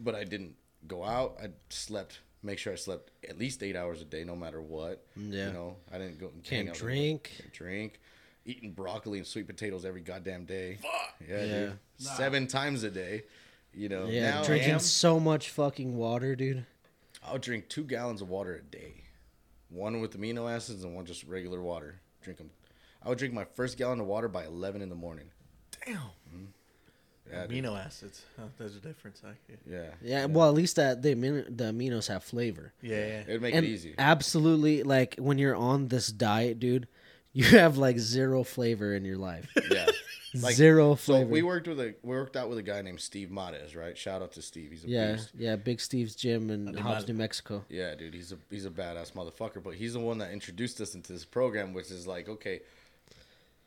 [SPEAKER 3] But I didn't go out. I slept, make sure I slept at least eight hours a day, no matter what.
[SPEAKER 1] Mm, Yeah.
[SPEAKER 3] You know, I didn't go and hang
[SPEAKER 1] can't
[SPEAKER 3] out with-
[SPEAKER 1] drink.
[SPEAKER 3] drink, eating broccoli and sweet potatoes every goddamn day. Yeah,
[SPEAKER 1] Yeah.
[SPEAKER 3] dude. Seven times a day. You know,
[SPEAKER 1] Yeah,
[SPEAKER 3] now
[SPEAKER 1] drinking
[SPEAKER 2] am-
[SPEAKER 1] so much fucking water, dude.
[SPEAKER 3] I'll drink two gallons of water a day, one with amino acids and one just regular water. Drink them. I would drink my first gallon of water by eleven in the morning.
[SPEAKER 2] Damn.
[SPEAKER 3] Yeah, dude.
[SPEAKER 2] Amino acids. Huh, there's a difference. I, yeah.
[SPEAKER 3] Yeah,
[SPEAKER 1] Yeah, well, at least that the amino, the aminos have flavor.
[SPEAKER 2] Yeah. yeah.
[SPEAKER 3] it'd make
[SPEAKER 1] and
[SPEAKER 3] it easy.
[SPEAKER 1] absolutely, like when you're on this diet, dude, [laughs] you have like zero flavor in your life. [laughs]
[SPEAKER 3] Yeah. [laughs] Like,
[SPEAKER 1] zero
[SPEAKER 3] So
[SPEAKER 1] flavor.
[SPEAKER 3] we worked with a we worked out with a guy named Steve Mares, right? Shout out to Steve. He's a
[SPEAKER 1] yeah,
[SPEAKER 3] beast.
[SPEAKER 1] yeah. Big Steve's gym in Hobbs,
[SPEAKER 2] Madre.
[SPEAKER 1] New Mexico.
[SPEAKER 3] Yeah, dude, he's a he's a badass motherfucker. But he's the one that introduced us into this program, which is like, okay,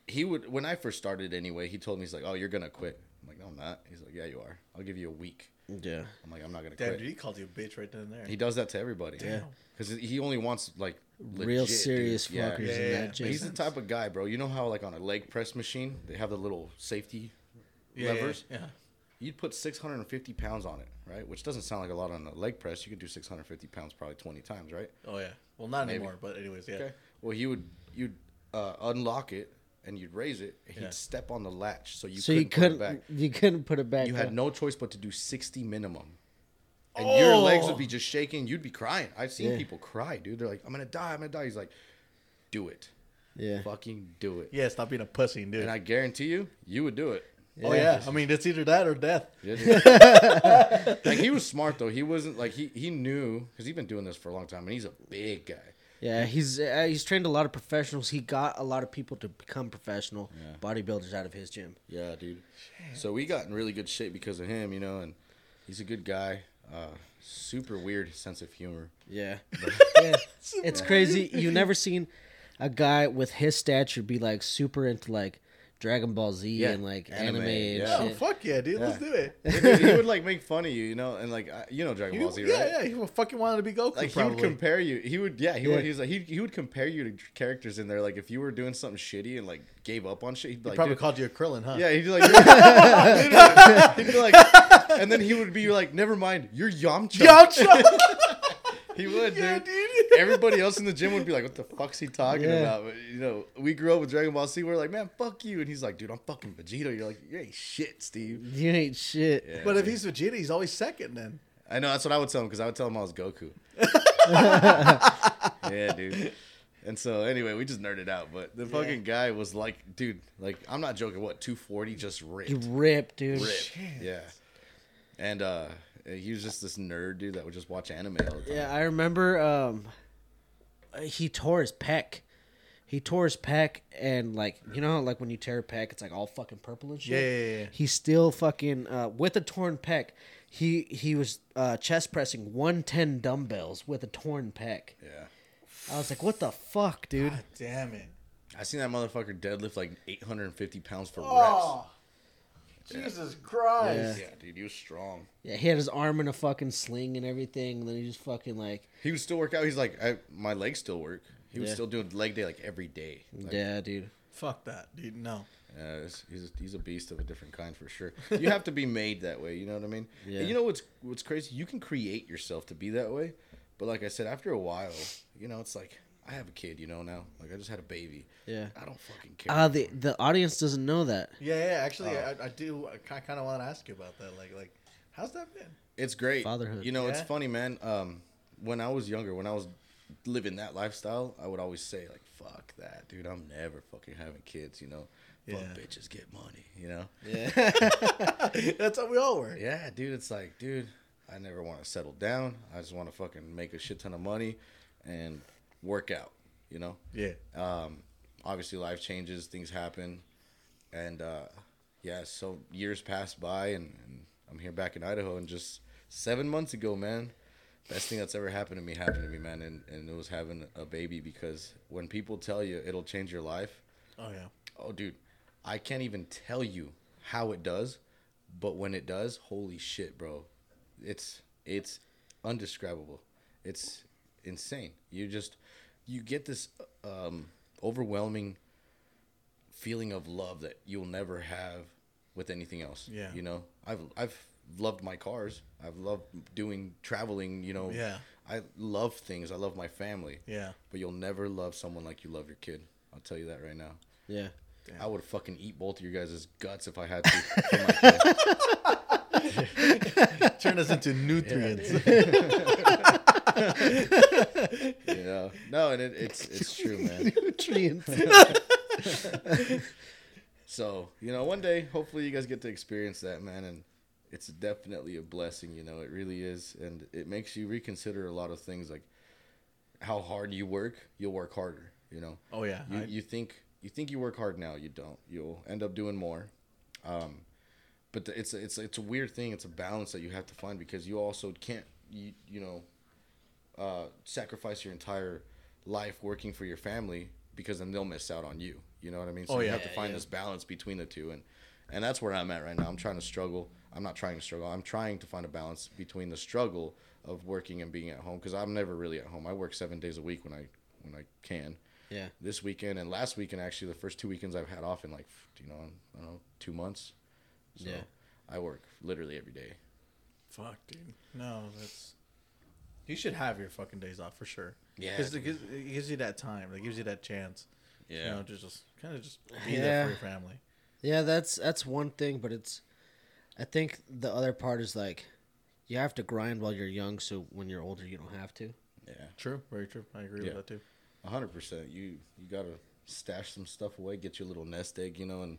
[SPEAKER 3] he would when I first started anyway. He told me he's like, oh, you're gonna quit. I'm like, no, I'm not. He's like, yeah, you are. I'll give you a week.
[SPEAKER 1] Yeah,
[SPEAKER 3] I'm like, I'm not gonna
[SPEAKER 2] Damn,
[SPEAKER 3] quit.
[SPEAKER 2] dude, he called you a bitch right then and there.
[SPEAKER 3] He does that to everybody. Yeah, because he only wants like
[SPEAKER 1] real
[SPEAKER 3] legit, dude.
[SPEAKER 1] serious
[SPEAKER 3] Yeah.
[SPEAKER 1] fuckers
[SPEAKER 2] Yeah,
[SPEAKER 1] in
[SPEAKER 2] yeah,
[SPEAKER 1] that
[SPEAKER 2] but
[SPEAKER 1] gym.
[SPEAKER 3] He's the type of guy, bro. You know how like on a leg press machine they have the little safety
[SPEAKER 2] yeah,
[SPEAKER 3] levers.
[SPEAKER 2] Yeah. yeah.
[SPEAKER 3] You you'd put 650 pounds on it, right? Which doesn't sound like a lot on a leg press. You could do 650 pounds probably 20 times, right?
[SPEAKER 2] Oh yeah. Well, not
[SPEAKER 3] Maybe.
[SPEAKER 2] anymore. But anyways, yeah.
[SPEAKER 3] Okay. Well, you would you'd uh, unlock it and you'd raise it. and He'd
[SPEAKER 2] Yeah.
[SPEAKER 3] step on the latch, so you
[SPEAKER 1] so
[SPEAKER 3] couldn't,
[SPEAKER 1] you couldn't
[SPEAKER 3] put it back.
[SPEAKER 1] [laughs] you couldn't put it back.
[SPEAKER 3] You had
[SPEAKER 1] huh?
[SPEAKER 3] no choice but to do 60 minimum. And your legs
[SPEAKER 2] Oh.
[SPEAKER 3] would be just shaking. You'd be crying. I've seen
[SPEAKER 1] Yeah.
[SPEAKER 3] people cry, dude. They're like, "I'm gonna die. I'm gonna die." He's like, "Do it,
[SPEAKER 1] yeah.
[SPEAKER 3] fucking do it."
[SPEAKER 2] Yeah. Stop being a pussy, and do it.
[SPEAKER 3] And I guarantee you, you would do it.
[SPEAKER 2] oh yeah. I mean, it's either that or death.
[SPEAKER 3] like he was smart though. He wasn't like he he knew because he's been doing this for a long time, and he's a big guy.
[SPEAKER 1] Yeah, he's uh, he's trained a lot of professionals. He got a lot of people to become professional bodybuilders out of his gym.
[SPEAKER 3] Yeah, dude. So we got in really good shape because of him, you know, and he's a good guy. Uh, super weird sense of humor.
[SPEAKER 2] [laughs]
[SPEAKER 1] Yeah. yeah. It's crazy. You've never seen a guy with his stature be like super into like Dragon Ball Z
[SPEAKER 3] Yeah,
[SPEAKER 1] and like anime,
[SPEAKER 3] anime,
[SPEAKER 1] and
[SPEAKER 3] yeah.
[SPEAKER 2] Oh
[SPEAKER 1] shit.
[SPEAKER 2] fuck yeah, dude. Let's
[SPEAKER 3] Yeah.
[SPEAKER 2] do it.
[SPEAKER 3] Dude, [laughs] he would like make fun of you, you know, and like I- you know Dragon
[SPEAKER 2] You,
[SPEAKER 3] Ball Z, right?
[SPEAKER 2] yeah, yeah. He would fucking wanted to be Goku.
[SPEAKER 3] Like he
[SPEAKER 2] probably.
[SPEAKER 3] would compare you. He would, yeah. He
[SPEAKER 1] Yeah.
[SPEAKER 3] would. He was like he, he would compare you to characters in there. Like if you were doing something shitty and like gave up on shit, he'd
[SPEAKER 2] He
[SPEAKER 3] be like,
[SPEAKER 2] probably
[SPEAKER 3] "Dude,
[SPEAKER 2] called you a Krillin, huh?
[SPEAKER 3] Yeah, he'd be like, Literally. he'd be like, and then he would be like, never mind, you're Yamcha.
[SPEAKER 2] Yamcha.
[SPEAKER 3] He would,
[SPEAKER 2] yeah,
[SPEAKER 3] dude.
[SPEAKER 2] dude.
[SPEAKER 3] Everybody else in the gym would be like, what the fuck's he talking
[SPEAKER 1] Yeah.
[SPEAKER 3] about? But, you know, we grew up with Dragon Ball Z. We're like, man, fuck you. And he's like, dude, I'm fucking Vegeta. You're like, you ain't shit, Steve.
[SPEAKER 1] You ain't shit.
[SPEAKER 3] Yeah,
[SPEAKER 2] But if
[SPEAKER 3] dude.
[SPEAKER 2] he's Vegeta, he's always second then.
[SPEAKER 3] I know, that's what I would tell him because I would tell him I was
[SPEAKER 1] [laughs]
[SPEAKER 3] Goku. yeah, dude. And so, anyway, we just nerded out. But the fucking guy was like, dude, like, I'm not joking. What, 240 just ripped?
[SPEAKER 1] You rip, dude.
[SPEAKER 3] Rip.
[SPEAKER 2] Shit.
[SPEAKER 3] Yeah. And uh he was just this nerd dude that would just watch anime all the time.
[SPEAKER 1] Yeah, I remember um he tore his pec. He tore his pec and like you know how, like when you tear a pec it's like all fucking purple and shit.
[SPEAKER 2] Yeah, yeah, yeah, yeah.
[SPEAKER 1] He still fucking uh with a torn pec. He he was uh chest pressing 110 dumbbells with a torn pec.
[SPEAKER 3] Yeah.
[SPEAKER 1] I was like, "What the fuck, dude?"
[SPEAKER 2] God damn it.
[SPEAKER 3] I seen that motherfucker deadlift like 850 pounds for
[SPEAKER 2] Oh, Jesus Christ.
[SPEAKER 1] Yeah.
[SPEAKER 3] reps. Yeah, dude, he was strong.
[SPEAKER 1] Yeah, he had his arm in a fucking sling and everything, and then he just fucking like,
[SPEAKER 3] He would still work out. He's like, I, my legs still work. He was
[SPEAKER 1] Yeah.
[SPEAKER 3] still doing leg day like every day. Like,
[SPEAKER 1] "Yeah, dude."
[SPEAKER 2] Fuck that, dude. No.
[SPEAKER 3] Yeah, it's- he's a, he's a beast of a different kind for sure. You have to be made that way. You know what I mean?
[SPEAKER 1] Yeah.
[SPEAKER 3] And you know what's what's crazy? You can create yourself to be that way, but like I said, after a while, you know, it's like I have a kid. You know now, like I just had a baby.
[SPEAKER 1] Yeah.
[SPEAKER 3] I don't fucking care.
[SPEAKER 1] Uh the the audience doesn't know that.
[SPEAKER 2] Yeah, yeah. Actually,
[SPEAKER 3] Oh.
[SPEAKER 2] I, I do. I kind of want to ask you about that. Like, like, how's that been? [laughs]
[SPEAKER 3] it's great.
[SPEAKER 1] Fatherhood.
[SPEAKER 3] You know, it's
[SPEAKER 2] Yeah.
[SPEAKER 3] funny, man. Um, when I was younger, when I was living that lifestyle, I would always say like, "Fuck that, dude. I'm never fucking having kids." You know,
[SPEAKER 2] Yeah.
[SPEAKER 3] fuck bitches, get money. You know.
[SPEAKER 1] Yeah,
[SPEAKER 2] That's how we all were.
[SPEAKER 3] Yeah, dude, it's like, dude, I never want to settle down. I just want to fucking make a shit ton of money and work out, you know?
[SPEAKER 2] Yeah.
[SPEAKER 3] Um, obviously, life changes, things happen. And uh, yeah, so years passed by, and, and I'm here back in Idaho. And just seven months ago, man, best thing that's ever happened to me happened to me, man. And, and it was having a baby because when people tell you it'll change your life,
[SPEAKER 2] Oh yeah.
[SPEAKER 3] Oh, dude, I can't even tell you how it does, but when it does, holy shit, bro, it's it's undescribable. It's insane. You just you get this um, overwhelming feeling of love that you'll never have with anything else.
[SPEAKER 2] Yeah.
[SPEAKER 3] you know, I've I've loved my cars. I've loved doing traveling. You know,
[SPEAKER 2] Yeah.
[SPEAKER 3] I love things. I love my family.
[SPEAKER 2] Yeah.
[SPEAKER 3] But you'll never love someone like you love your kid. I'll tell you that right now.
[SPEAKER 1] [laughs] yeah.
[SPEAKER 3] I would fucking eat both of your guys' guts if I had to. [laughs] for my kid.
[SPEAKER 2] Turn us
[SPEAKER 3] [laughs]
[SPEAKER 2] into nutrients.
[SPEAKER 3] you know? No, and it, it's it's true, man.
[SPEAKER 1] [laughs] Nutrients.
[SPEAKER 3] So you know, one day, hopefully, you guys get to experience that, man. And it's definitely a blessing. You know, it really is, and it makes you reconsider a lot of things, like how hard you work. You'll work harder. You know.
[SPEAKER 2] Oh, yeah.
[SPEAKER 3] You,
[SPEAKER 2] I-
[SPEAKER 3] you think you think you work hard now. You don't. You'll end up doing more. Um, but the, it's a- it's a- it's a weird thing. It's a balance that you have to find because you also can't you you know uh, sacrifice your entire life working for your family because then they'll miss out on you. You know what I mean? So
[SPEAKER 2] Oh,
[SPEAKER 3] you
[SPEAKER 2] yeah.
[SPEAKER 3] have to
[SPEAKER 2] Yeah,
[SPEAKER 3] find
[SPEAKER 2] yeah.
[SPEAKER 3] this balance between the two and and that's where I'm at right now. I'm trying to struggle. I'm not trying to struggle. I'm trying to find a balance between the struggle of working and being at home because I'm never really at home. I work 7 days a week when I when I can.
[SPEAKER 1] Yeah.
[SPEAKER 3] This weekend and last weekend actually the first two weekends I've had off in like, you know, I don't know, 2 months. So
[SPEAKER 1] Yeah.
[SPEAKER 3] I work literally every day.
[SPEAKER 2] Fuck, dude. No, that's. You should have your fucking days off for sure.
[SPEAKER 3] Yeah.
[SPEAKER 2] because it, gives- it gives you that time. It gives you that chance.
[SPEAKER 3] Yeah.
[SPEAKER 2] You know, to just kind of just be there for
[SPEAKER 1] Yeah.
[SPEAKER 2] your family.
[SPEAKER 1] Yeah, that's that's one thing, but it's I think the other part is like you have to grind while you're young so when you're older you don't have to.
[SPEAKER 3] yeah.
[SPEAKER 2] True. Very true. I agree
[SPEAKER 3] Yeah.
[SPEAKER 2] with that too.
[SPEAKER 3] A hundred percent. You you gotta stash some stuff away, get your little nest egg, you know, and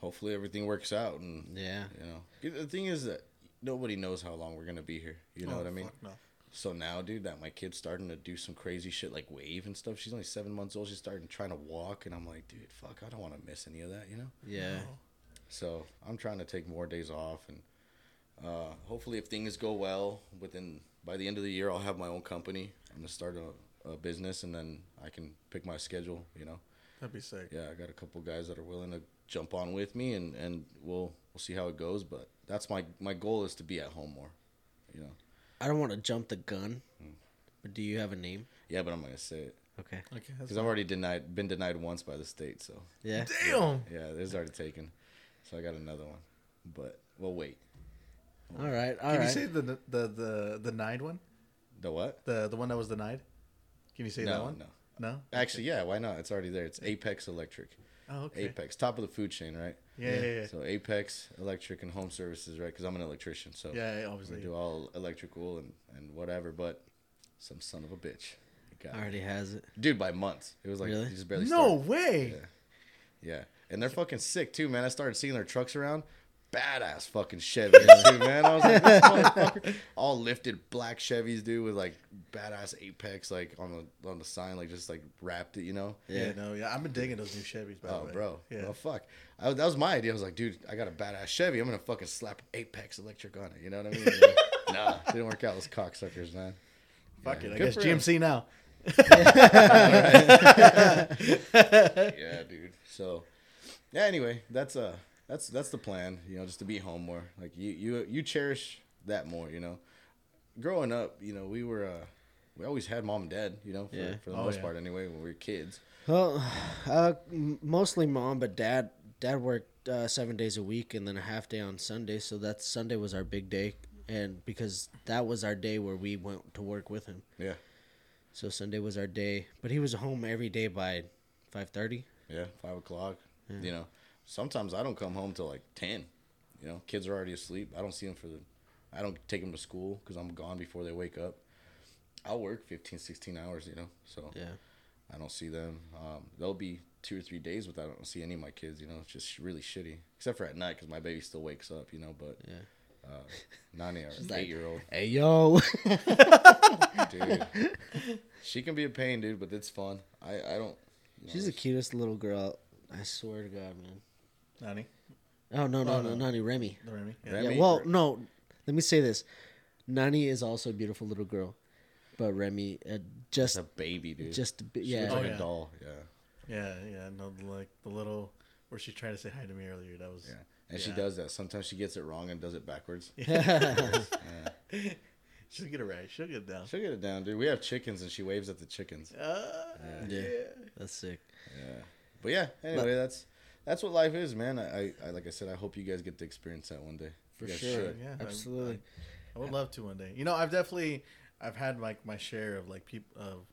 [SPEAKER 3] hopefully everything works out. And
[SPEAKER 1] Yeah.
[SPEAKER 3] you know, Good- the thing is that nobody knows how long we're gonna be here. You know
[SPEAKER 2] Oh,
[SPEAKER 3] what I mean?
[SPEAKER 2] fuck no.
[SPEAKER 3] So now, dude, that my kid's starting to do some crazy shit like wave and stuff. She's only seven months old. She's starting trying to walk, and I'm like, dude, fuck, I don't want to miss any of that, you know.
[SPEAKER 1] Yeah.
[SPEAKER 3] So I'm trying to take more days off, and uh, hopefully, if things go well, within by the end of the year, I'll have my own company. I'm gonna start a, a business, and then I can pick my schedule. You know,
[SPEAKER 2] That'd be sick.
[SPEAKER 3] yeah, I got a couple guys that are willing to jump on with me, and and we'll we'll see how it goes. But that's my my goal is to be at home more. You know,
[SPEAKER 1] I don't want to jump the gun. But do you have a name?
[SPEAKER 3] yeah, but I'm not gonna say it
[SPEAKER 1] Hmm. Okay.
[SPEAKER 2] Okay. That's
[SPEAKER 3] because I've already denied been denied once by the state. So
[SPEAKER 1] Yeah.
[SPEAKER 2] Damn.
[SPEAKER 3] yeah, there's already taken. So I got another one, but we'll wait.
[SPEAKER 1] All right. All
[SPEAKER 2] Can
[SPEAKER 1] right.
[SPEAKER 2] you say the the the the denied one?
[SPEAKER 3] The what?
[SPEAKER 2] The the one that was denied. Can you say
[SPEAKER 3] No,
[SPEAKER 2] that one?
[SPEAKER 3] no.
[SPEAKER 2] No.
[SPEAKER 3] Actually, yeah, why not? It's already there. It's Apex Electric.
[SPEAKER 2] Oh, okay.
[SPEAKER 3] Apex, top of the food chain, right?
[SPEAKER 2] Yeah, yeah, yeah.
[SPEAKER 3] So Apex Electric and Home Services, right? Because I'm an electrician, so
[SPEAKER 2] Yeah, yeah,
[SPEAKER 3] I
[SPEAKER 2] obviously.
[SPEAKER 3] do all electrical and and whatever. But some son of a bitch, got it.
[SPEAKER 1] Already has it.
[SPEAKER 3] dude, by months it was like
[SPEAKER 1] Really?
[SPEAKER 3] he just barely.
[SPEAKER 2] no
[SPEAKER 3] started.
[SPEAKER 2] way.
[SPEAKER 3] yeah, and they're fucking sick too, man. I started seeing their trucks around. Badass fucking Chevys, dude, man. I
[SPEAKER 2] [laughs]
[SPEAKER 3] was like, this motherfucker. all lifted black Chevys, dude, with like badass Apex, like on the on the sign, like just like wrapped it, you know.
[SPEAKER 2] Yeah. no, yeah. I've been digging those new Chevys, by the
[SPEAKER 3] Oh,
[SPEAKER 2] way.
[SPEAKER 3] bro.
[SPEAKER 2] Yeah.
[SPEAKER 3] Well, fuck. I, was- that was my idea. I was like, dude, I got a badass Chevy. I'm going to fucking slap Apex Electric on it. You know what I mean? nah, didn't work out. Those cocksuckers, man.
[SPEAKER 2] Fuck it. I guess
[SPEAKER 3] Good for him.
[SPEAKER 2] GMC now.
[SPEAKER 3] Yeah, dude. So, yeah, anyway, that's uh that's that's the plan, you know, just to be home more. Like you you you cherish that more, you know. Growing up, you know, we were uh we always had mom and dad, you know, for,
[SPEAKER 1] Yeah.
[SPEAKER 3] for the
[SPEAKER 2] Oh,
[SPEAKER 3] most
[SPEAKER 2] yeah.
[SPEAKER 3] part anyway, when we were kids.
[SPEAKER 1] Well, [sighs] uh, m- mostly mom, but dad. Dad worked uh, seven days a week and then a half day on Sunday. So that Sunday was our big day, and because that was our day where we went to work with him.
[SPEAKER 3] Yeah.
[SPEAKER 1] So Sunday was our day, but he was home every day by five thirty.
[SPEAKER 3] Yeah, five o'clock. You know, sometimes I don't come home till like ten. You know, kids are already asleep. I don't see them for the. I don't take them to school because I'm gone before they wake up. I'll work 15, 16 hours. You know, so
[SPEAKER 1] Yeah,
[SPEAKER 3] I don't see them. Um, there'll be two or three days without I don't see any of my kids. You know, it's just really shitty. Except for at night because my baby still wakes up. You know, but
[SPEAKER 1] yeah.
[SPEAKER 3] uh, nine
[SPEAKER 1] [laughs]
[SPEAKER 3] or eight
[SPEAKER 1] like-
[SPEAKER 3] year old
[SPEAKER 1] Hey yo.
[SPEAKER 3] dude, she can be a pain, dude. But it's fun. I I don't. you know,
[SPEAKER 1] She's the cutest little girl. I swear to God, man.
[SPEAKER 2] Nani,
[SPEAKER 1] Oh no no
[SPEAKER 2] Oh,
[SPEAKER 1] no,
[SPEAKER 2] no.
[SPEAKER 1] Nani Remy.
[SPEAKER 2] the Remy. Yeah.
[SPEAKER 3] Remy?
[SPEAKER 1] Yeah, well no, let me say this. Nani is also a beautiful little girl, but Remy uh,
[SPEAKER 3] it's
[SPEAKER 1] just
[SPEAKER 3] a baby, dude.
[SPEAKER 1] just a bit,
[SPEAKER 3] She looks
[SPEAKER 1] yeah.
[SPEAKER 2] Oh,
[SPEAKER 3] like
[SPEAKER 2] yeah.
[SPEAKER 3] a doll. Yeah.
[SPEAKER 2] yeah, yeah. No, like the little where she tried to say hi to me earlier. That was.
[SPEAKER 3] Yeah. And she
[SPEAKER 2] Yeah.
[SPEAKER 3] does that. Sometimes she gets it wrong and does it backwards.
[SPEAKER 1] [laughs]
[SPEAKER 2] [laughs]
[SPEAKER 3] [laughs]
[SPEAKER 2] She'll get it right. She'll get it down.
[SPEAKER 3] She'll get it down, dude. We have chickens and she waves at the chickens.
[SPEAKER 2] Ah,
[SPEAKER 1] Yeah.
[SPEAKER 2] yeah.
[SPEAKER 1] That's sick.
[SPEAKER 3] But yeah, anyway, that's that's what life is, man. I, I, I like I said, I hope you guys get to experience that one day.
[SPEAKER 1] For
[SPEAKER 3] You guys
[SPEAKER 1] sure.
[SPEAKER 3] should.
[SPEAKER 2] Yeah, I-
[SPEAKER 1] Absolutely.
[SPEAKER 2] I would love to one day. You know, I've definitely, I've had like my share of like people of,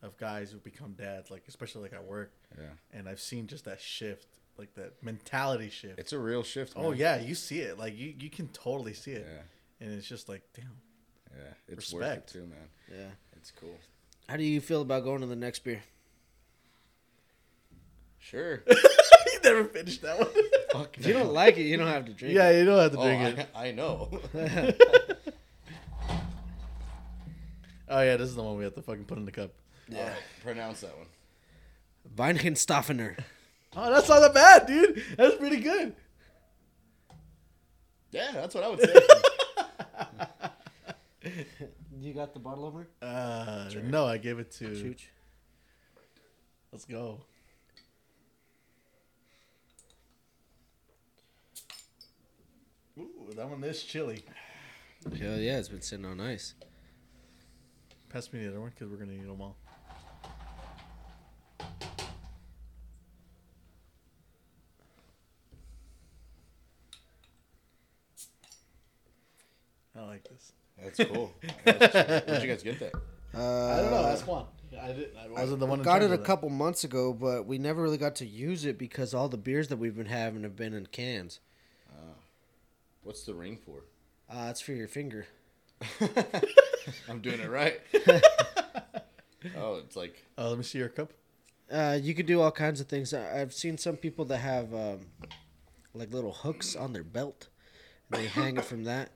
[SPEAKER 2] of guys who become dads, like especially like at work,
[SPEAKER 3] Yeah.
[SPEAKER 2] and I've seen just that shift, like that mentality shift.
[SPEAKER 3] It's a real shift. Man.
[SPEAKER 2] oh yeah, you see it. Like you, you can totally see it,
[SPEAKER 3] Yeah.
[SPEAKER 2] and it's just like,
[SPEAKER 3] [laughs]
[SPEAKER 2] damn. [laughs]
[SPEAKER 3] Yeah. It's
[SPEAKER 2] Respect.
[SPEAKER 3] worth it too, man.
[SPEAKER 1] Yeah.
[SPEAKER 3] It's cool.
[SPEAKER 1] How do you feel about going to the next beer?
[SPEAKER 3] Sure.
[SPEAKER 2] you never finished that one.
[SPEAKER 3] Fuck.
[SPEAKER 1] If you don't like it, you don't have to drink.
[SPEAKER 2] yeah,
[SPEAKER 1] it.
[SPEAKER 2] you don't have to
[SPEAKER 3] Oh,
[SPEAKER 2] drink it.
[SPEAKER 3] I, I know.
[SPEAKER 2] [laughs] Oh yeah, this is the one we have to fucking put in the cup.
[SPEAKER 3] yeah. pronounce that one.
[SPEAKER 1] Weinkenstaffener.
[SPEAKER 2] Oh, that's not that bad, dude. That's pretty good.
[SPEAKER 3] Yeah, that's what I would say.
[SPEAKER 1] You got the bottle over?
[SPEAKER 2] Uh, no, I gave it to.
[SPEAKER 1] Chooch.
[SPEAKER 2] Let's go. Ooh, that one is chilly.
[SPEAKER 1] Hell yeah, it's been sitting on ice.
[SPEAKER 2] Pass me the other one because we're gonna eat them all. like this.
[SPEAKER 3] That's cool. Where'd you guys get that?
[SPEAKER 1] Uh,
[SPEAKER 2] I don't know. That's Juan. I didn't. I wasn't the one. in
[SPEAKER 1] got
[SPEAKER 2] charge
[SPEAKER 1] it a
[SPEAKER 2] of that.
[SPEAKER 1] couple months ago, but we never really got to use it because all the beers that we've been having have been in cans.
[SPEAKER 3] What's the ring for?
[SPEAKER 1] Uh, it's for your finger.
[SPEAKER 3] I'm doing it right. oh, it's like
[SPEAKER 2] Uh, let me see your cup.
[SPEAKER 1] Uh, you could do all kinds of things. I- I've seen some people that have um, like little hooks on their belt, and they hang it from that.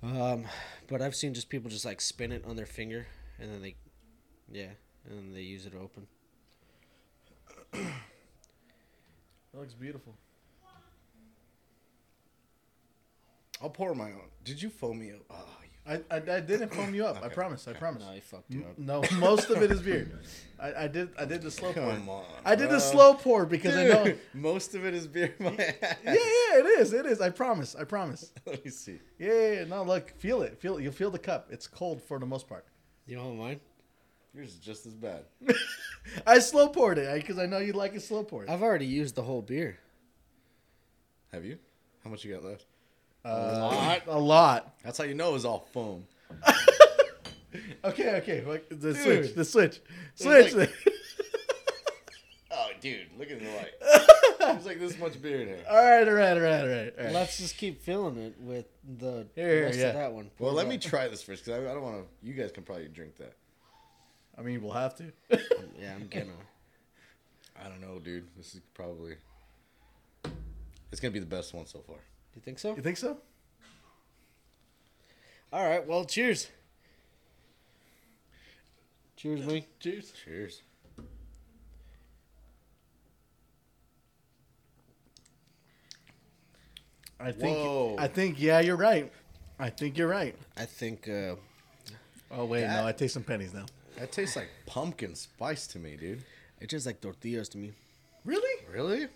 [SPEAKER 1] Um, but I've seen just people just like spin it on their finger, and then they, yeah, and then they use it open.
[SPEAKER 2] That looks beautiful.
[SPEAKER 3] I'll pour my own. Did you foam me up? Oh, you-
[SPEAKER 2] I, I, I didn't foam you up. I
[SPEAKER 3] Okay,
[SPEAKER 2] promise. I
[SPEAKER 3] okay.
[SPEAKER 2] promise.
[SPEAKER 1] you fucked
[SPEAKER 2] M- No, most of it is beer. I, I did. I did the slow pour.
[SPEAKER 3] Come on,
[SPEAKER 2] I did
[SPEAKER 3] bro.
[SPEAKER 2] the slow pour because I know. Yeah,
[SPEAKER 3] Dude, [laughs] most of it is beer. [laughs] in My ass.
[SPEAKER 2] yeah, it is. It is. I promise. I promise.
[SPEAKER 3] Let me see.
[SPEAKER 2] Yeah, yeah, yeah. No, look, feel it. Feel it. You'll feel the cup. It's cold for the most part.
[SPEAKER 1] You don't want mine?
[SPEAKER 3] Yours is just as bad.
[SPEAKER 2] I slow poured it because I know you like it slow poured.
[SPEAKER 1] I've already used the whole beer.
[SPEAKER 3] Have you? How much you got left?
[SPEAKER 2] Uh,
[SPEAKER 3] lot.
[SPEAKER 2] A lot.
[SPEAKER 3] That's how you know it's all foam.
[SPEAKER 2] Okay, okay. Like, the
[SPEAKER 3] Dude.
[SPEAKER 2] switch. The switch.
[SPEAKER 3] There's
[SPEAKER 2] Switch. [laughs]
[SPEAKER 3] like- Oh, dude, look at the light. [laughs] There's like this much beer in here.
[SPEAKER 2] all right, all right, all right, all right. All right.
[SPEAKER 1] Let's just keep filling it with the
[SPEAKER 2] Here, here,
[SPEAKER 1] rest
[SPEAKER 2] yeah.
[SPEAKER 1] of that one.
[SPEAKER 3] Well,
[SPEAKER 1] Pour
[SPEAKER 3] let
[SPEAKER 1] that.
[SPEAKER 3] me try this first because I, I don't want to. You guys can probably drink that.
[SPEAKER 2] I mean, we'll have to.
[SPEAKER 1] Yeah, I'm gonna.
[SPEAKER 3] I don't know, dude. This is probably. It's gonna be the best one so far.
[SPEAKER 1] You think
[SPEAKER 3] [laughs]
[SPEAKER 1] so?
[SPEAKER 2] You think so?
[SPEAKER 1] All right. Well, cheers. Cheers, me.
[SPEAKER 2] Cheers.
[SPEAKER 3] Cheers.
[SPEAKER 2] I think.
[SPEAKER 3] Whoa.
[SPEAKER 2] I think. Yeah, you're right. I think you're right.
[SPEAKER 1] I think. Uh,
[SPEAKER 2] Oh wait,
[SPEAKER 3] That-
[SPEAKER 2] no, I taste some pennies now.
[SPEAKER 3] That tastes like pumpkin spice to me, dude.
[SPEAKER 1] It tastes like tortillas to me.
[SPEAKER 2] Really?
[SPEAKER 3] Really?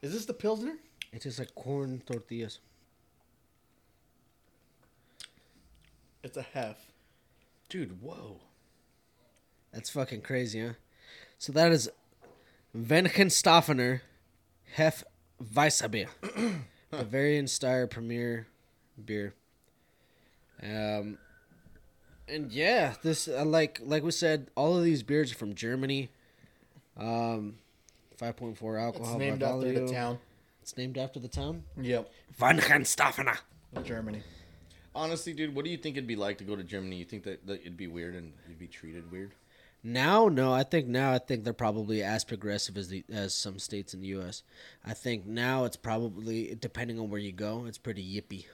[SPEAKER 2] Is this the pilsner?
[SPEAKER 1] It tastes like corn tortillas.
[SPEAKER 2] It's a half.
[SPEAKER 3] Dude, whoa.
[SPEAKER 1] That's fucking crazy, huh? So that is Venkenstaffener Hef
[SPEAKER 2] [clears throat]
[SPEAKER 1] Weissabier, Bavarian Steyr Premier beer. Um, and yeah, this uh, like like we said, all of these beers are from Germany. Um, five point four
[SPEAKER 2] It's
[SPEAKER 1] alcohol. by
[SPEAKER 2] named after the
[SPEAKER 1] volume.
[SPEAKER 2] town.
[SPEAKER 1] It's named after the town.
[SPEAKER 2] Yep.
[SPEAKER 1] Venkenstaffener.
[SPEAKER 2] Germany.
[SPEAKER 3] Honestly, dude, what do you think it'd be like to go to Germany? You think that, that it'd be weird and you'd be treated weird?
[SPEAKER 1] Now, no, I think now I think they're probably as progressive as the as some states in the U.S. I think now it's probably depending on where you go, it's pretty yippy.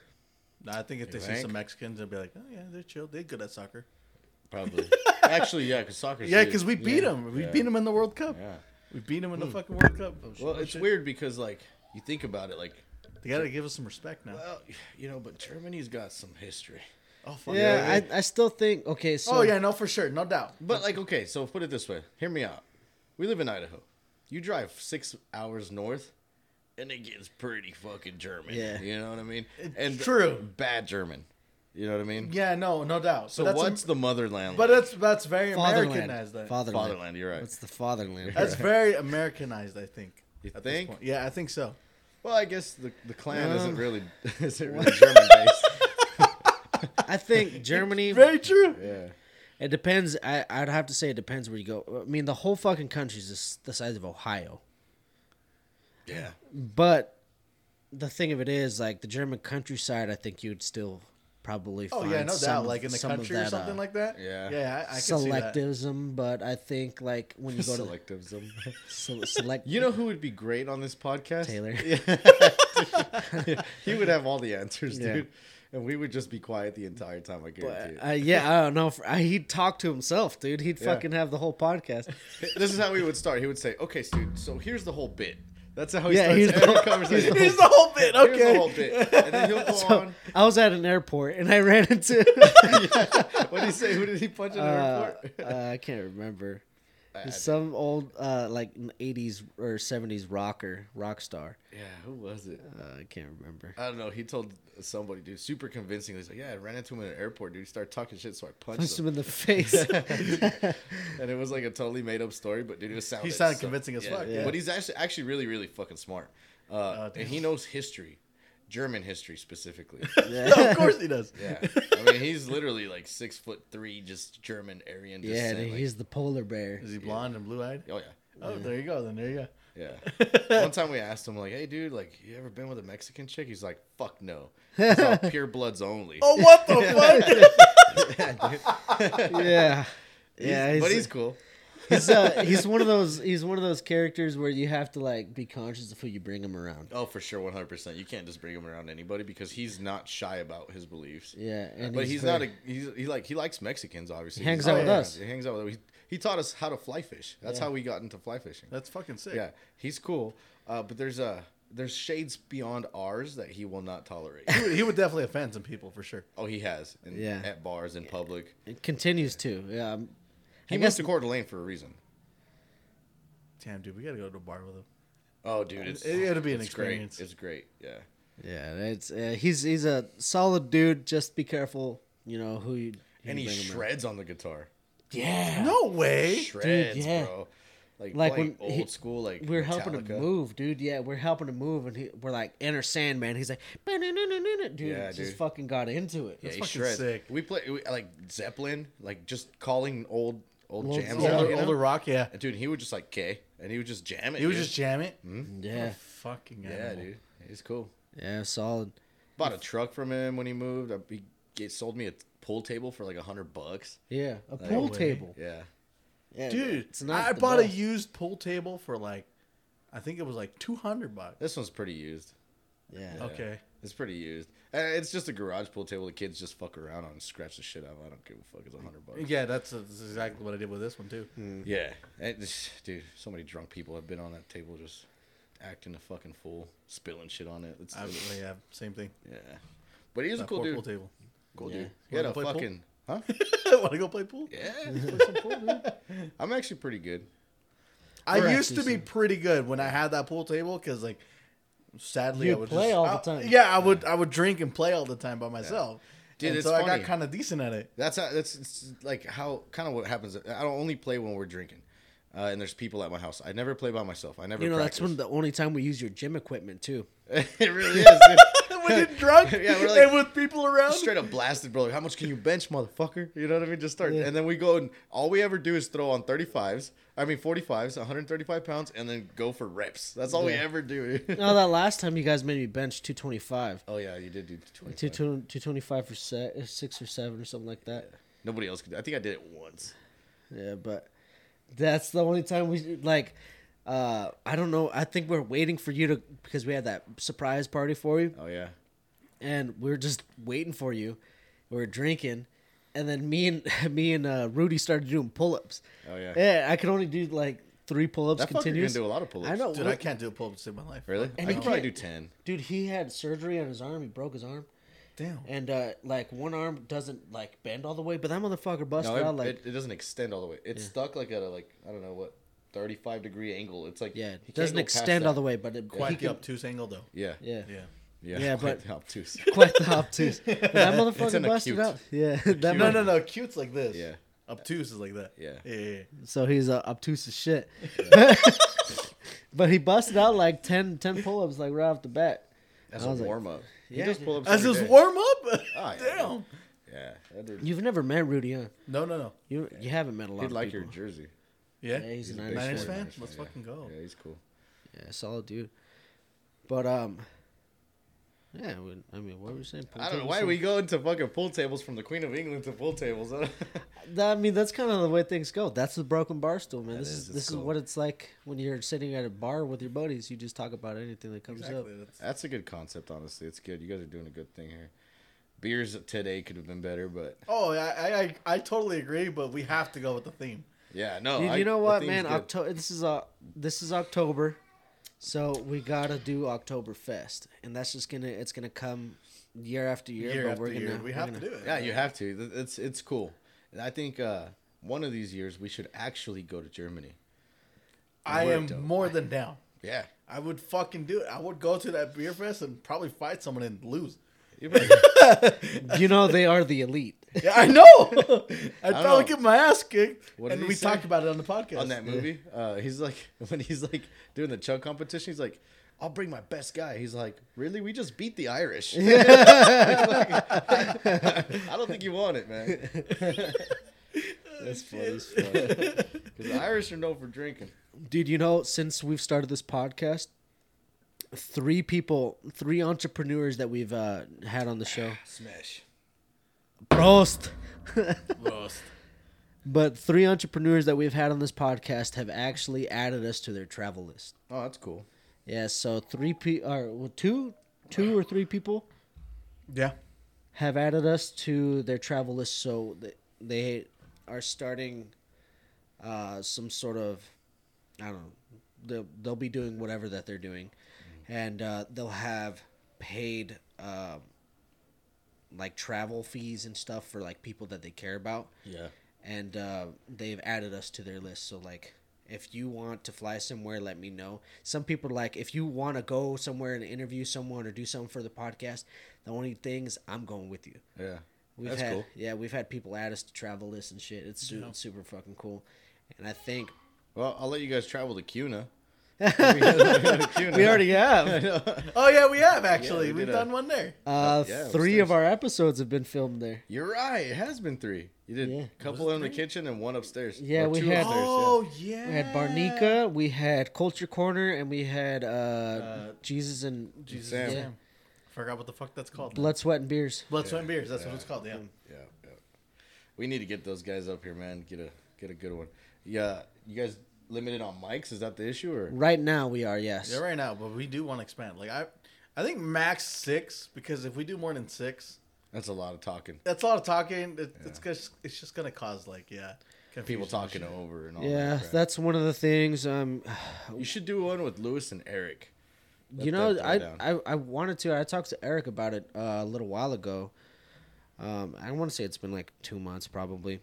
[SPEAKER 2] Nah, I think if they see
[SPEAKER 3] think?
[SPEAKER 2] some Mexicans, they'll be like, "Oh yeah, they're chill. They're good at soccer." [laughs]
[SPEAKER 3] Probably. Actually, yeah, because soccer.
[SPEAKER 2] Yeah, because we beat them. We
[SPEAKER 3] Yeah.
[SPEAKER 2] beat them in the World Cup.
[SPEAKER 3] Yeah. Hmm.
[SPEAKER 2] We beat them in the fucking World Cup. Oh,
[SPEAKER 3] Well, it's weird because like you think about it, like
[SPEAKER 2] They gotta give us some respect now.
[SPEAKER 3] well, you know, but Germany's got some history.
[SPEAKER 2] Oh fuck
[SPEAKER 1] Yeah, uh, I, I still think okay. So
[SPEAKER 2] oh yeah, no, for sure, no doubt.
[SPEAKER 3] But like, okay, so put it this way. Hear me out. We live in Idaho. You drive six hours north, and it gets pretty fucking German.
[SPEAKER 1] Yeah.
[SPEAKER 3] you know what I mean.
[SPEAKER 2] It's
[SPEAKER 3] and
[SPEAKER 2] true.
[SPEAKER 3] bad German. You know what I mean.
[SPEAKER 2] Yeah, no, no doubt.
[SPEAKER 3] So
[SPEAKER 2] But that's
[SPEAKER 3] what's
[SPEAKER 2] Am-
[SPEAKER 3] the motherland?
[SPEAKER 2] but
[SPEAKER 3] like?
[SPEAKER 2] that's that's very
[SPEAKER 1] fatherland,
[SPEAKER 2] Americanized. I-
[SPEAKER 1] fatherland,
[SPEAKER 3] Fatherland, you're right.
[SPEAKER 1] It's the fatherland.
[SPEAKER 2] That's very Americanized. I think.
[SPEAKER 3] You
[SPEAKER 2] at this
[SPEAKER 3] think?
[SPEAKER 2] point. Yeah, I think so.
[SPEAKER 3] well, I guess the the clan isn't
[SPEAKER 2] Uh.
[SPEAKER 1] Um,
[SPEAKER 3] really [laughs] isn't really German based.
[SPEAKER 1] [laughs] I
[SPEAKER 2] [laughs]
[SPEAKER 1] think Germany.
[SPEAKER 2] Very true.
[SPEAKER 3] Yeah.
[SPEAKER 1] It depends. I I'd have to say it depends where you go. I mean, the whole fucking country is this- the size of Ohio.
[SPEAKER 3] Yeah.
[SPEAKER 1] But the thing of it is, like the German countryside, I think you'd still probably
[SPEAKER 2] Oh
[SPEAKER 1] find
[SPEAKER 2] yeah, no
[SPEAKER 1] some
[SPEAKER 2] doubt.
[SPEAKER 1] of-
[SPEAKER 2] Like in the
[SPEAKER 1] some of
[SPEAKER 2] country
[SPEAKER 1] that,
[SPEAKER 2] or something
[SPEAKER 1] uh,
[SPEAKER 2] like that.
[SPEAKER 3] Yeah.
[SPEAKER 2] yeah, I, I can [laughs] see that.
[SPEAKER 1] selectivism, but I think like when you go to
[SPEAKER 3] Selectivism.
[SPEAKER 1] se- [laughs] select,
[SPEAKER 3] You know who would be great on this podcast?
[SPEAKER 1] Taylor.
[SPEAKER 3] Yeah. he would have all the answers,
[SPEAKER 1] Yeah.
[SPEAKER 3] dude. And we would just be quiet the entire time. I guarantee
[SPEAKER 1] uh, yeah, I don't know. If, uh, he'd talk to himself, dude. He'd
[SPEAKER 3] Yeah.
[SPEAKER 1] fucking have the whole podcast.
[SPEAKER 3] it. [laughs] This is how we would start. He would say, "Okay, dude. So here's the whole bit." That's how he
[SPEAKER 1] Yeah,
[SPEAKER 3] starts
[SPEAKER 1] here's the
[SPEAKER 3] every
[SPEAKER 1] whole- [laughs]
[SPEAKER 3] conversation.
[SPEAKER 2] Here's the whole bit. Okay.
[SPEAKER 3] Here's
[SPEAKER 2] [laughs]
[SPEAKER 3] the whole bit, and then he'll go on.
[SPEAKER 1] I was at an airport and I ran
[SPEAKER 3] [laughs]
[SPEAKER 1] into. [laughs]
[SPEAKER 3] What did he say? Who did he punch in the
[SPEAKER 1] uh,
[SPEAKER 3] [laughs] airport?
[SPEAKER 1] uh, I can't remember.
[SPEAKER 3] I- I-
[SPEAKER 1] Some old uh, like '80s or '70s rocker, rock star.
[SPEAKER 3] Yeah, who was it?
[SPEAKER 1] Uh, I can't remember.
[SPEAKER 3] I don't know. He told somebody, dude, super convincingly. He's like, "Yeah, I ran into him in an airport, dude. He started talking shit, so I punched
[SPEAKER 1] Punched
[SPEAKER 3] him."
[SPEAKER 1] him in the
[SPEAKER 3] [laughs]
[SPEAKER 1] face.
[SPEAKER 3] and it was like a totally made up story, but dude, it was sounded.
[SPEAKER 2] He sounded
[SPEAKER 3] so-
[SPEAKER 2] convincing as
[SPEAKER 3] yeah,
[SPEAKER 2] fuck,
[SPEAKER 3] yeah.
[SPEAKER 2] yeah. Oh,
[SPEAKER 3] But he's actually actually really really fucking smart, uh,
[SPEAKER 2] damn.
[SPEAKER 3] and he knows history. German history
[SPEAKER 2] [laughs]
[SPEAKER 3] specifically.
[SPEAKER 2] of course he
[SPEAKER 3] [laughs]
[SPEAKER 2] does.
[SPEAKER 3] Yeah, I mean he's literally like six foot three, just German Aryan
[SPEAKER 1] Yeah,
[SPEAKER 3] descent.
[SPEAKER 1] dude,
[SPEAKER 3] like-
[SPEAKER 1] he's the polar
[SPEAKER 3] [laughs]
[SPEAKER 1] bear.
[SPEAKER 2] Is he blonde and blue eyed?
[SPEAKER 3] oh yeah,
[SPEAKER 2] Oh, there you go. Then there you go.
[SPEAKER 3] yeah.
[SPEAKER 2] [laughs]
[SPEAKER 3] One time we asked him like, "Hey, dude, like you ever been with a Mexican chick?" He's like, "Fuck no, it's all
[SPEAKER 1] [laughs]
[SPEAKER 3] pure bloods only."
[SPEAKER 2] Oh, what [laughs] the fuck?
[SPEAKER 1] Yeah. Yeah,
[SPEAKER 3] He's- but he's cool.
[SPEAKER 1] he's uh, he's one of those he's one of those characters where you have to like be conscious of who you bring him around.
[SPEAKER 3] Oh, for sure, one hundred percent. You can't just bring him around anybody because he's not shy about his beliefs.
[SPEAKER 1] Yeah, and
[SPEAKER 3] but he's,
[SPEAKER 1] very-
[SPEAKER 3] not a he's he like he likes Mexicans obviously.
[SPEAKER 1] He hangs
[SPEAKER 3] He's-
[SPEAKER 2] out with Oh, yeah.
[SPEAKER 1] us.
[SPEAKER 3] He hangs out with he, he taught us how to fly fish. That's
[SPEAKER 1] Yeah.
[SPEAKER 3] how we got into fly fishing.
[SPEAKER 2] That's fucking sick.
[SPEAKER 3] yeah, he's cool. Uh, but there's uh, there's shades beyond ours that he will
[SPEAKER 1] [laughs]
[SPEAKER 3] not tolerate.
[SPEAKER 2] He would, he would definitely offend some people for sure.
[SPEAKER 3] oh, he has. In,
[SPEAKER 1] Yeah.
[SPEAKER 3] At bars in public.
[SPEAKER 1] It continues to. Yeah. I'm-
[SPEAKER 3] He
[SPEAKER 1] I
[SPEAKER 3] moved
[SPEAKER 1] guess
[SPEAKER 3] to Coeur d'Alene for a reason.
[SPEAKER 2] Damn, dude, we gotta go to a bar with him.
[SPEAKER 3] Oh, dude, it's
[SPEAKER 2] It- it'll be an
[SPEAKER 3] it's
[SPEAKER 2] experience.
[SPEAKER 3] Great. It's great. Yeah.
[SPEAKER 1] yeah, it's uh, he's he's a solid dude. Just be careful, you know who you. who
[SPEAKER 3] And
[SPEAKER 1] you bring him
[SPEAKER 3] he
[SPEAKER 1] around.
[SPEAKER 3] shreds on the guitar.
[SPEAKER 1] Yeah.
[SPEAKER 2] No way.
[SPEAKER 3] Shreds,
[SPEAKER 1] yeah.
[SPEAKER 3] bro. Like,
[SPEAKER 1] Like
[SPEAKER 3] playing
[SPEAKER 1] when
[SPEAKER 3] old
[SPEAKER 1] he-
[SPEAKER 3] school, like
[SPEAKER 1] We are helping him
[SPEAKER 3] Metallica.
[SPEAKER 1] move, dude. Yeah, we're helping him move, and he, we're like inner Sandman. He's like, "Ba-na-na-na-na-na." dude,
[SPEAKER 3] Yeah,
[SPEAKER 1] he just
[SPEAKER 3] dude.
[SPEAKER 1] fucking got into it.
[SPEAKER 3] Yeah,
[SPEAKER 2] That's
[SPEAKER 3] he
[SPEAKER 2] fucking
[SPEAKER 3] shreds.
[SPEAKER 2] sick.
[SPEAKER 3] We play we, like Zeppelin, like just calling old old
[SPEAKER 1] Old-
[SPEAKER 3] jams.
[SPEAKER 1] Yeah,
[SPEAKER 3] out,
[SPEAKER 2] older,
[SPEAKER 3] you know?
[SPEAKER 2] older rock, yeah.
[SPEAKER 3] And dude, he would just like K, and he would just jam it.
[SPEAKER 2] He would
[SPEAKER 3] dude.
[SPEAKER 2] just jam it.
[SPEAKER 1] Yeah,
[SPEAKER 2] Fucking
[SPEAKER 3] yeah, dude. He's cool.
[SPEAKER 1] yeah, solid.
[SPEAKER 3] Bought a truck from him when he moved. I, he g- sold me a pool table for like a hundred bucks.
[SPEAKER 1] Yeah, a pool
[SPEAKER 2] way.
[SPEAKER 1] table.
[SPEAKER 3] Yeah,
[SPEAKER 1] Yeah,
[SPEAKER 2] Dude,
[SPEAKER 1] it's not
[SPEAKER 2] I
[SPEAKER 1] the
[SPEAKER 2] bought a
[SPEAKER 1] best.
[SPEAKER 2] used pool table for like, I think it was like two hundred bucks.
[SPEAKER 3] this one's pretty used.
[SPEAKER 1] Yeah.
[SPEAKER 3] Yeah.
[SPEAKER 2] Okay.
[SPEAKER 3] It's pretty used. And it's just a garage pool table. The kids just fuck around on, and scratch the shit out. of. I don't give a fuck. It's a hundred bucks.
[SPEAKER 2] Yeah, that's, uh, that's exactly what I did with this one too.
[SPEAKER 3] Yeah, And this- dude. So many drunk people have been on that table just acting a fucking fool, spilling shit on it. It's,
[SPEAKER 2] I, yeah, same thing.
[SPEAKER 3] yeah, but he was a
[SPEAKER 2] That
[SPEAKER 3] cool
[SPEAKER 2] poor
[SPEAKER 3] dude.
[SPEAKER 2] pool table. [laughs]
[SPEAKER 3] Cool
[SPEAKER 1] Yeah.
[SPEAKER 3] dude. He had
[SPEAKER 2] Wanna
[SPEAKER 3] a
[SPEAKER 2] play pool?
[SPEAKER 3] fucking huh?
[SPEAKER 2] Want to go play pool?
[SPEAKER 3] Yeah. play some pool, dude. I'm actually pretty good.
[SPEAKER 2] I
[SPEAKER 1] We're
[SPEAKER 2] used to
[SPEAKER 1] actually
[SPEAKER 2] be pretty good when I had that pool table because, like, sadly, I
[SPEAKER 1] You'd
[SPEAKER 2] would
[SPEAKER 1] play
[SPEAKER 2] just-
[SPEAKER 1] all the
[SPEAKER 2] I-
[SPEAKER 1] time.
[SPEAKER 2] Yeah, I would. I would drink and play all the time by myself.
[SPEAKER 3] Dude,
[SPEAKER 2] and
[SPEAKER 3] it's
[SPEAKER 2] so I
[SPEAKER 3] funny.
[SPEAKER 2] got kind of decent at
[SPEAKER 3] [laughs]
[SPEAKER 2] it.
[SPEAKER 3] That's how, that's it's like how kind of what happens. I don't only play when we're drinking, uh, and there's people at my house. I never play by myself. I never.
[SPEAKER 1] You know,
[SPEAKER 3] practice.
[SPEAKER 1] that's one of the only time we use your gym equipment too.
[SPEAKER 3] [laughs] it really is. dude.
[SPEAKER 2] when you're drunk
[SPEAKER 3] [laughs] Yeah, we're like-
[SPEAKER 2] and with people around,
[SPEAKER 3] Straight up blasted, bro. Like, how much can you bench, motherfucker? You know what I mean? Just start, and then we go, and all we ever do is throw on 35s. I mean, 45s, 135 pounds, and then go for reps. That's all we
[SPEAKER 1] Yeah.
[SPEAKER 3] ever do. [laughs] dude.
[SPEAKER 1] No, that last time you guys made me bench 225.
[SPEAKER 3] oh yeah, you did do
[SPEAKER 1] Two
[SPEAKER 3] 20.
[SPEAKER 1] two two twenty five for se- uh, six or seven or something like that.
[SPEAKER 3] Nobody else could. do- I think I did it once.
[SPEAKER 1] Yeah, but that's the only time we like. Uh, I don't know. I think we're waiting for you to because we had that surprise party for you,
[SPEAKER 3] Oh yeah.
[SPEAKER 1] and we are just waiting for you. We were drinking, and then me and [laughs] me and uh, Rudy started doing pull ups.
[SPEAKER 3] Oh, yeah.
[SPEAKER 1] yeah. I could only do like three pull ups
[SPEAKER 3] That fucker can
[SPEAKER 1] continuous.
[SPEAKER 3] do a lot of pull-ups.
[SPEAKER 1] I know,
[SPEAKER 2] dude. I can't do a pull-up in my life.
[SPEAKER 3] Really?
[SPEAKER 1] And
[SPEAKER 3] I
[SPEAKER 1] you
[SPEAKER 3] could probably do
[SPEAKER 1] can't-
[SPEAKER 3] ten.
[SPEAKER 1] dude. He had surgery on his arm. He broke his arm.
[SPEAKER 2] Damn.
[SPEAKER 1] and uh, like one arm doesn't like bend all the way, but that motherfucker busted
[SPEAKER 3] No, it,
[SPEAKER 1] out like
[SPEAKER 3] it, it doesn't extend all the way. It's stuck like at a like I don't know what thirty five degree angle. It's like
[SPEAKER 1] yeah,
[SPEAKER 3] he
[SPEAKER 1] it
[SPEAKER 3] can't
[SPEAKER 1] doesn't
[SPEAKER 3] go past
[SPEAKER 1] extend all
[SPEAKER 3] that.
[SPEAKER 1] the way, but it,
[SPEAKER 2] Quite
[SPEAKER 1] he
[SPEAKER 2] the
[SPEAKER 1] can,
[SPEAKER 2] obtuse angle, though.
[SPEAKER 3] Yeah, [laughs]
[SPEAKER 1] yeah, [laughs]
[SPEAKER 2] Yeah.
[SPEAKER 3] yeah,
[SPEAKER 1] Yeah,
[SPEAKER 3] quite [laughs]
[SPEAKER 1] but-
[SPEAKER 3] the obtuse.
[SPEAKER 1] quite the obtuse. But that
[SPEAKER 3] It's an
[SPEAKER 1] motherfucker busted
[SPEAKER 3] acute.
[SPEAKER 1] out. Yeah,
[SPEAKER 3] [laughs]
[SPEAKER 1] that
[SPEAKER 2] No,
[SPEAKER 1] mo-
[SPEAKER 2] no, no. Cute's like this.
[SPEAKER 3] Yeah.
[SPEAKER 2] Obtuse is like that.
[SPEAKER 3] Yeah.
[SPEAKER 2] Yeah. yeah, yeah.
[SPEAKER 1] so he's uh, obtuse as
[SPEAKER 3] [laughs]
[SPEAKER 1] shit. [laughs] but he busted out like 10, 10 pull-ups like right off the bat. [laughs]
[SPEAKER 3] That's
[SPEAKER 1] I
[SPEAKER 3] a
[SPEAKER 1] was like,
[SPEAKER 3] warm up.
[SPEAKER 1] yeah,
[SPEAKER 3] he does pull ups.
[SPEAKER 2] As his
[SPEAKER 3] every day. Oh,
[SPEAKER 2] warm up.
[SPEAKER 3] yeah, dude.
[SPEAKER 2] [laughs] Damn.
[SPEAKER 3] Yeah, that dude-
[SPEAKER 1] You've never met Rudy, huh?
[SPEAKER 2] No, no, no.
[SPEAKER 1] You you haven't met a lot.
[SPEAKER 3] he'd
[SPEAKER 1] of
[SPEAKER 3] like your
[SPEAKER 1] people.
[SPEAKER 3] jersey.
[SPEAKER 2] Yeah.
[SPEAKER 1] Yeah, he's,
[SPEAKER 3] He's
[SPEAKER 1] a
[SPEAKER 3] a
[SPEAKER 1] Niners
[SPEAKER 3] big
[SPEAKER 1] fan.
[SPEAKER 2] Niners
[SPEAKER 3] Forty
[SPEAKER 2] fan.
[SPEAKER 3] Niners
[SPEAKER 2] Let's
[SPEAKER 3] fan,
[SPEAKER 2] fucking go.
[SPEAKER 3] Yeah, he's cool.
[SPEAKER 1] Yeah, solid dude. But um, yeah. we- I mean, what were you saying?
[SPEAKER 3] I don't know why we go into fucking pool tables from the Queen of England to pool tables. [laughs]
[SPEAKER 1] That, I mean, that's kind of the way things go. That's the broken bar stool, man.
[SPEAKER 3] That
[SPEAKER 1] This
[SPEAKER 3] is,
[SPEAKER 1] is,
[SPEAKER 3] it's
[SPEAKER 1] this
[SPEAKER 3] cool.
[SPEAKER 1] is what it's like when you're sitting at a bar with your buddies. You just talk about anything that comes
[SPEAKER 2] Exactly.
[SPEAKER 1] up.
[SPEAKER 2] That's-
[SPEAKER 3] That's a good concept, honestly. It's good. You guys are doing a good thing here. Beers today could have been better, but
[SPEAKER 2] Oh, I, I, I, I totally agree, but we have to go with the theme.
[SPEAKER 3] yeah, no.
[SPEAKER 1] Dude,
[SPEAKER 3] Oh, I-
[SPEAKER 1] you know
[SPEAKER 3] the
[SPEAKER 1] what,
[SPEAKER 3] theme's
[SPEAKER 1] man?
[SPEAKER 3] good.
[SPEAKER 1] October. This is uh, this is October, so we gotta do Oktoberfest, and that's just gonna it's gonna come year after year.
[SPEAKER 2] Year
[SPEAKER 1] but
[SPEAKER 2] after
[SPEAKER 1] we're
[SPEAKER 2] year,
[SPEAKER 1] gonna
[SPEAKER 2] we have to do it.
[SPEAKER 3] Yeah, you have to. Th- It's it's cool, and I think uh, one of these years we should actually go to Germany.
[SPEAKER 2] I
[SPEAKER 3] We're
[SPEAKER 2] am
[SPEAKER 3] dope.
[SPEAKER 2] more than down.
[SPEAKER 3] Yeah,
[SPEAKER 2] I would fucking do it. I would go to that beer fest and probably fight someone and lose.
[SPEAKER 1] [laughs] it. [laughs] You know they are the elite. [laughs]
[SPEAKER 2] Yeah, I
[SPEAKER 3] [laughs]
[SPEAKER 2] know. [laughs] I'd
[SPEAKER 3] don't
[SPEAKER 2] probably
[SPEAKER 3] know.
[SPEAKER 2] get my ass kicked.
[SPEAKER 3] What
[SPEAKER 2] and
[SPEAKER 3] did he
[SPEAKER 2] we
[SPEAKER 3] say?
[SPEAKER 2] talked about it on the podcast.
[SPEAKER 3] [laughs] on that movie, uh, he's like when he's like doing the chug competition, he's like, I'll bring my best guy. He's like, really? We just beat
[SPEAKER 1] [laughs]
[SPEAKER 3] the Irish. [laughs] I don't think you want it, man.
[SPEAKER 1] [laughs] That's funny as fuck.
[SPEAKER 3] Because the Irish are known for drinking.
[SPEAKER 1] Dude, you know, since we've started this podcast, three people, three entrepreneurs that we've uh, had on the show.
[SPEAKER 3] Smash.
[SPEAKER 1] Prost!
[SPEAKER 2] Roast.
[SPEAKER 1] But three entrepreneurs that we've had on this podcast have actually added us to their travel list.
[SPEAKER 3] Oh, that's cool.
[SPEAKER 1] Yeah, so three pe or well, two, two or three people
[SPEAKER 3] [laughs]
[SPEAKER 4] Yeah.
[SPEAKER 1] have added us to their travel list. So th- they are starting uh, some sort of, I don't know, they'll, they'll be doing whatever that they're doing. And uh, they'll have paid uh, like travel fees and stuff for like people that they care about.
[SPEAKER 3] Yeah.
[SPEAKER 1] And uh, they've added us to their list. So like, if you want to fly somewhere, let me know. Some people are like, if you want to go somewhere and interview someone or do something for the podcast, the only thing is I'm going with you.
[SPEAKER 3] Yeah.
[SPEAKER 1] We've
[SPEAKER 3] that's
[SPEAKER 1] had
[SPEAKER 3] cool.
[SPEAKER 1] yeah, we've had people add us to travel lists and shit. It's super, super fucking cool. And I think
[SPEAKER 3] Well, I'll let you guys travel
[SPEAKER 1] [laughs]
[SPEAKER 3] to Cuna. [laughs] Cuna.
[SPEAKER 1] we already have.
[SPEAKER 2] Oh yeah, we have actually.
[SPEAKER 3] we
[SPEAKER 2] we have
[SPEAKER 3] did a-
[SPEAKER 2] done one there.
[SPEAKER 1] [laughs] Uh,
[SPEAKER 3] Yeah, it was
[SPEAKER 1] three of
[SPEAKER 3] nice.
[SPEAKER 1] our episodes have been filmed there.
[SPEAKER 3] You're right. It has been three. You did
[SPEAKER 1] Yeah.
[SPEAKER 3] a couple in the kitchen and one upstairs.
[SPEAKER 1] Yeah,
[SPEAKER 3] Or
[SPEAKER 1] we
[SPEAKER 3] two
[SPEAKER 1] had-
[SPEAKER 3] upstairs, yeah.
[SPEAKER 2] Oh yeah.
[SPEAKER 1] We had Barnica, we had Culture Corner, and we had uh, Jesus and
[SPEAKER 2] Jesus.
[SPEAKER 3] Sam.
[SPEAKER 1] Yeah.
[SPEAKER 2] Forgot what the fuck that's called. Blood,
[SPEAKER 1] Blood, Sweat, and Beers.
[SPEAKER 2] sweat, and beers. That's what it's called. Yeah.
[SPEAKER 3] Yeah, yeah. We need to get those guys up here, man. Get a get a good one. Yeah, you guys limited on mics? Is that the issue or
[SPEAKER 1] Right now we are yes.
[SPEAKER 2] Yeah, right now, but we do want to expand. Like I, I think max six because if we do more than six,
[SPEAKER 3] that's a lot of talking.
[SPEAKER 2] that's a lot of talking. It, It's just it's just gonna cause like yeah,
[SPEAKER 3] People
[SPEAKER 2] confusion and
[SPEAKER 3] talking
[SPEAKER 2] shit.
[SPEAKER 3] over and all
[SPEAKER 1] Yeah,
[SPEAKER 3] that. crap.
[SPEAKER 1] that's one of the things. Um, [sighs]
[SPEAKER 3] you should do one with Lewis and Eric. Let
[SPEAKER 1] you know,
[SPEAKER 3] that die
[SPEAKER 1] I,
[SPEAKER 3] down.
[SPEAKER 1] I I wanted to. I talked to Eric about it uh, a little while ago. Um, I want to say it's been like two months probably,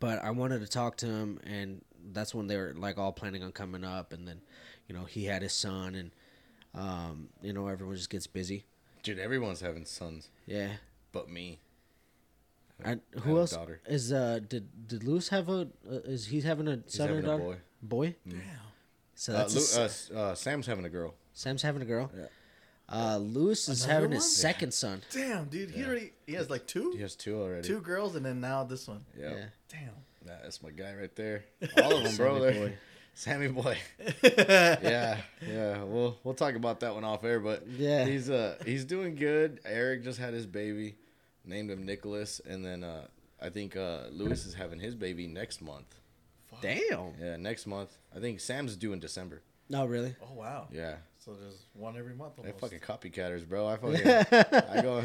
[SPEAKER 1] but I wanted to talk to him, and that's when they were like all planning on coming up, and then, you know, he had his son, and um, you know, everyone just gets busy.
[SPEAKER 3] Dude, everyone's having sons
[SPEAKER 1] Yeah.
[SPEAKER 3] but me.
[SPEAKER 1] And
[SPEAKER 3] I have
[SPEAKER 1] who
[SPEAKER 3] a
[SPEAKER 1] else
[SPEAKER 3] daughter.
[SPEAKER 1] is uh did did Lewis have a uh, is he having a son or
[SPEAKER 3] having a Mm.
[SPEAKER 1] daughter? boy.
[SPEAKER 2] Damn.
[SPEAKER 1] So
[SPEAKER 3] Uh,
[SPEAKER 1] that's a
[SPEAKER 3] Lew-
[SPEAKER 1] s-
[SPEAKER 3] uh, s- uh, Sam's having a girl.
[SPEAKER 1] Sam's having a girl.
[SPEAKER 3] Yeah.
[SPEAKER 1] Uh, Lewis is
[SPEAKER 2] Another
[SPEAKER 1] having
[SPEAKER 2] one?
[SPEAKER 1] his second son.
[SPEAKER 2] Damn, dude. He already he has like
[SPEAKER 3] He
[SPEAKER 2] two,
[SPEAKER 3] has two already.
[SPEAKER 2] two girls, and then now this one.
[SPEAKER 3] Yeah.
[SPEAKER 1] Yeah.
[SPEAKER 2] Damn.
[SPEAKER 3] Nah, that's my guy right there. All of them,
[SPEAKER 1] [laughs]
[SPEAKER 3] bro.
[SPEAKER 1] Sammy
[SPEAKER 3] They're-
[SPEAKER 1] boy.
[SPEAKER 3] Sammy boy.
[SPEAKER 2] [laughs]
[SPEAKER 3] yeah, yeah. We'll we'll talk about that one off air, but
[SPEAKER 1] Yeah.
[SPEAKER 3] he's uh he's doing good. Eric just had his baby, named him Nicholas, and then uh I think uh Lewis is having his baby next month.
[SPEAKER 1] Damn.
[SPEAKER 3] Yeah, next month. I think Sam's due in December.
[SPEAKER 1] No, really.
[SPEAKER 2] Oh wow.
[SPEAKER 3] Yeah,
[SPEAKER 2] So there's one every month.
[SPEAKER 3] they
[SPEAKER 2] Almost.
[SPEAKER 3] fucking copycatters, bro.
[SPEAKER 1] [laughs]
[SPEAKER 3] I fucking I go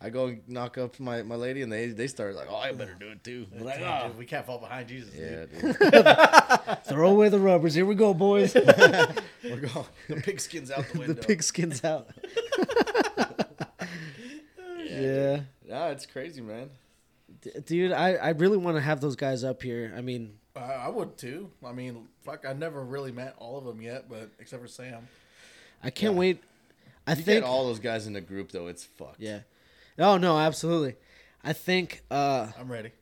[SPEAKER 3] I go and knock up my my lady, and they they start like, oh, I better do it too. I'm like,
[SPEAKER 2] Damn,
[SPEAKER 3] "Oh."
[SPEAKER 2] dude, we can't fall behind Jesus.
[SPEAKER 3] Yeah,
[SPEAKER 2] Dude.
[SPEAKER 1] [laughs]
[SPEAKER 3] dude.
[SPEAKER 1] Throw away the rubbers. Here we go, boys. [laughs] the
[SPEAKER 3] we're going. The pigskin's out the window.
[SPEAKER 1] pigskins out. yeah.
[SPEAKER 3] [laughs] Nah, it's crazy, man.
[SPEAKER 1] D- dude, I, I really want to have those guys up here. I mean,
[SPEAKER 2] I, I would too. I mean, fuck. I never really met all of them yet, but except for Sam.
[SPEAKER 1] I can't wait. I
[SPEAKER 3] You
[SPEAKER 1] think
[SPEAKER 3] get all those guys in the group though, it's fucked.
[SPEAKER 1] Yeah. Oh no, absolutely. I think uh
[SPEAKER 2] I'm
[SPEAKER 3] [laughs]
[SPEAKER 2] ready.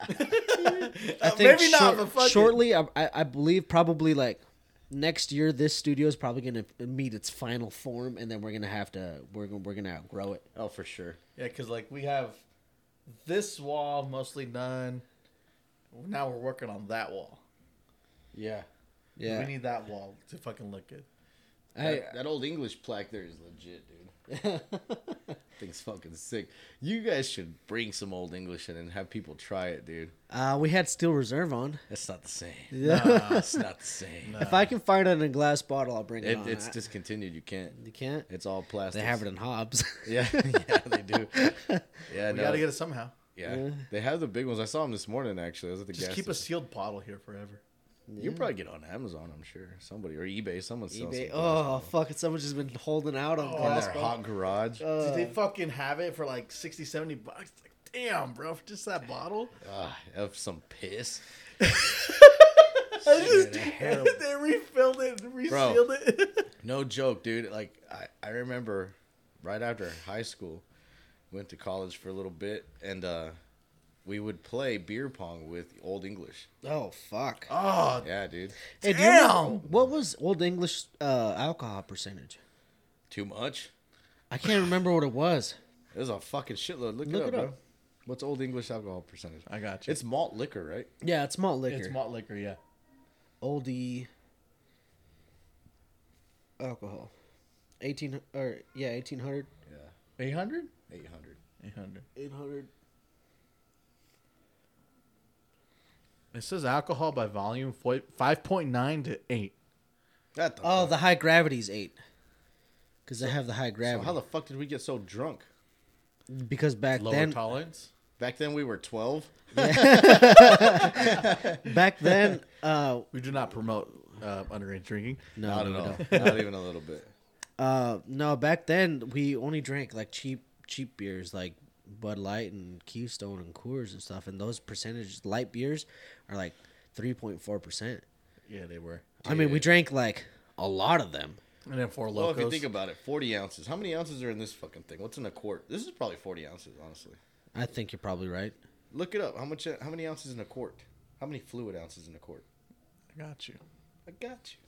[SPEAKER 1] I
[SPEAKER 2] [laughs] Uh,
[SPEAKER 1] think
[SPEAKER 2] maybe not,
[SPEAKER 1] short-
[SPEAKER 2] but fuck it.
[SPEAKER 1] shortly I, I I believe probably like next year this studio is probably going to meet its final form and then we're going to have to we're gonna, we're going to outgrow it.
[SPEAKER 3] Oh, for sure.
[SPEAKER 2] Yeah, because like we have this wall mostly done. Now we're working on that wall.
[SPEAKER 3] Yeah.
[SPEAKER 1] Yeah.
[SPEAKER 2] We need that wall to fucking look good.
[SPEAKER 1] I,
[SPEAKER 3] that, that old English plaque there is legit, dude. [laughs] Thing's fucking sick. You guys should bring some old English in and have people try it, dude.
[SPEAKER 1] uh we had Steel Reserve on.
[SPEAKER 3] That's not the same.
[SPEAKER 1] Yeah.
[SPEAKER 3] [laughs] That's not the same.
[SPEAKER 1] If I can find it in a glass bottle, I'll bring it,
[SPEAKER 3] Uh, It,
[SPEAKER 1] on.
[SPEAKER 3] it's
[SPEAKER 1] I-
[SPEAKER 3] discontinued. You can't.
[SPEAKER 1] you can't.
[SPEAKER 3] It's all plastic.
[SPEAKER 1] They have it in Hobbs. [laughs]
[SPEAKER 3] [laughs] Yeah, yeah, they do. Yeah,
[SPEAKER 2] We
[SPEAKER 3] no,
[SPEAKER 2] gotta get it somehow.
[SPEAKER 3] yeah. They have the big ones. I saw them this morning actually. I was at the
[SPEAKER 2] Just
[SPEAKER 3] gas
[SPEAKER 2] keep a
[SPEAKER 3] station.
[SPEAKER 2] sealed bottle here forever.
[SPEAKER 3] You can probably get it on Amazon, I'm sure. Somebody or eBay. Someone sells
[SPEAKER 1] eBay.
[SPEAKER 3] something.
[SPEAKER 1] Oh fuck! it, Someone's just been holding out on
[SPEAKER 3] in
[SPEAKER 1] glass
[SPEAKER 3] their
[SPEAKER 1] bottle.
[SPEAKER 3] hot garage.
[SPEAKER 2] Did they fucking have it for like 60, 70 bucks? Like, damn, bro, for just that bottle?
[SPEAKER 3] Ah, of some piss.
[SPEAKER 2] [laughs] they refilled it and resealed [laughs] it.
[SPEAKER 3] No joke, dude. Like I, I remember right after high school, went to college for a little bit and uh we would play beer pong with Old English.
[SPEAKER 1] Oh fuck!
[SPEAKER 5] Oh,
[SPEAKER 3] Yeah, dude.
[SPEAKER 1] Hey, do you remember- what was Old English uh, alcohol percentage?
[SPEAKER 3] Too much.
[SPEAKER 1] I can't remember what it was.
[SPEAKER 3] It was a fucking shitload. Look,
[SPEAKER 1] Look
[SPEAKER 3] it, up,
[SPEAKER 1] it
[SPEAKER 3] bro.
[SPEAKER 1] up.
[SPEAKER 3] What's Old English alcohol percentage?
[SPEAKER 2] I got you.
[SPEAKER 3] It's malt liquor, right?
[SPEAKER 1] Yeah, it's malt liquor.
[SPEAKER 2] it's malt liquor, yeah.
[SPEAKER 1] oldie alcohol. Eighteen or yeah, eighteen hundred.
[SPEAKER 3] Yeah,
[SPEAKER 2] Eight hundred?
[SPEAKER 3] eight hundred.
[SPEAKER 2] Eight hundred.
[SPEAKER 1] Eight hundred.
[SPEAKER 2] It says alcohol by volume five point nine to eight.
[SPEAKER 3] That the
[SPEAKER 1] Oh,
[SPEAKER 3] fuck?
[SPEAKER 1] the high gravity's eight. Because they have the high
[SPEAKER 3] So
[SPEAKER 1] gravity.
[SPEAKER 3] how the fuck did we get so drunk?
[SPEAKER 1] because back
[SPEAKER 2] Lower
[SPEAKER 1] then,
[SPEAKER 2] tolerance.
[SPEAKER 3] Back then we were twelve.
[SPEAKER 1] back then, uh,
[SPEAKER 2] We do not promote uh, underage drinking.
[SPEAKER 1] [laughs] no,
[SPEAKER 3] [laughs] Not at
[SPEAKER 1] we
[SPEAKER 3] all.
[SPEAKER 1] don't.
[SPEAKER 3] Not even a little [laughs] bit.
[SPEAKER 1] Uh, no, back then we only drank like cheap, cheap beers like Bud Light and Keystone and Coors and stuff. And those percentages, light beers, are like three point four percent.
[SPEAKER 2] Yeah, they were.
[SPEAKER 1] I mean, we drank like a lot of them.
[SPEAKER 2] And then four
[SPEAKER 3] Well, if
[SPEAKER 2] locos.
[SPEAKER 3] you think about it, forty ounces. How many ounces are in this fucking thing? What's in a quart? This is probably forty ounces, honestly.
[SPEAKER 1] I think you're probably right.
[SPEAKER 3] Look it up. How much? How many ounces in a quart? How many fluid ounces in a quart?
[SPEAKER 2] I got you.
[SPEAKER 3] I got you.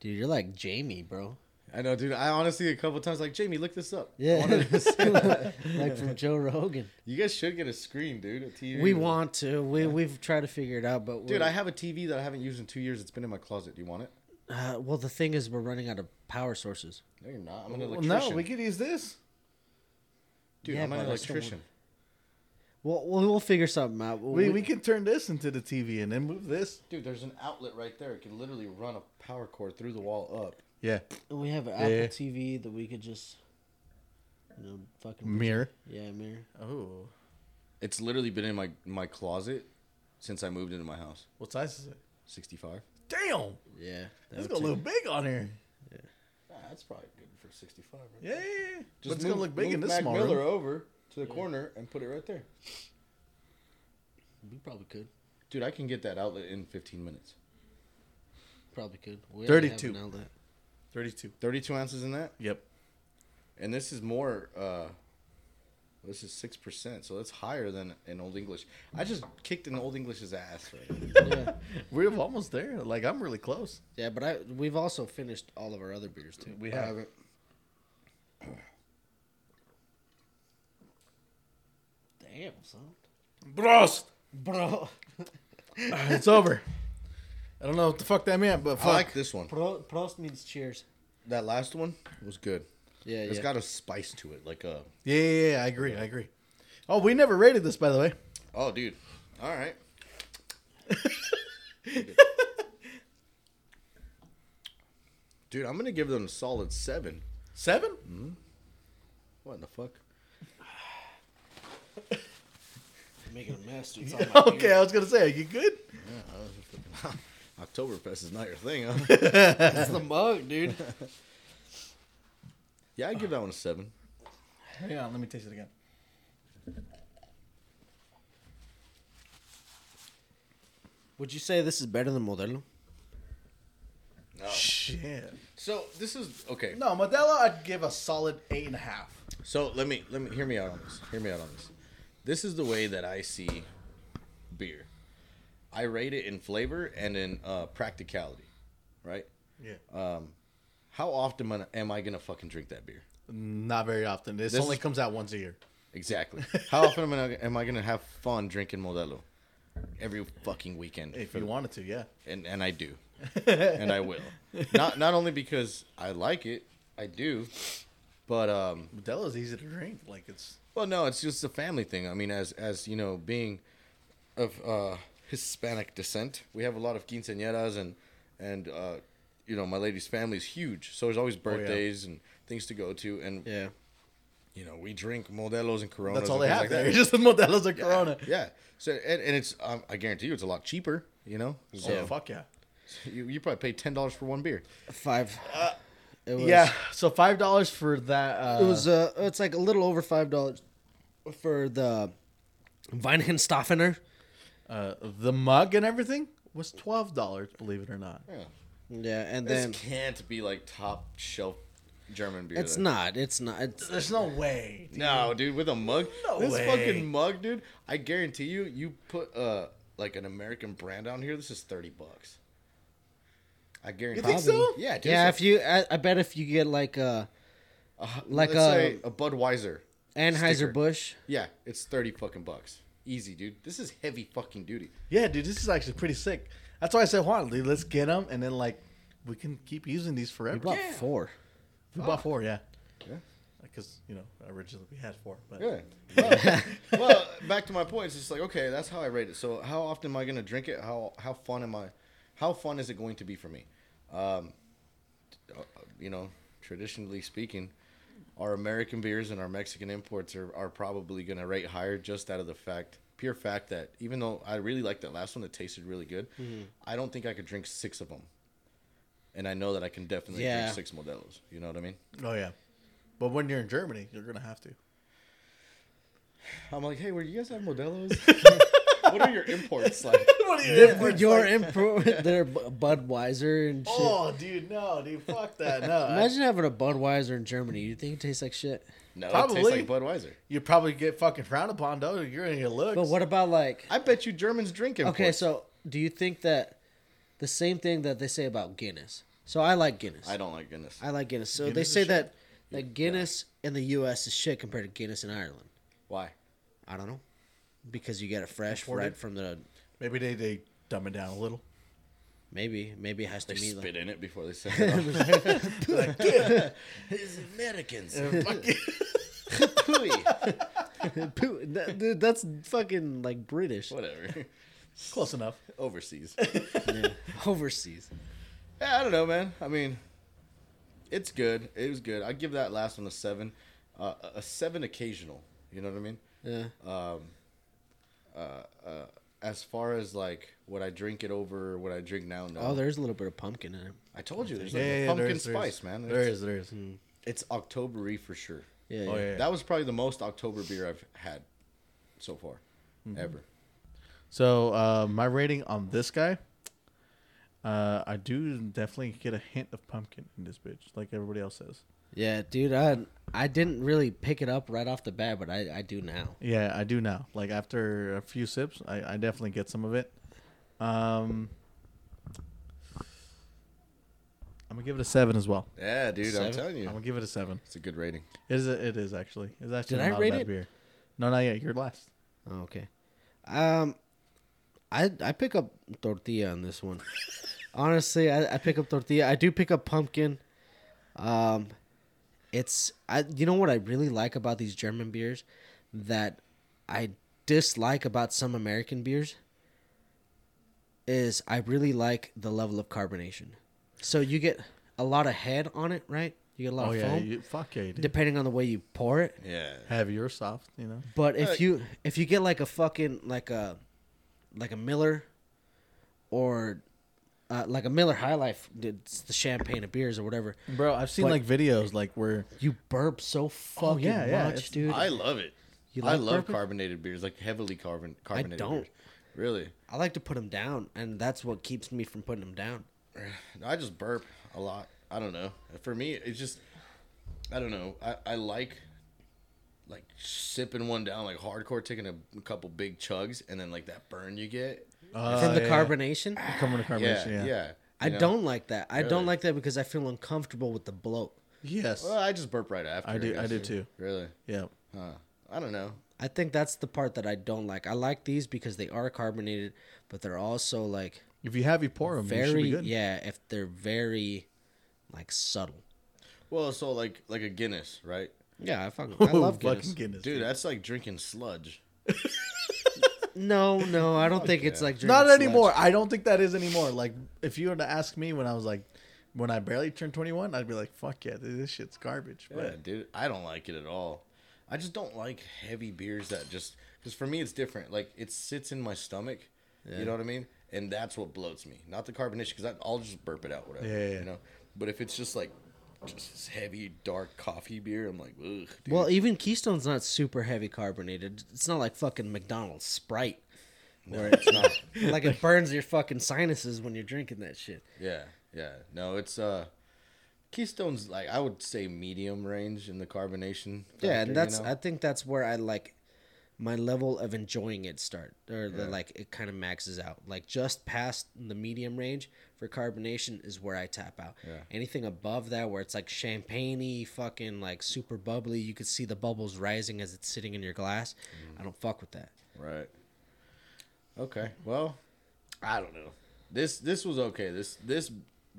[SPEAKER 1] Dude, you're like Jamie, bro.
[SPEAKER 3] I know, dude. I honestly a couple times like Jamie, look this up. I
[SPEAKER 1] Yeah,
[SPEAKER 3] wanted to say that.
[SPEAKER 1] [laughs] like from Joe Rogan.
[SPEAKER 3] you guys should get a screen, dude. A TV.
[SPEAKER 1] We want to. We we've tried to figure it out, but
[SPEAKER 3] Dude,
[SPEAKER 1] we're-
[SPEAKER 3] I have a TV that I haven't used in two years. It's been in my closet. Do you want it?
[SPEAKER 1] uh, well, the thing is, we're running out of power sources.
[SPEAKER 3] No, you're not. I'm an
[SPEAKER 2] Well,
[SPEAKER 3] electrician.
[SPEAKER 2] no, we could use this.
[SPEAKER 3] Dude,
[SPEAKER 1] Yeah,
[SPEAKER 3] I'm an
[SPEAKER 1] but I still
[SPEAKER 3] electrician.
[SPEAKER 1] Well, we'll, we'll figure something out. We'll,
[SPEAKER 2] We, we can turn this into the TV and then move this.
[SPEAKER 3] Dude, there's an outlet right there. It can literally run a power cord through the wall up.
[SPEAKER 2] Yeah.
[SPEAKER 1] we have an Apple
[SPEAKER 2] Yeah.
[SPEAKER 1] TV that we could just, you know, fucking
[SPEAKER 2] Mirror.
[SPEAKER 1] yeah, mirror.
[SPEAKER 2] Oh.
[SPEAKER 3] It's literally been in my my closet since I moved into my house.
[SPEAKER 2] What size is it?
[SPEAKER 3] 65.
[SPEAKER 2] Damn.
[SPEAKER 1] Yeah, that
[SPEAKER 2] It's
[SPEAKER 1] would
[SPEAKER 2] gonna
[SPEAKER 1] take-
[SPEAKER 2] look big on here.
[SPEAKER 3] that's probably good for 65. Right?
[SPEAKER 2] Yeah. yeah, yeah.
[SPEAKER 3] Just
[SPEAKER 2] But it's gonna
[SPEAKER 3] move-
[SPEAKER 2] look big
[SPEAKER 3] move
[SPEAKER 2] in this
[SPEAKER 3] Mac
[SPEAKER 2] small
[SPEAKER 3] Miller
[SPEAKER 2] room.
[SPEAKER 3] over to the corner and put it right there.
[SPEAKER 1] We probably could.
[SPEAKER 3] Dude, I can get that outlet in 15 minutes.
[SPEAKER 1] Probably could. We
[SPEAKER 2] 32.
[SPEAKER 1] already have an outlet.
[SPEAKER 2] [laughs] Thirty-two.
[SPEAKER 3] 32 ounces in that?
[SPEAKER 2] Yep.
[SPEAKER 3] And this is more uh this is 6%, so that's higher than in Old English. I just kicked an Old English's ass right now.
[SPEAKER 2] We're almost there. Like I'm really close.
[SPEAKER 1] Yeah, but I we've also finished all of our other beers too.
[SPEAKER 2] We have.
[SPEAKER 3] haven't.
[SPEAKER 1] Damn, son,
[SPEAKER 2] Bros.
[SPEAKER 1] bro,
[SPEAKER 2] [laughs] it's over. I don't know what the fuck that meant, but fuck.
[SPEAKER 3] I like this one.
[SPEAKER 1] bro. Prost means cheers.
[SPEAKER 3] That last one was good.
[SPEAKER 1] Yeah,
[SPEAKER 3] It's
[SPEAKER 1] yeah.
[SPEAKER 3] got a spice to it, like a
[SPEAKER 2] yeah, yeah, yeah, I agree. I agree. Oh, we never rated this, by the way.
[SPEAKER 3] oh, dude. All right.
[SPEAKER 2] [laughs]
[SPEAKER 3] dude, I'm gonna give them a solid seven.
[SPEAKER 2] 7 [laughs]
[SPEAKER 3] What in the fuck?
[SPEAKER 1] making a [laughs] mess. Dude.
[SPEAKER 2] okay, I was gonna say, are you good?
[SPEAKER 3] Oktoberfest is not your thing, huh?
[SPEAKER 1] [laughs] That's the mug, dude.
[SPEAKER 3] [laughs] yeah, I give that one a seven.
[SPEAKER 2] Hang on, let me taste it again.
[SPEAKER 1] Would you say this is better than Modelo?
[SPEAKER 2] Shit.
[SPEAKER 3] So this is okay.
[SPEAKER 2] No, Modelo, I'd give a solid eight and a half.
[SPEAKER 3] So let me let me hear me out on this. Hear me out on this. This is the way that I see beer. I rate it in flavor and in uh, practicality, right?
[SPEAKER 2] Yeah.
[SPEAKER 3] How often am I- am I gonna fucking drink that beer?
[SPEAKER 2] Not very often. This,
[SPEAKER 3] This
[SPEAKER 2] only
[SPEAKER 3] is-
[SPEAKER 2] comes out once a year.
[SPEAKER 1] [laughs]
[SPEAKER 3] Exactly. How often am I, am I gonna have fun drinking Modelo? Every fucking weekend,
[SPEAKER 2] If
[SPEAKER 3] for
[SPEAKER 2] you
[SPEAKER 3] the-
[SPEAKER 2] wanted to, yeah.
[SPEAKER 3] and and
[SPEAKER 2] [laughs]
[SPEAKER 3] I do, and I will. Not not only because I like it, I do, but um,
[SPEAKER 2] Modelo's easy to drink. Like it's
[SPEAKER 3] Well, no, it's just a family thing. I mean, as as you know, being of uh, Hispanic descent, we have a lot of quinceañeras and and uh, you know, my lady's family's huge, so there's always
[SPEAKER 2] Oh, yeah.
[SPEAKER 3] birthdays and things to go to, and
[SPEAKER 1] Yeah.
[SPEAKER 3] you know, we drink Modelo's and Coronas.
[SPEAKER 2] that's all
[SPEAKER 3] and
[SPEAKER 2] they
[SPEAKER 3] things
[SPEAKER 2] have
[SPEAKER 3] like
[SPEAKER 2] there. [laughs]
[SPEAKER 3] that.
[SPEAKER 2] Just the Modelo's and Corona.
[SPEAKER 3] Yeah, so and, and it's um, I guarantee you, it's a lot cheaper. You know, so
[SPEAKER 2] Oh, fuck yeah.
[SPEAKER 3] you, you probably pay ten dollars for one beer.
[SPEAKER 1] Five. it was,
[SPEAKER 2] Yeah. So five dollars for that. Uh,
[SPEAKER 1] It was. Uh, it's like a little over five dollars for the Weinhenstoffener.
[SPEAKER 2] uh, the mug and everything was twelve dollars. Believe it or not.
[SPEAKER 3] Yeah,
[SPEAKER 1] Yeah, and
[SPEAKER 3] this
[SPEAKER 1] then
[SPEAKER 3] can't be like top shelf German beer.
[SPEAKER 1] It's
[SPEAKER 3] though.
[SPEAKER 1] not. It's not. It's,
[SPEAKER 5] There's no way.
[SPEAKER 3] No, dude, with a mug.
[SPEAKER 5] No
[SPEAKER 3] this
[SPEAKER 5] way.
[SPEAKER 3] fucking mug, dude. I guarantee you, you put uh like an American brand on here. This is thirty bucks. I guarantee.
[SPEAKER 5] think so?
[SPEAKER 1] Probably.
[SPEAKER 3] Yeah, dude.
[SPEAKER 1] yeah.
[SPEAKER 3] so-
[SPEAKER 1] If you, I, I bet if you get like uh, a like
[SPEAKER 3] let's say
[SPEAKER 1] a
[SPEAKER 3] a Budweiser.
[SPEAKER 1] Anheuser
[SPEAKER 3] sticker.
[SPEAKER 1] Busch,
[SPEAKER 3] Yeah, it's thirty fucking bucks. Easy, dude. This is heavy fucking duty.
[SPEAKER 2] Yeah, dude, this is actually pretty sick. That's why I said, "Juan, dude, let's get them, and then like we can keep using these
[SPEAKER 1] we
[SPEAKER 2] forever." Oh.
[SPEAKER 1] bought four.
[SPEAKER 2] We bought four, yeah,
[SPEAKER 3] Yeah.
[SPEAKER 2] because you know originally we had four, but
[SPEAKER 3] Yeah. Well, well, back to my point. It's just like okay, that's how I rate it. So how often am I going to drink it? How how fun am I? How fun is it going to be for me? Um, uh, you know, traditionally speaking, our American beers and our Mexican imports are, are probably going to rate higher just out of the fact, pure fact that even though I really liked that last one, it tasted really good. I don't think I could drink six of them. And I know that I can definitely
[SPEAKER 1] Yeah.
[SPEAKER 3] drink six Modelos. You know what I mean?
[SPEAKER 2] oh yeah. But when you're in Germany, you're gonna [laughs] have to.
[SPEAKER 3] I'm like, hey, where do you guys have Modelos? what are your imports like?
[SPEAKER 5] What are you-
[SPEAKER 2] [laughs]
[SPEAKER 1] Your, your impro- [laughs]
[SPEAKER 3] [laughs]
[SPEAKER 1] their B- Budweiser and shit.
[SPEAKER 5] Oh, dude, no, dude, fuck that,
[SPEAKER 2] [laughs]
[SPEAKER 3] uh,
[SPEAKER 5] no.
[SPEAKER 1] Imagine having a Budweiser in Germany. You think it tastes like shit?
[SPEAKER 3] No, it
[SPEAKER 5] Probably.
[SPEAKER 3] tastes like Budweiser.
[SPEAKER 5] You probably get fucking frowned upon, though. You're gonna get looks.
[SPEAKER 1] But what about like?
[SPEAKER 3] I bet you Germans drink imports.
[SPEAKER 1] Okay, so do you think that the same thing that they say about Guinness? So I like Guinness.
[SPEAKER 3] I don't like Guinness.
[SPEAKER 1] I like Guinness. So they
[SPEAKER 2] Guinness is
[SPEAKER 1] say
[SPEAKER 2] shit.
[SPEAKER 1] that that Guinness in the U.S. is shit compared to Guinness in Ireland.
[SPEAKER 3] Why?
[SPEAKER 1] I don't know because you get it fresh
[SPEAKER 2] Imported?
[SPEAKER 1] right from the
[SPEAKER 2] Maybe they they dumb it down a [laughs] little.
[SPEAKER 1] maybe maybe it has to
[SPEAKER 3] They
[SPEAKER 1] be like,
[SPEAKER 3] spit in it before they send it off.
[SPEAKER 1] it's Americans.
[SPEAKER 3] Pooey.
[SPEAKER 1] [laughs] Poo- that- dude, that's fucking like British
[SPEAKER 3] Whatever.
[SPEAKER 2] [laughs]
[SPEAKER 3] [laughs]
[SPEAKER 2] Close enough.
[SPEAKER 3] Overseas.
[SPEAKER 1] overseas.
[SPEAKER 3] Yeah, I don't know, man. I mean, it's good. It was good. I give that last one a seven, uh, a seven occasional. You know what I mean?
[SPEAKER 1] Yeah, Oh,
[SPEAKER 3] As far as like would I drink it over, what I drink now, no.
[SPEAKER 1] oh, there's a little bit of pumpkin in it.
[SPEAKER 3] I told you, there's
[SPEAKER 2] Yeah,
[SPEAKER 3] like
[SPEAKER 2] yeah,
[SPEAKER 3] a
[SPEAKER 2] yeah,
[SPEAKER 3] pumpkin
[SPEAKER 2] there is, there
[SPEAKER 3] spice,
[SPEAKER 2] is.
[SPEAKER 3] man.
[SPEAKER 2] There
[SPEAKER 3] It's,
[SPEAKER 2] is, there is.
[SPEAKER 3] it's Octobery for sure.
[SPEAKER 1] Yeah,
[SPEAKER 2] Oh
[SPEAKER 1] yeah.
[SPEAKER 2] yeah.
[SPEAKER 3] That was probably the most October beer I've had so far, ever.
[SPEAKER 2] So uh, my rating on this guy, uh, I do definitely get a hint of pumpkin in this bitch, like everybody else says.
[SPEAKER 1] Yeah, dude, I I didn't really pick it up right off the bat, but I, I do now.
[SPEAKER 2] Yeah, I do now. Like after a few sips, I, I definitely get some of it. Um, I'm gonna give it a seven as well.
[SPEAKER 3] Yeah, dude, i
[SPEAKER 1] Seven?
[SPEAKER 3] I'm telling you,
[SPEAKER 2] I'm gonna give it a seven.
[SPEAKER 3] it's a good rating.
[SPEAKER 2] It is. A, it is actually. It's actually
[SPEAKER 1] Did I
[SPEAKER 2] not
[SPEAKER 1] rate
[SPEAKER 2] a bad
[SPEAKER 1] it?
[SPEAKER 2] beer. No, not yet. You're last.
[SPEAKER 1] Oh, okay. Um I I pick up tortilla on this
[SPEAKER 2] [laughs]
[SPEAKER 1] one. Honestly, I, I pick up tortilla. I do pick up pumpkin. Um it's I you know what I really like about these German beers that I dislike about some American beers is I really like the level of carbonation. So you get a lot of head on it, right? You get a lot
[SPEAKER 2] Oh
[SPEAKER 1] of
[SPEAKER 2] yeah.
[SPEAKER 1] foam
[SPEAKER 2] You, fuck yeah. You did.
[SPEAKER 1] depending on the way you pour it.
[SPEAKER 3] Yeah.
[SPEAKER 2] Heavy or soft, you know.
[SPEAKER 1] But if
[SPEAKER 3] Uh,
[SPEAKER 1] you if you get like a fucking like a like a Miller or uh, like a Miller High Life, it's the champagne of beers or whatever.
[SPEAKER 2] Bro, I've seen
[SPEAKER 1] But-
[SPEAKER 2] like videos like where
[SPEAKER 1] You burp so fucking
[SPEAKER 2] Oh, yeah, yeah,
[SPEAKER 1] much,
[SPEAKER 2] it's-
[SPEAKER 1] dude.
[SPEAKER 3] I
[SPEAKER 1] I,
[SPEAKER 3] love it.
[SPEAKER 1] You
[SPEAKER 3] I
[SPEAKER 1] like
[SPEAKER 3] love
[SPEAKER 1] bourbon?
[SPEAKER 3] carbonated beers, like heavily carbon carbonated.
[SPEAKER 1] don't.
[SPEAKER 3] beers. really.
[SPEAKER 1] like to put them down, and that's what keeps me from putting them down.
[SPEAKER 3] I just burp a lot. I don't know. For me, it's just I don't know. I, I like like sipping one down like hardcore, taking a, couple big chugs, and then like that burn you get.
[SPEAKER 2] uh,
[SPEAKER 1] From the
[SPEAKER 2] yeah,
[SPEAKER 1] carbonation,
[SPEAKER 2] yeah. Coming to
[SPEAKER 3] Yeah,
[SPEAKER 2] carbonation.
[SPEAKER 3] yeah.
[SPEAKER 2] Yeah.
[SPEAKER 1] I
[SPEAKER 3] you know?
[SPEAKER 1] don't like that. I
[SPEAKER 3] Really?
[SPEAKER 1] don't like that because I feel uncomfortable with the bloat.
[SPEAKER 2] Yes.
[SPEAKER 3] Well, I just burp right after.
[SPEAKER 2] I do- I
[SPEAKER 3] guess.
[SPEAKER 2] do too.
[SPEAKER 3] Really?
[SPEAKER 2] yeah.
[SPEAKER 3] Huh. I don't know.
[SPEAKER 1] I think that's the part that I don't like. I like these because they are carbonated, but they're also like
[SPEAKER 2] If you have, you pour them. you should
[SPEAKER 1] very
[SPEAKER 2] be good.
[SPEAKER 1] yeah. If they're very like subtle.
[SPEAKER 3] Well, so like like a Guinness, right?
[SPEAKER 1] Yeah, I fucking
[SPEAKER 2] [laughs]
[SPEAKER 1] I love
[SPEAKER 2] fucking
[SPEAKER 1] Guinness.
[SPEAKER 2] Guinness.
[SPEAKER 3] Dude, that's like drinking sludge.
[SPEAKER 1] No, no, I don't think it's like drinking
[SPEAKER 2] Not
[SPEAKER 1] sludge.
[SPEAKER 2] anymore. I don't think that is anymore. Like, if you were to ask me when I was like, when I barely turned 21, I'd be like, fuck yeah, dude, this shit's garbage.
[SPEAKER 3] Yeah,
[SPEAKER 2] But
[SPEAKER 3] dude, I don't like it at all. I just don't like heavy beers that just because for me it's different. Like it sits in my stomach, you know what I mean, and that's what bloats me. Not the carbonation because I'll just burp it out, whatever.
[SPEAKER 2] Yeah, yeah, yeah.
[SPEAKER 3] You know, but if it's just like just this heavy dark coffee beer, I'm like, ugh. Dude.
[SPEAKER 1] Well, even Keystone's not super heavy carbonated. It's not like fucking McDonald's Sprite, where
[SPEAKER 2] [laughs]
[SPEAKER 1] it's not like it burns your fucking sinuses when you're drinking that shit.
[SPEAKER 3] yeah, yeah. No, it's uh, Keystone's like I would say medium range in the carbonation.
[SPEAKER 1] yeah,
[SPEAKER 3] factor, you
[SPEAKER 1] and that's
[SPEAKER 3] know?
[SPEAKER 1] I think that's where I like my level of enjoying it start or the,
[SPEAKER 3] Yeah.
[SPEAKER 1] like it kind of maxes out. Like just past the medium range for carbonation is where I tap out.
[SPEAKER 3] Yeah.
[SPEAKER 1] Anything above that where it's like champagney, fucking like super bubbly, you could see the bubbles rising as it's sitting in your glass.
[SPEAKER 3] Mm.
[SPEAKER 1] I don't fuck with that.
[SPEAKER 3] right. Okay. Well, I don't know. This this was okay. This this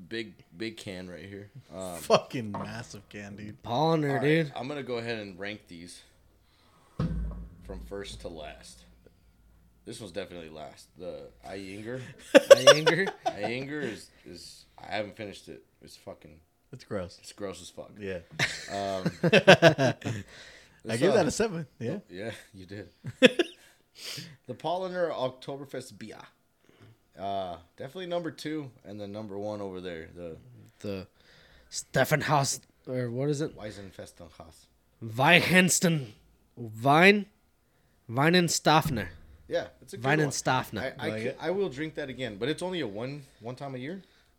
[SPEAKER 3] big big can right here. Um,
[SPEAKER 2] Fucking massive can, dude.
[SPEAKER 1] Polliner,
[SPEAKER 3] all right,
[SPEAKER 1] dude.
[SPEAKER 3] I'm gonna go ahead and rank these from first to last. This one's definitely last. The [laughs] Iinger. Iinger. Iinger is is I haven't finished it. It's fucking
[SPEAKER 2] It's gross.
[SPEAKER 3] it's gross as fuck.
[SPEAKER 2] Yeah.
[SPEAKER 3] Um,
[SPEAKER 2] [laughs] I give that a seven. Yeah.
[SPEAKER 3] Yeah, [laughs] you did. the Polliner Oktoberfest Bia. Uh, definitely number two, and then number one over there, the
[SPEAKER 1] The Steffenhaus or what is it?
[SPEAKER 3] Weizenfestenhaus.
[SPEAKER 1] Weihensten. Wein Weinenstaffner.
[SPEAKER 3] Yeah, it's a good one. I,
[SPEAKER 1] Weinenstaffner.
[SPEAKER 3] I,
[SPEAKER 2] Like
[SPEAKER 3] could-
[SPEAKER 2] it?
[SPEAKER 3] I will drink that again, but it's only a one one time a year.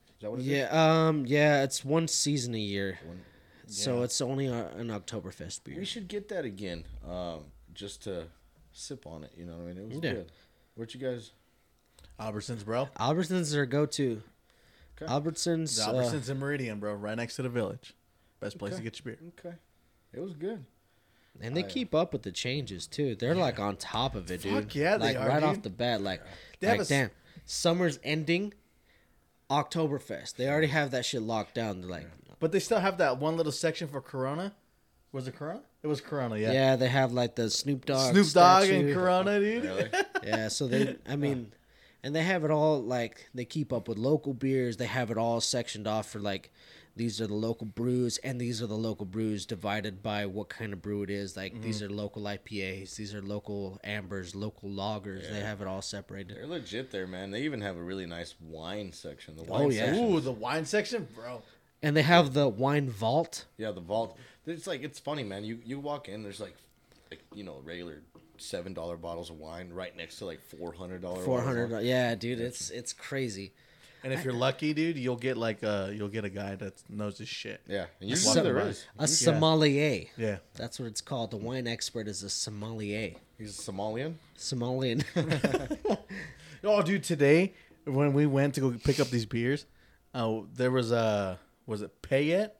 [SPEAKER 3] Is that what it is?
[SPEAKER 1] Yeah, um, yeah, it's one season a year,
[SPEAKER 3] One-
[SPEAKER 1] so it's only a, an Oktoberfest beer.
[SPEAKER 3] We should get that again, um, just to sip on it. You know what I mean? It was
[SPEAKER 1] Yeah.
[SPEAKER 3] good. What you guys?
[SPEAKER 2] Albertsons, bro.
[SPEAKER 1] Albertsons are go-to.
[SPEAKER 3] Okay.
[SPEAKER 1] Albertsons,
[SPEAKER 2] The
[SPEAKER 1] uh,
[SPEAKER 2] Albertsons in Meridian, bro. Right next to the village. Best place
[SPEAKER 3] Okay.
[SPEAKER 2] to get your beer.
[SPEAKER 3] Okay, it was
[SPEAKER 1] [laughs]
[SPEAKER 3] good.
[SPEAKER 1] and they
[SPEAKER 2] Oh,
[SPEAKER 3] yeah.
[SPEAKER 1] keep up with the changes too. They're like on top of it, dude.
[SPEAKER 2] Fuck yeah, they
[SPEAKER 1] like
[SPEAKER 2] are,
[SPEAKER 1] right off
[SPEAKER 2] dude.
[SPEAKER 1] the bat, like,
[SPEAKER 2] They have
[SPEAKER 1] like
[SPEAKER 2] a s-
[SPEAKER 1] damn, summer's ending, Oktoberfest. They already have that shit locked down. They're like,
[SPEAKER 2] But they still have that one little section for Corona. Was it Corona? It was Corona,
[SPEAKER 1] yeah.
[SPEAKER 2] yeah.
[SPEAKER 1] they have like the Snoop Dogg,
[SPEAKER 2] Snoop Dogg and
[SPEAKER 1] statue.
[SPEAKER 2] Corona, dude.
[SPEAKER 3] Really?
[SPEAKER 1] Yeah, so they,
[SPEAKER 2] [laughs]
[SPEAKER 1] I mean, and they have it all like they keep up with local beers. They have it all sectioned off for like these are the local brews and these are the local brews divided by what kind of brew it is. Like
[SPEAKER 2] Mm-hmm.
[SPEAKER 1] these are local IPAs, these are local ambers, local lagers. They have it all separated.
[SPEAKER 3] They're legit there, man. They even have a really nice wine section. The wine
[SPEAKER 1] Oh, yeah.
[SPEAKER 3] section.
[SPEAKER 2] Ooh, the wine section, bro.
[SPEAKER 1] And they have the wine vault.
[SPEAKER 3] Yeah, the vault. It's like it's funny, man. You you walk in, there's like, like you know, regular seven dollar bottles of wine right next to like four hundred dollar.
[SPEAKER 1] Four hundred, yeah, dude, it's it's crazy.
[SPEAKER 2] And if you're lucky, dude, you'll get like a you'll get a guy that knows his shit.
[SPEAKER 3] Yeah, and usually
[SPEAKER 1] Some-
[SPEAKER 3] there is.
[SPEAKER 1] A sommelier,
[SPEAKER 2] Yeah.
[SPEAKER 1] that's what it's called. The wine expert is a sommelier,
[SPEAKER 3] He's a Somalian.
[SPEAKER 2] [laughs]
[SPEAKER 1] Somalian.
[SPEAKER 2] Oh, dude, today when we went to go pick up these beers, oh, there was a was it Payette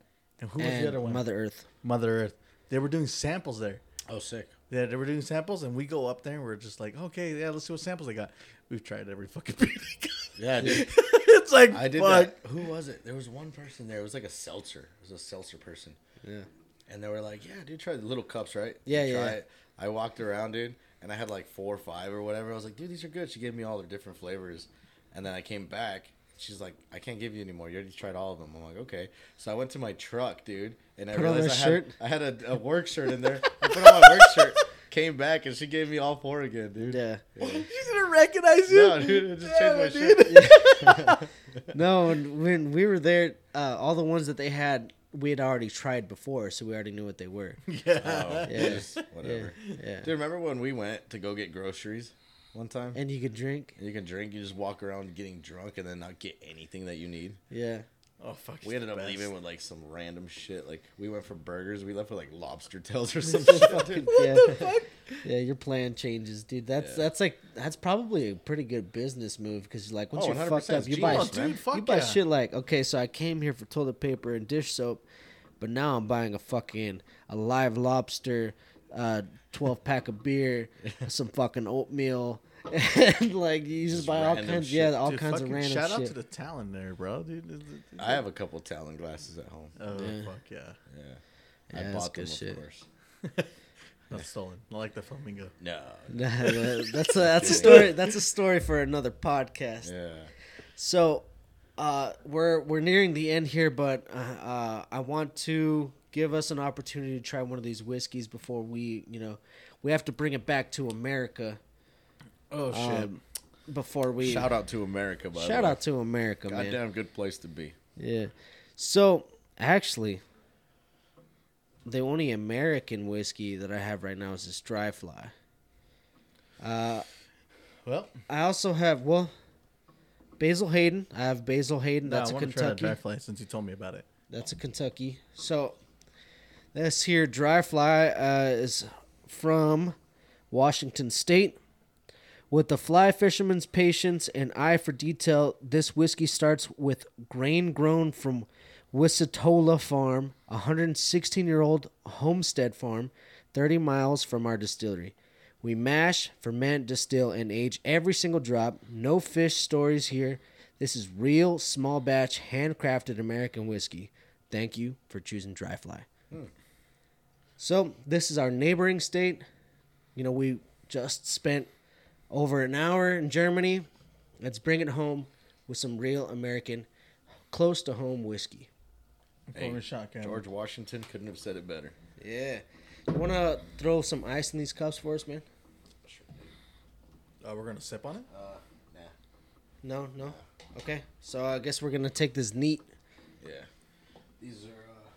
[SPEAKER 2] and who was the other
[SPEAKER 1] and
[SPEAKER 2] one?
[SPEAKER 1] Mother Earth.
[SPEAKER 2] Mother Earth. They were doing samples there.
[SPEAKER 3] Oh, sick.
[SPEAKER 2] Yeah, they were doing samples, and we go up there and we're just like, okay, yeah, let's see what samples they got. We've tried every fucking [laughs] beer. They got. [laughs]
[SPEAKER 3] Yeah, dude.
[SPEAKER 2] it's like
[SPEAKER 3] I did
[SPEAKER 2] fuck.
[SPEAKER 3] that. Who was it? There was one person there. It was like a seltzer. It was a seltzer person.
[SPEAKER 1] Yeah.
[SPEAKER 3] And they were like, "Yeah, dude, try the little cups, right?
[SPEAKER 1] Yeah,
[SPEAKER 3] You
[SPEAKER 1] yeah,
[SPEAKER 3] try
[SPEAKER 1] yeah.
[SPEAKER 3] it." I walked around, dude, and I had like four or five or whatever. I was like, "Dude, these are good." She gave me all the different flavors, and then I came back. She's like, "I can't give you any more. You already tried all of them." I'm like, "Okay." So I went to my truck, dude, and I
[SPEAKER 1] Put on
[SPEAKER 3] realized I
[SPEAKER 1] that
[SPEAKER 3] had,
[SPEAKER 1] shirt.
[SPEAKER 3] I had a, a work shirt in there. I put on my work shirt, came back, and she gave me all four again, dude.
[SPEAKER 1] Yeah.
[SPEAKER 2] She's gonna recognize you.
[SPEAKER 3] No, dude, I just
[SPEAKER 2] Damn
[SPEAKER 3] changed my
[SPEAKER 2] it,
[SPEAKER 3] shirt.
[SPEAKER 2] dude.
[SPEAKER 3] [laughs]
[SPEAKER 1] No, and when we were there, uh, all the ones that they had, we had already tried before, so we already knew what they were.
[SPEAKER 3] [laughs] Oh,
[SPEAKER 1] Yeah.
[SPEAKER 3] just whatever.
[SPEAKER 1] Yeah.
[SPEAKER 3] Dude, remember when we went to go get groceries one time?
[SPEAKER 1] And you could drink.
[SPEAKER 3] You can drink. You just walk around getting drunk and then not get anything that you need. [laughs]
[SPEAKER 1] Yeah.
[SPEAKER 2] Oh fuck.
[SPEAKER 3] We
[SPEAKER 2] she's
[SPEAKER 3] ended
[SPEAKER 2] the
[SPEAKER 3] up
[SPEAKER 2] best.
[SPEAKER 3] leaving with like some random shit. Like we went for burgers. We left with like lobster tails
[SPEAKER 1] [laughs]
[SPEAKER 3] or some shit. dude. Oh,
[SPEAKER 1] yeah. [laughs] Yeah, your plan changes, dude. That's that's like that's probably a pretty good business move because like once
[SPEAKER 3] Oh,
[SPEAKER 1] you're fucked
[SPEAKER 3] 100%
[SPEAKER 1] up, you buy
[SPEAKER 3] genius,
[SPEAKER 1] shit-
[SPEAKER 3] man.
[SPEAKER 2] dude, fuck
[SPEAKER 1] you buy
[SPEAKER 2] yeah.
[SPEAKER 1] shit like okay, so I came here for toilet paper and dish soap, but now I'm buying a fucking a live lobster, uh, twelve pack of
[SPEAKER 2] [laughs]
[SPEAKER 1] beer, some fucking oatmeal, and like you just,
[SPEAKER 3] Just
[SPEAKER 1] buy all
[SPEAKER 3] random
[SPEAKER 1] kinds,
[SPEAKER 3] shit.
[SPEAKER 1] yeah, all
[SPEAKER 2] Dude,
[SPEAKER 1] kinds of
[SPEAKER 2] fucking
[SPEAKER 1] random
[SPEAKER 2] shout
[SPEAKER 1] shit.
[SPEAKER 2] out to the talent there, bro. Dude, is it-
[SPEAKER 3] I have a couple Talon glasses at home.
[SPEAKER 2] oh
[SPEAKER 1] Yeah.
[SPEAKER 2] fuck yeah,
[SPEAKER 3] Yeah,
[SPEAKER 1] Yeah,
[SPEAKER 3] I
[SPEAKER 1] that's
[SPEAKER 3] bought
[SPEAKER 1] good
[SPEAKER 3] them
[SPEAKER 1] shit.
[SPEAKER 3] of course.
[SPEAKER 2] not stolen. I like the flamingo.
[SPEAKER 3] No.
[SPEAKER 1] Nah, that- [laughs] that's a that's a story that's a story for another podcast.
[SPEAKER 3] Yeah.
[SPEAKER 1] So, uh, we're we're nearing the end here, but uh, uh, I want to give us an opportunity to try one of these whiskeys before we, you know, we have to bring it back to America
[SPEAKER 2] Oh shit.
[SPEAKER 1] um, before we
[SPEAKER 3] Shout out to America, by
[SPEAKER 1] shout out to America, man.
[SPEAKER 3] Goddamn good place to be.
[SPEAKER 1] Yeah. So actually, the only American whiskey that I have right now is this Dry Fly.
[SPEAKER 2] well,
[SPEAKER 1] I also have well, Basil Hayden. I have Basil Hayden. That's
[SPEAKER 2] that's no, I
[SPEAKER 1] a
[SPEAKER 2] want to try that
[SPEAKER 1] Kentucky.
[SPEAKER 2] dry fly since you told me about it.
[SPEAKER 1] That's a Kentucky. So this here dry fly uh, is from Washington State. With the fly fisherman's patience and eye for detail, this whiskey starts with grain grown from Wisatola Farm, a 116 year old homestead farm, 30 miles from our distillery. We mash, ferment, distill, and age every single drop. No fish stories here. This is real, small batch, handcrafted American whiskey. Thank you for choosing Dry Fly. So, this is our neighboring state. You know, we just spent over an hour in Germany. Let's bring it home with some real American, close to home whiskey.
[SPEAKER 2] Pulling a shotgun.
[SPEAKER 3] George Washington couldn't have said it better.
[SPEAKER 1] Yeah. You want to throw some ice in these cups for us, man?
[SPEAKER 5] Oh, we're gonna sip on it.
[SPEAKER 3] Nah.
[SPEAKER 1] No, no. Okay. So, I guess we're going to take this neat,
[SPEAKER 3] Yeah. These are uh,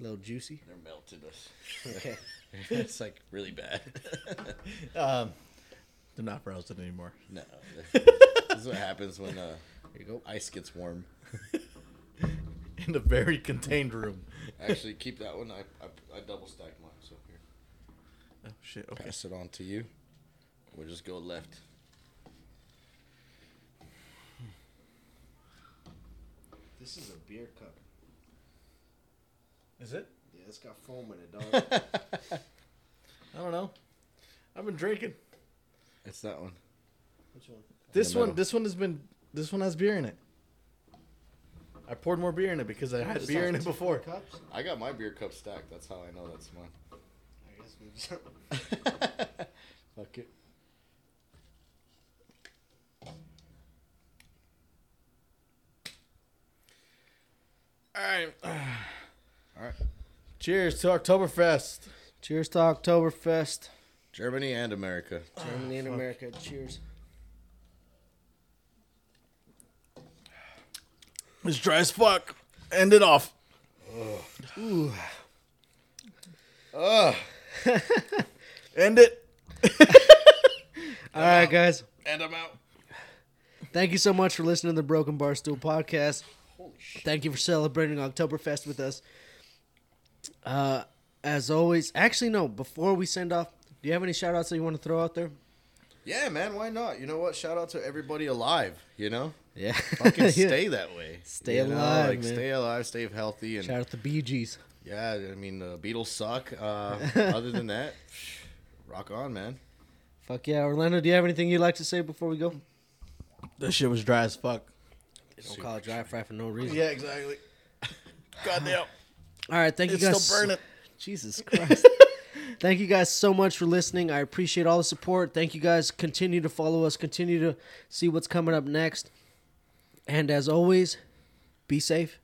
[SPEAKER 1] little [laughs] juicy.
[SPEAKER 3] they're melted us.
[SPEAKER 1] Okay.
[SPEAKER 3] [laughs] it's like really bad. [laughs]
[SPEAKER 5] They're not roasted anymore. [laughs]
[SPEAKER 3] no. This is what happens when uh
[SPEAKER 1] There you go.
[SPEAKER 3] ice gets warm.
[SPEAKER 5] In a very contained room.
[SPEAKER 3] Actually, keep that one. I I, I double stacked mine, so here.
[SPEAKER 5] Oh shit. Okay.
[SPEAKER 3] Pass it on to you. We'll just go left.
[SPEAKER 1] This is a beer cup.
[SPEAKER 5] Is it?
[SPEAKER 1] Yeah, it's got foam in it, dog. [laughs]
[SPEAKER 5] I don't know. I've been drinking.
[SPEAKER 3] It's that one.
[SPEAKER 1] Which one?
[SPEAKER 5] This
[SPEAKER 3] the
[SPEAKER 5] one.
[SPEAKER 3] middle.
[SPEAKER 5] This one has been. This one has beer in it. I poured more beer in it because I had
[SPEAKER 3] This
[SPEAKER 5] beer in it
[SPEAKER 3] sounds
[SPEAKER 5] before.
[SPEAKER 1] Cups?
[SPEAKER 3] I got my beer cup stacked. That's how I know that's mine.
[SPEAKER 1] I guess we just...
[SPEAKER 3] Fuck it.
[SPEAKER 5] All
[SPEAKER 3] [sighs]
[SPEAKER 5] right.
[SPEAKER 3] All right.
[SPEAKER 5] Cheers to Oktoberfest.
[SPEAKER 1] Cheers to Oktoberfest.
[SPEAKER 3] Germany and America.
[SPEAKER 1] Germany and America. Cheers.
[SPEAKER 5] It's dry as fuck. End it off. Ugh. End it.
[SPEAKER 1] All right, guys.
[SPEAKER 3] And I'm out.
[SPEAKER 1] Thank you so much for listening to the Broken Barstool podcast. Thank you for celebrating Oktoberfest with us. Uh, as always, actually, no, before we send off, do you have any shout outs that you want to throw out there?
[SPEAKER 3] Yeah, man. Why not? You know what? Shout out to everybody alive.
[SPEAKER 1] [laughs]
[SPEAKER 3] You know,
[SPEAKER 1] Yeah.
[SPEAKER 3] fucking stay that way.
[SPEAKER 1] Stay
[SPEAKER 3] You know,
[SPEAKER 1] alive, man.
[SPEAKER 3] Stay alive. Stay healthy. And
[SPEAKER 1] Shout out to Bee Gees.
[SPEAKER 3] yeah, I mean the Beatles suck.
[SPEAKER 1] [laughs]
[SPEAKER 3] Uh, other than that, rock on, man.
[SPEAKER 1] Fuck yeah. Orlando, do you have anything you'd like to say before we go?
[SPEAKER 5] This shit was dry as fuck.
[SPEAKER 1] They don't call it dry fry for no reason.
[SPEAKER 5] Yeah, exactly. [laughs] Goddamn.
[SPEAKER 1] All right, thank
[SPEAKER 5] It's
[SPEAKER 1] you guys.
[SPEAKER 5] still burning.
[SPEAKER 1] Jesus Christ. thank you guys so much for listening. I appreciate all the support. Thank you guys. Continue to follow us. Continue to see what's coming up next. And as always, be safe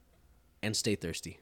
[SPEAKER 1] and stay thirsty.